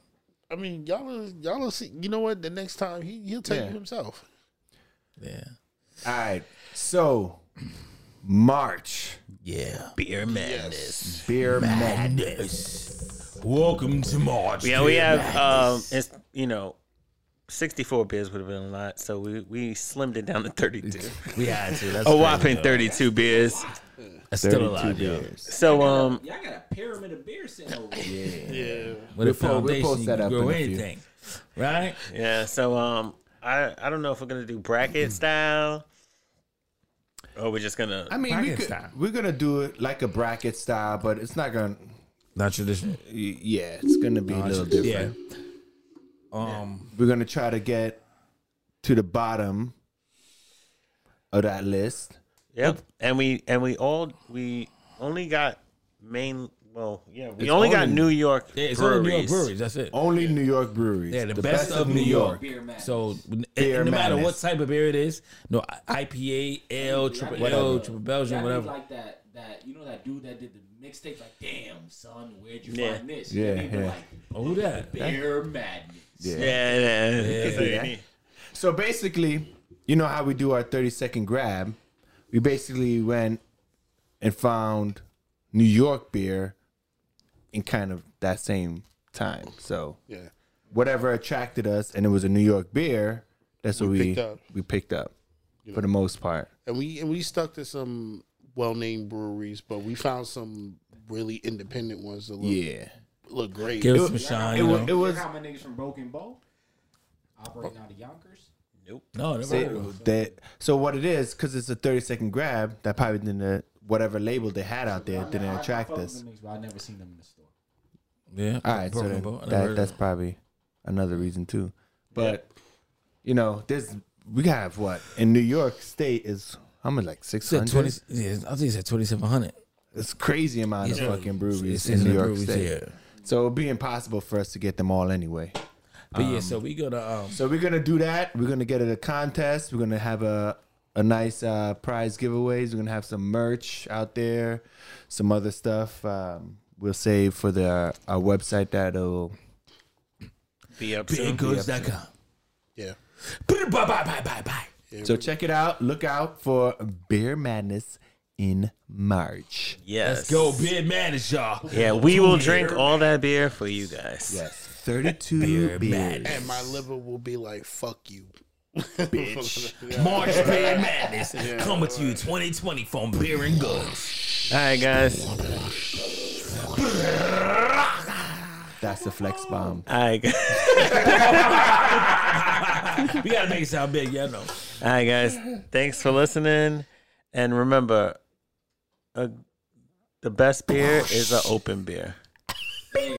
[SPEAKER 4] I mean, y'all are, y'all are see, you know what? The next time he he'll tell
[SPEAKER 5] Yeah.
[SPEAKER 4] you himself.
[SPEAKER 2] Yeah,
[SPEAKER 5] All right. So, March
[SPEAKER 2] yeah.
[SPEAKER 3] Beer madness.
[SPEAKER 5] beer madness.
[SPEAKER 2] Welcome to March.
[SPEAKER 3] Yeah, we have um, it's you know, sixty four beers would have been a lot, so we we slimmed it down to thirty two.
[SPEAKER 2] we had to. That's
[SPEAKER 3] A
[SPEAKER 2] crazy,
[SPEAKER 3] whopping
[SPEAKER 2] though.
[SPEAKER 3] thirty two beers.
[SPEAKER 2] That's still a
[SPEAKER 5] 32
[SPEAKER 2] lot, yo.
[SPEAKER 5] beers.
[SPEAKER 3] So um,
[SPEAKER 6] Y'all got a pyramid of beer sitting over here.
[SPEAKER 2] With a
[SPEAKER 5] We'll po- we'll
[SPEAKER 2] foundation,
[SPEAKER 5] post
[SPEAKER 2] you
[SPEAKER 5] that
[SPEAKER 2] can
[SPEAKER 5] up
[SPEAKER 2] grow
[SPEAKER 5] in a few.
[SPEAKER 2] anything, right?
[SPEAKER 3] yeah, so um, I I don't know if we're gonna do bracket style, or we're just gonna.
[SPEAKER 5] I mean, we
[SPEAKER 2] Bracket
[SPEAKER 5] could,
[SPEAKER 2] style.
[SPEAKER 5] we're gonna do it like a bracket style, but it's not gonna.
[SPEAKER 2] Not traditional.
[SPEAKER 5] y- Yeah, it's gonna be a little different.
[SPEAKER 2] Yeah. Um.
[SPEAKER 5] We're gonna try to get to the bottom of that list.
[SPEAKER 3] Yep. And we and we all we only got main. Well, yeah, we
[SPEAKER 5] It's
[SPEAKER 3] only, got
[SPEAKER 5] only-
[SPEAKER 3] New York
[SPEAKER 2] Yeah, it's
[SPEAKER 3] breweries.
[SPEAKER 2] only New York breweries. That's it.
[SPEAKER 5] Only New York breweries.
[SPEAKER 2] Yeah, the, best, of, New York.
[SPEAKER 6] Beer madness.
[SPEAKER 2] So, n-
[SPEAKER 5] Beer
[SPEAKER 2] no matter what
[SPEAKER 5] madness.
[SPEAKER 2] type of beer it is, no I- IPA, Ale, triple L,
[SPEAKER 6] Whatever.
[SPEAKER 2] triple Belgian,
[SPEAKER 6] Y'all niggas
[SPEAKER 2] whatever.
[SPEAKER 6] like that, that, you know that dude that did the mixtape? Like, damn, son, where'd you
[SPEAKER 3] Yeah.
[SPEAKER 6] find this?
[SPEAKER 5] Yeah,
[SPEAKER 6] They were
[SPEAKER 5] yeah.
[SPEAKER 6] like,
[SPEAKER 2] Oh, who that.
[SPEAKER 6] beer madness.
[SPEAKER 3] Yeah, yeah, yeah.
[SPEAKER 5] So basically, you know how we do our 30 second grab? We basically went and found New York beer in kind of that same time. So
[SPEAKER 4] Yeah.
[SPEAKER 5] whatever attracted us and it was a New York beer, that's what we
[SPEAKER 4] picked up.
[SPEAKER 5] we picked up for the most part.
[SPEAKER 4] and we and we stuck to some well named breweries, but we found some really independent ones that look
[SPEAKER 5] Yeah.
[SPEAKER 4] look great.
[SPEAKER 2] Give
[SPEAKER 5] It
[SPEAKER 2] us
[SPEAKER 5] was-
[SPEAKER 2] some shine.
[SPEAKER 5] it
[SPEAKER 2] you
[SPEAKER 5] was,
[SPEAKER 2] know.
[SPEAKER 5] it was
[SPEAKER 8] how many niggas from Broken Bow operating out of Yonkers?
[SPEAKER 2] no, that
[SPEAKER 5] They-
[SPEAKER 2] was-
[SPEAKER 5] that so what it is because it's a 30 second grab that probably didn't uh, whatever label they had out there didn't attract us
[SPEAKER 8] I never seen them in the store.
[SPEAKER 2] yeah.
[SPEAKER 5] all right so
[SPEAKER 2] Broken
[SPEAKER 5] then
[SPEAKER 2] Bow, I never heard
[SPEAKER 5] that,
[SPEAKER 2] of
[SPEAKER 5] that's
[SPEAKER 2] it.
[SPEAKER 5] probably another reason too but you know there's we have what in new york state is how much like
[SPEAKER 2] He said 20,
[SPEAKER 5] 600
[SPEAKER 2] yeah, I think he said 2,700
[SPEAKER 5] it's crazy amount of
[SPEAKER 2] Yeah.
[SPEAKER 5] fucking
[SPEAKER 2] It's
[SPEAKER 5] breweries in
[SPEAKER 2] in
[SPEAKER 5] new
[SPEAKER 2] the
[SPEAKER 5] york
[SPEAKER 2] breweries,
[SPEAKER 5] state
[SPEAKER 2] yeah.
[SPEAKER 5] so it'd be impossible for us to get them all anyway
[SPEAKER 2] But yeah, so we go to um,
[SPEAKER 5] So we're gonna do that. We're gonna get it a contest. We're gonna have a a nice uh, prize giveaways. We're gonna have some merch out there, some other stuff. Um, we'll save for the our website that'll
[SPEAKER 3] Be up soon.
[SPEAKER 2] biggoods.com.
[SPEAKER 4] Yeah.
[SPEAKER 2] Bye bye bye bye bye.
[SPEAKER 5] So check it out. Look out for Beer Madness in March.
[SPEAKER 3] Yes.
[SPEAKER 2] Let's go, beer madness, y'all.
[SPEAKER 3] Yeah, we will drink all that beer for you guys.
[SPEAKER 5] Yes, thirty-two beers.
[SPEAKER 4] And my liver will be like, fuck you.
[SPEAKER 2] March Beer Madness coming to you 2020 from Beer and Goods.
[SPEAKER 3] All right, guys.
[SPEAKER 5] That's the flex bomb.
[SPEAKER 3] All right, guys.
[SPEAKER 2] We gotta make it sound big, y'all know.
[SPEAKER 3] All right, guys. Thanks for listening. And remember, uh, the best beer is an open beer.